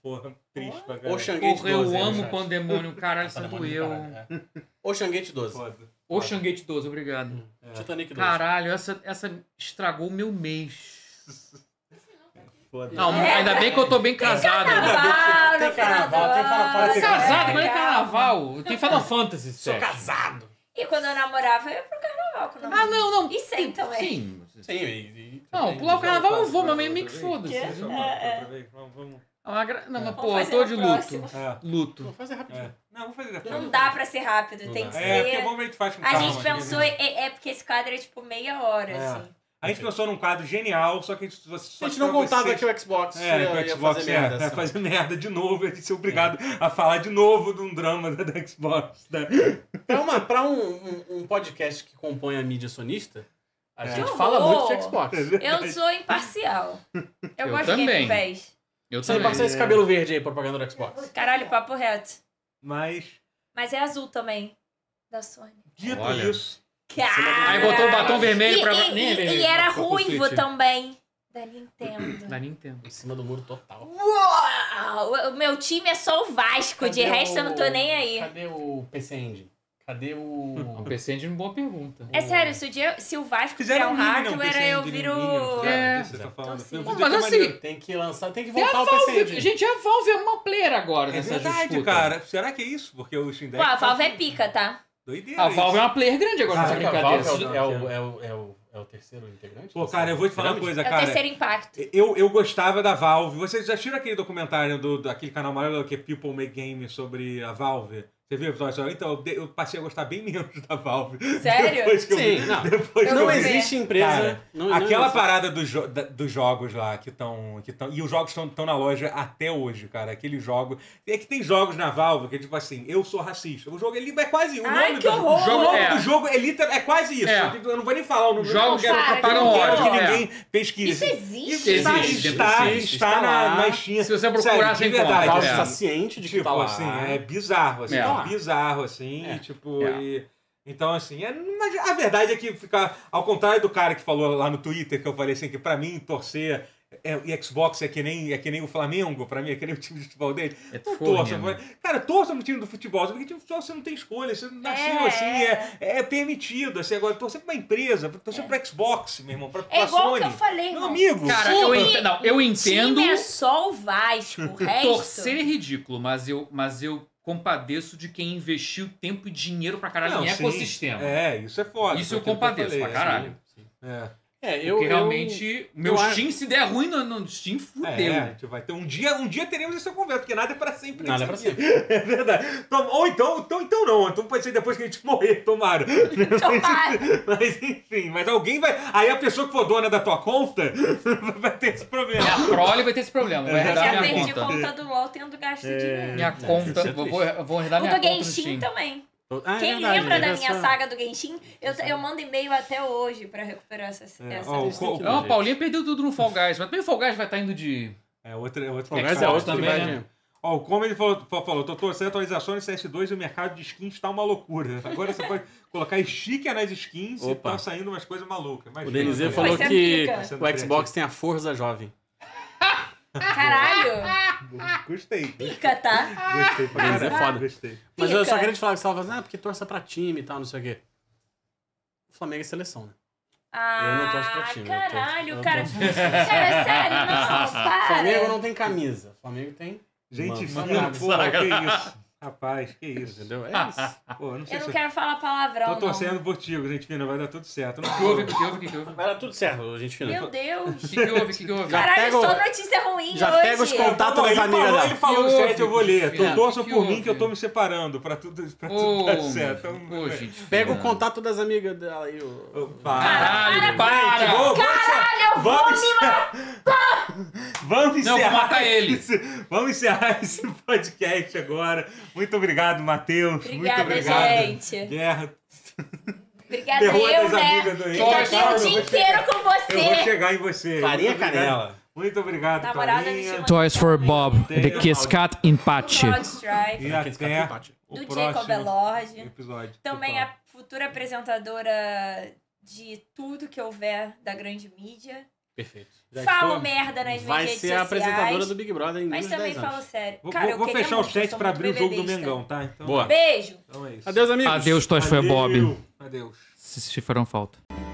Speaker 1: Porra, triste pra
Speaker 3: Ou
Speaker 1: caralho.
Speaker 3: Xanguete
Speaker 2: Porra,
Speaker 3: 12.
Speaker 2: eu
Speaker 3: né,
Speaker 2: amo
Speaker 3: chat?
Speaker 2: Pandemônio, caralho, isso
Speaker 5: Pandemônio do
Speaker 2: doeu.
Speaker 5: caralho, é.
Speaker 3: Ou Xanguete 12.
Speaker 1: Foda.
Speaker 2: Ocean Gate 12, obrigado.
Speaker 1: é.
Speaker 3: Titanic 12.
Speaker 2: Caralho, essa, essa estragou o meu mês.
Speaker 1: Foda.
Speaker 2: Não, ainda bem que eu tô bem casado.
Speaker 4: Carnaval,
Speaker 5: Tem
Speaker 4: no final do
Speaker 5: carnaval, tem carnaval,
Speaker 4: ano,
Speaker 2: Tô
Speaker 5: tem
Speaker 2: casado,
Speaker 4: é,
Speaker 2: mas é
Speaker 4: cara.
Speaker 2: carnaval. Tem Final Fantasy,
Speaker 5: Sou
Speaker 2: sete.
Speaker 5: casado.
Speaker 4: E quando eu namorava, eu ia pro carnaval com o
Speaker 2: Ah,
Speaker 4: namorado.
Speaker 2: não, não.
Speaker 4: E sem também.
Speaker 2: Sim.
Speaker 5: Sim, e, e-
Speaker 2: Não,
Speaker 5: e-
Speaker 2: pular o
Speaker 5: e-
Speaker 2: carnaval eu
Speaker 5: faz-
Speaker 2: vou, mas
Speaker 5: faz-
Speaker 2: meio meio que foda-se.
Speaker 4: Que?
Speaker 1: Deixa eu
Speaker 2: É
Speaker 1: mandar outra vez, Vamos, vamos.
Speaker 2: uma gra- Não, mas
Speaker 4: Vamos
Speaker 2: pô, eu
Speaker 4: fazer
Speaker 2: tô
Speaker 4: na
Speaker 2: de
Speaker 4: próxima.
Speaker 2: luto.
Speaker 1: É,
Speaker 2: Luto.
Speaker 3: Fazer rapidinho.
Speaker 1: é. Não, vou fazer depois.
Speaker 4: Não dá pra ser rápido,
Speaker 5: Não
Speaker 4: tem
Speaker 5: dá.
Speaker 4: que
Speaker 1: É, porque é
Speaker 4: ser.
Speaker 1: bom a gente faz com
Speaker 4: A
Speaker 1: calma.
Speaker 4: gente
Speaker 1: né?
Speaker 4: pensou, é, é porque esse quadro é tipo meia hora,
Speaker 1: É.
Speaker 4: assim.
Speaker 1: A gente pensou num quadro genial, só que a gente só
Speaker 3: A gente não contava que o Xbox
Speaker 1: É,
Speaker 3: ia,
Speaker 1: que
Speaker 3: ia
Speaker 1: o Xbox
Speaker 3: fazer
Speaker 1: é,
Speaker 3: merda.
Speaker 1: é,
Speaker 3: assim.
Speaker 1: fazer merda É. de novo, a gente ser obrigado a falar de novo de um drama da, da Xbox. né?
Speaker 3: Pra, uma, pra um, um, um podcast que compõe a mídia sonista, a
Speaker 1: É.
Speaker 3: gente
Speaker 4: Que
Speaker 3: fala muito
Speaker 4: horror!
Speaker 3: de Xbox.
Speaker 4: Eu sou imparcial. Eu,
Speaker 2: Eu
Speaker 4: gosto de
Speaker 2: também.
Speaker 4: Game Pass.
Speaker 2: Eu
Speaker 3: Você passa esse cabelo verde aí, propaganda do Xbox.
Speaker 4: Caralho, papo reto.
Speaker 1: Mas,
Speaker 4: Mas é azul também, da Sony.
Speaker 1: dito
Speaker 2: Olha.
Speaker 1: isso,
Speaker 2: Aí botou o batom
Speaker 4: Caralho.
Speaker 2: vermelho
Speaker 4: E-
Speaker 2: pra...
Speaker 4: e-
Speaker 2: Nem é
Speaker 4: e-
Speaker 2: vermelho,
Speaker 4: e era
Speaker 2: pra conceito.
Speaker 4: ruivo também. Da Nintendo.
Speaker 2: [clears throat] Da Nintendo.
Speaker 3: Em cima do muro total.
Speaker 4: Uau! O meu time é só o Vasco, de
Speaker 3: Cadê
Speaker 4: resto eu não tô
Speaker 3: o-
Speaker 4: nem aí.
Speaker 3: Cadê o PC Engine? Cadê
Speaker 2: O
Speaker 3: o...
Speaker 2: PC Engine, boa pergunta.
Speaker 4: É sério, se, o dia- se o Vasco virar
Speaker 1: fizeram um
Speaker 4: um
Speaker 1: mini, não,
Speaker 4: hardware, eu viro.
Speaker 2: É.
Speaker 1: Você tá
Speaker 4: Então,
Speaker 1: falando. Eu
Speaker 4: sim.
Speaker 1: vou
Speaker 2: Bom,
Speaker 1: dizer
Speaker 2: mas
Speaker 1: que é
Speaker 2: assim,
Speaker 1: maneiro.
Speaker 3: Tem que lançar, tem que
Speaker 2: Tem a
Speaker 3: voltar o PC
Speaker 2: Valve.
Speaker 3: Engine.
Speaker 2: Gente, a Valve é uma player agora
Speaker 1: É
Speaker 2: nessa
Speaker 1: verdade,
Speaker 2: disputa.
Speaker 1: cara. Será que é isso? Porque o Steam
Speaker 4: Pô,
Speaker 1: Deck
Speaker 4: a
Speaker 1: tá
Speaker 4: Valve é pica, tá?
Speaker 1: doideira.
Speaker 2: A Valve é
Speaker 1: isso.
Speaker 2: uma player grande agora nessa
Speaker 1: Ah,
Speaker 3: Será que a
Speaker 2: brincadeira.
Speaker 3: Valve é o, é, o, é, o, é, o, é o terceiro integrante?
Speaker 1: Pô, cara, eu vou te falar uma
Speaker 3: Pirâmide?
Speaker 1: coisa,
Speaker 4: É o
Speaker 1: cara.
Speaker 4: terceiro impacto.
Speaker 1: Eu, eu gostava da Valve. Vocês já assistiram aquele documentário do, daquele canal maior que é People Make Games sobre a Valve? Você viu o episódio? Então, eu de- eu passei a gostar bem menos da Valve. [laughs]
Speaker 4: Sério?
Speaker 1: Depois que eu vi.
Speaker 3: Sim, não.
Speaker 1: Depois que
Speaker 3: Não
Speaker 1: eu vi.
Speaker 3: existe empresa...
Speaker 1: Cara,
Speaker 3: não- não
Speaker 1: Aquela
Speaker 3: existe.
Speaker 1: parada do jo- da- dos jogos lá que estão. Que tão, e os jogos estão na loja até hoje, cara. Aquele jogo. É que tem jogos na Valve que é tipo assim, eu sou racista. O jogo ele é quase. O
Speaker 4: Ai,
Speaker 1: nome
Speaker 4: que
Speaker 1: do,
Speaker 4: horror!
Speaker 1: o nome
Speaker 2: É.
Speaker 1: do jogo é, literal, é quase isso.
Speaker 2: É.
Speaker 1: Eu não vou nem falar o nome
Speaker 2: Jogos
Speaker 1: eu não quero,
Speaker 4: que
Speaker 1: eu não
Speaker 4: apagam
Speaker 1: quero que
Speaker 2: ódio, é.
Speaker 1: ninguém pesquise.
Speaker 4: Isso existe?
Speaker 1: Isso está,
Speaker 2: Existe,
Speaker 1: está,
Speaker 3: existe,
Speaker 1: está
Speaker 3: está
Speaker 1: na,
Speaker 3: lá.
Speaker 1: na Steam.
Speaker 2: Se você procurar,
Speaker 1: Sério, de
Speaker 2: você encontra.
Speaker 3: A
Speaker 1: verdade,
Speaker 3: Valve
Speaker 2: É.
Speaker 3: está
Speaker 1: assim.
Speaker 3: ciente de que
Speaker 1: Tipo,
Speaker 3: tá lá.
Speaker 1: assim, é bizarro, assim. É.
Speaker 2: É.
Speaker 1: Bizarro, assim,
Speaker 3: É.
Speaker 1: e tipo...
Speaker 2: É.
Speaker 1: e- então, assim, é- mas a verdade é que ficar... Ao contrário do cara que falou lá no Twitter, que eu falei assim, que pra mim, torcer... É, e Xbox é que, nem, é que nem o Flamengo, pra mim, é que nem o time de futebol dele.
Speaker 2: É
Speaker 1: Não
Speaker 2: forno,
Speaker 1: torça,
Speaker 2: né?
Speaker 1: mas- cara, torça no time do futebol, porque time do futebol você não tem escolha, você nasceu
Speaker 4: É.
Speaker 1: assim, é, é permitido. Assim, agora, torcer pra uma empresa, torcer pra Xbox, meu irmão, pra, pra
Speaker 4: É igual o
Speaker 1: Sony.
Speaker 4: que eu falei,
Speaker 1: Meu
Speaker 4: irmão.
Speaker 1: amigo,
Speaker 2: Cara,
Speaker 1: porra.
Speaker 2: eu é entendo. Não, eu entendo.
Speaker 4: Time é só o Vasco, o resto.
Speaker 2: Torcer é ridículo, mas eu, mas eu compadeço de quem investiu tempo e dinheiro pra caralho
Speaker 1: Não,
Speaker 2: em
Speaker 1: sim.
Speaker 2: ecossistema.
Speaker 1: É, isso é foda.
Speaker 2: Então, Isso
Speaker 1: foi aquilo
Speaker 2: eu
Speaker 1: que
Speaker 2: compadeço
Speaker 1: falei, assim.
Speaker 2: pra caralho.
Speaker 1: É,
Speaker 3: É, eu.
Speaker 2: Porque
Speaker 3: eu-
Speaker 2: realmente, meu
Speaker 3: eu acho-
Speaker 2: Steam, se der ruim no, no Steam,
Speaker 1: é,
Speaker 2: fudeu.
Speaker 1: é, tipo, vai ter um dia, um dia teremos essa conversa, porque nada é pra sempre.
Speaker 3: Nada é pra
Speaker 1: nessa vida. [laughs] É verdade. Então, ou então, então, então não, então pode ser depois que a gente morrer, tomara.
Speaker 4: [laughs]
Speaker 1: [laughs]
Speaker 4: Tomara.
Speaker 1: Mas enfim, mas alguém vai. Aí a pessoa que for dona da tua conta [laughs] vai ter esse problema.
Speaker 2: Minha prole vai ter esse problema, vai
Speaker 1: Eu
Speaker 2: herdar
Speaker 4: Já
Speaker 2: minha
Speaker 4: perdi
Speaker 2: conta.
Speaker 4: conta. do LOL tendo gasto dinheiro.
Speaker 2: Minha
Speaker 3: isso
Speaker 2: conta,
Speaker 3: é
Speaker 2: vou,
Speaker 3: triste.
Speaker 2: vou- vou herdar
Speaker 4: O
Speaker 2: minha
Speaker 4: do
Speaker 2: conta no Steam. então.
Speaker 4: Genshin também.
Speaker 3: Ah, é
Speaker 4: Quem
Speaker 3: verdade,
Speaker 4: lembra da
Speaker 3: teve
Speaker 4: minha
Speaker 3: essa-
Speaker 4: saga do Genshin? Eu, eu mando e-mail até hoje pra recuperar essa.
Speaker 1: É,
Speaker 4: essa
Speaker 1: ó, o
Speaker 3: lista
Speaker 1: co-
Speaker 3: aqui,
Speaker 2: Não,
Speaker 3: um gente.
Speaker 2: a Paulinha perdeu tudo no Fall Guys, mas também o Fall Guys vai estar indo de...
Speaker 1: É outra, é outra
Speaker 3: Fall Guys é
Speaker 1: questão.
Speaker 3: outro que
Speaker 2: também,
Speaker 3: vai,
Speaker 2: né?
Speaker 3: né?
Speaker 1: Ó, o Comedy falou, fa- falou Totô, sem atualizações no CS2 e o mercado de skins tá uma loucura. [laughs] Agora você pode colocar sticker nas skins e
Speaker 3: Opa.
Speaker 1: tá saindo umas coisas malucas.
Speaker 3: O
Speaker 1: Imagina,
Speaker 3: DNZ
Speaker 1: né?
Speaker 3: falou
Speaker 4: sendo
Speaker 3: que
Speaker 4: pica.
Speaker 1: Sendo
Speaker 3: o Xbox tem a força jovem.
Speaker 4: Caralho!
Speaker 1: Gostei.
Speaker 4: Pica, tá?
Speaker 1: Gostei pra
Speaker 3: DNZ é
Speaker 1: caralho.
Speaker 3: foda.
Speaker 1: Gostei.
Speaker 3: Mas eu só
Speaker 4: Pica.
Speaker 3: queria te falar que você tava falando, ah, porque torça pra time e tal, não sei o quê. Flamengo é seleção, né? não torço pra
Speaker 4: Ah,
Speaker 3: time, eu torço-
Speaker 4: caralho,
Speaker 3: eu
Speaker 4: cara.
Speaker 3: torço-
Speaker 4: Cara, sério,
Speaker 3: [laughs]
Speaker 4: não, para.
Speaker 3: Flamengo não tem camisa. Flamengo tem.
Speaker 1: Gente,
Speaker 3: Mano,
Speaker 1: fina,
Speaker 3: mano,
Speaker 1: pô, que isso. Rapaz, que isso.
Speaker 3: Entendeu? É isso.
Speaker 1: Pô, eu não sei
Speaker 4: Eu não
Speaker 1: se
Speaker 4: quero falar palavrão.
Speaker 1: Tô
Speaker 4: não.
Speaker 1: torcendo por ti, gente fina, vai dar tudo certo. Não
Speaker 2: O que houve, o que houve, o que houve?
Speaker 3: [laughs] Vai dar tudo certo, gente fina.
Speaker 4: Meu Deus.
Speaker 2: O que que houve, o que que houve?
Speaker 3: Já
Speaker 4: Caralho,
Speaker 3: pega o-
Speaker 4: só notícia ruim
Speaker 3: já
Speaker 4: hoje.
Speaker 3: pega os contatos das
Speaker 1: ele
Speaker 3: amigas
Speaker 1: falou,
Speaker 3: dela.
Speaker 1: ele falou no
Speaker 2: Que
Speaker 1: chat, eu
Speaker 2: houve,
Speaker 1: vou ler.
Speaker 2: filha?
Speaker 1: Tu torça
Speaker 2: Que
Speaker 1: por mim que eu
Speaker 2: houve?
Speaker 1: tô me separando pra tudo, pra tudo
Speaker 2: Ô,
Speaker 1: dar certo. Então, é.
Speaker 2: ô, gente,
Speaker 3: Pega o
Speaker 2: mano.
Speaker 3: contato das amigas dela aí. o-
Speaker 2: Caralho, para!
Speaker 1: Caralho, vamos encerrar. [laughs] Vamos
Speaker 2: Não, vou
Speaker 1: encerrar.
Speaker 2: matar ele.
Speaker 1: esse- [laughs] Vamos encerrar esse podcast agora. Muito obrigado, Matheus. Muito
Speaker 4: Obrigada,
Speaker 1: obrigado.
Speaker 4: gente.
Speaker 1: Guerra.
Speaker 4: Obrigada,
Speaker 1: Derruba
Speaker 4: eu,
Speaker 1: as
Speaker 4: né?
Speaker 1: amigas do
Speaker 4: Que já
Speaker 2: Claro, eu
Speaker 4: tenho o dia
Speaker 1: vou
Speaker 4: inteiro com
Speaker 1: Eu vou
Speaker 4: você.
Speaker 1: chegar em você.
Speaker 3: Clarinha
Speaker 1: Muito obrigado.
Speaker 3: Canela.
Speaker 1: Muito obrigado,
Speaker 4: Namorada me
Speaker 1: Clarinha.
Speaker 4: chama.
Speaker 2: Toys for Bob,
Speaker 1: The
Speaker 2: The
Speaker 1: Kiss
Speaker 2: Kiss Cat Empate.
Speaker 4: Rod Strife,
Speaker 1: E
Speaker 3: Aqueles caras
Speaker 1: até
Speaker 3: simpáticos.
Speaker 1: o
Speaker 4: do Jacob
Speaker 1: próximo
Speaker 4: Elord.
Speaker 1: episódio.
Speaker 4: Também é- a futura apresentadora de tudo que houver da grande mídia.
Speaker 3: Perfeito. Já
Speaker 4: falo
Speaker 3: estou-
Speaker 4: merda nas
Speaker 3: Vai
Speaker 4: minhas redes
Speaker 3: ser a apresentadora
Speaker 4: sociais.
Speaker 3: do Big Brother em
Speaker 4: Mas
Speaker 3: menos de
Speaker 4: também
Speaker 3: 10
Speaker 4: falo
Speaker 3: anos.
Speaker 4: sério.
Speaker 1: Vou,
Speaker 4: Cara,
Speaker 1: vou-
Speaker 4: eu
Speaker 1: vou
Speaker 4: queria
Speaker 1: fechar o
Speaker 4: muito, eu
Speaker 1: chat
Speaker 4: sou
Speaker 1: pra
Speaker 4: muito
Speaker 1: abrir o jogo do
Speaker 4: bebedista.
Speaker 1: Mengão, tá? Então,
Speaker 3: Boa.
Speaker 4: Beijo.
Speaker 1: Então é isso.
Speaker 3: Adeus, amigos.
Speaker 2: Adeus, Toys for Bob.
Speaker 1: Adeus.
Speaker 2: Se, se farão falta.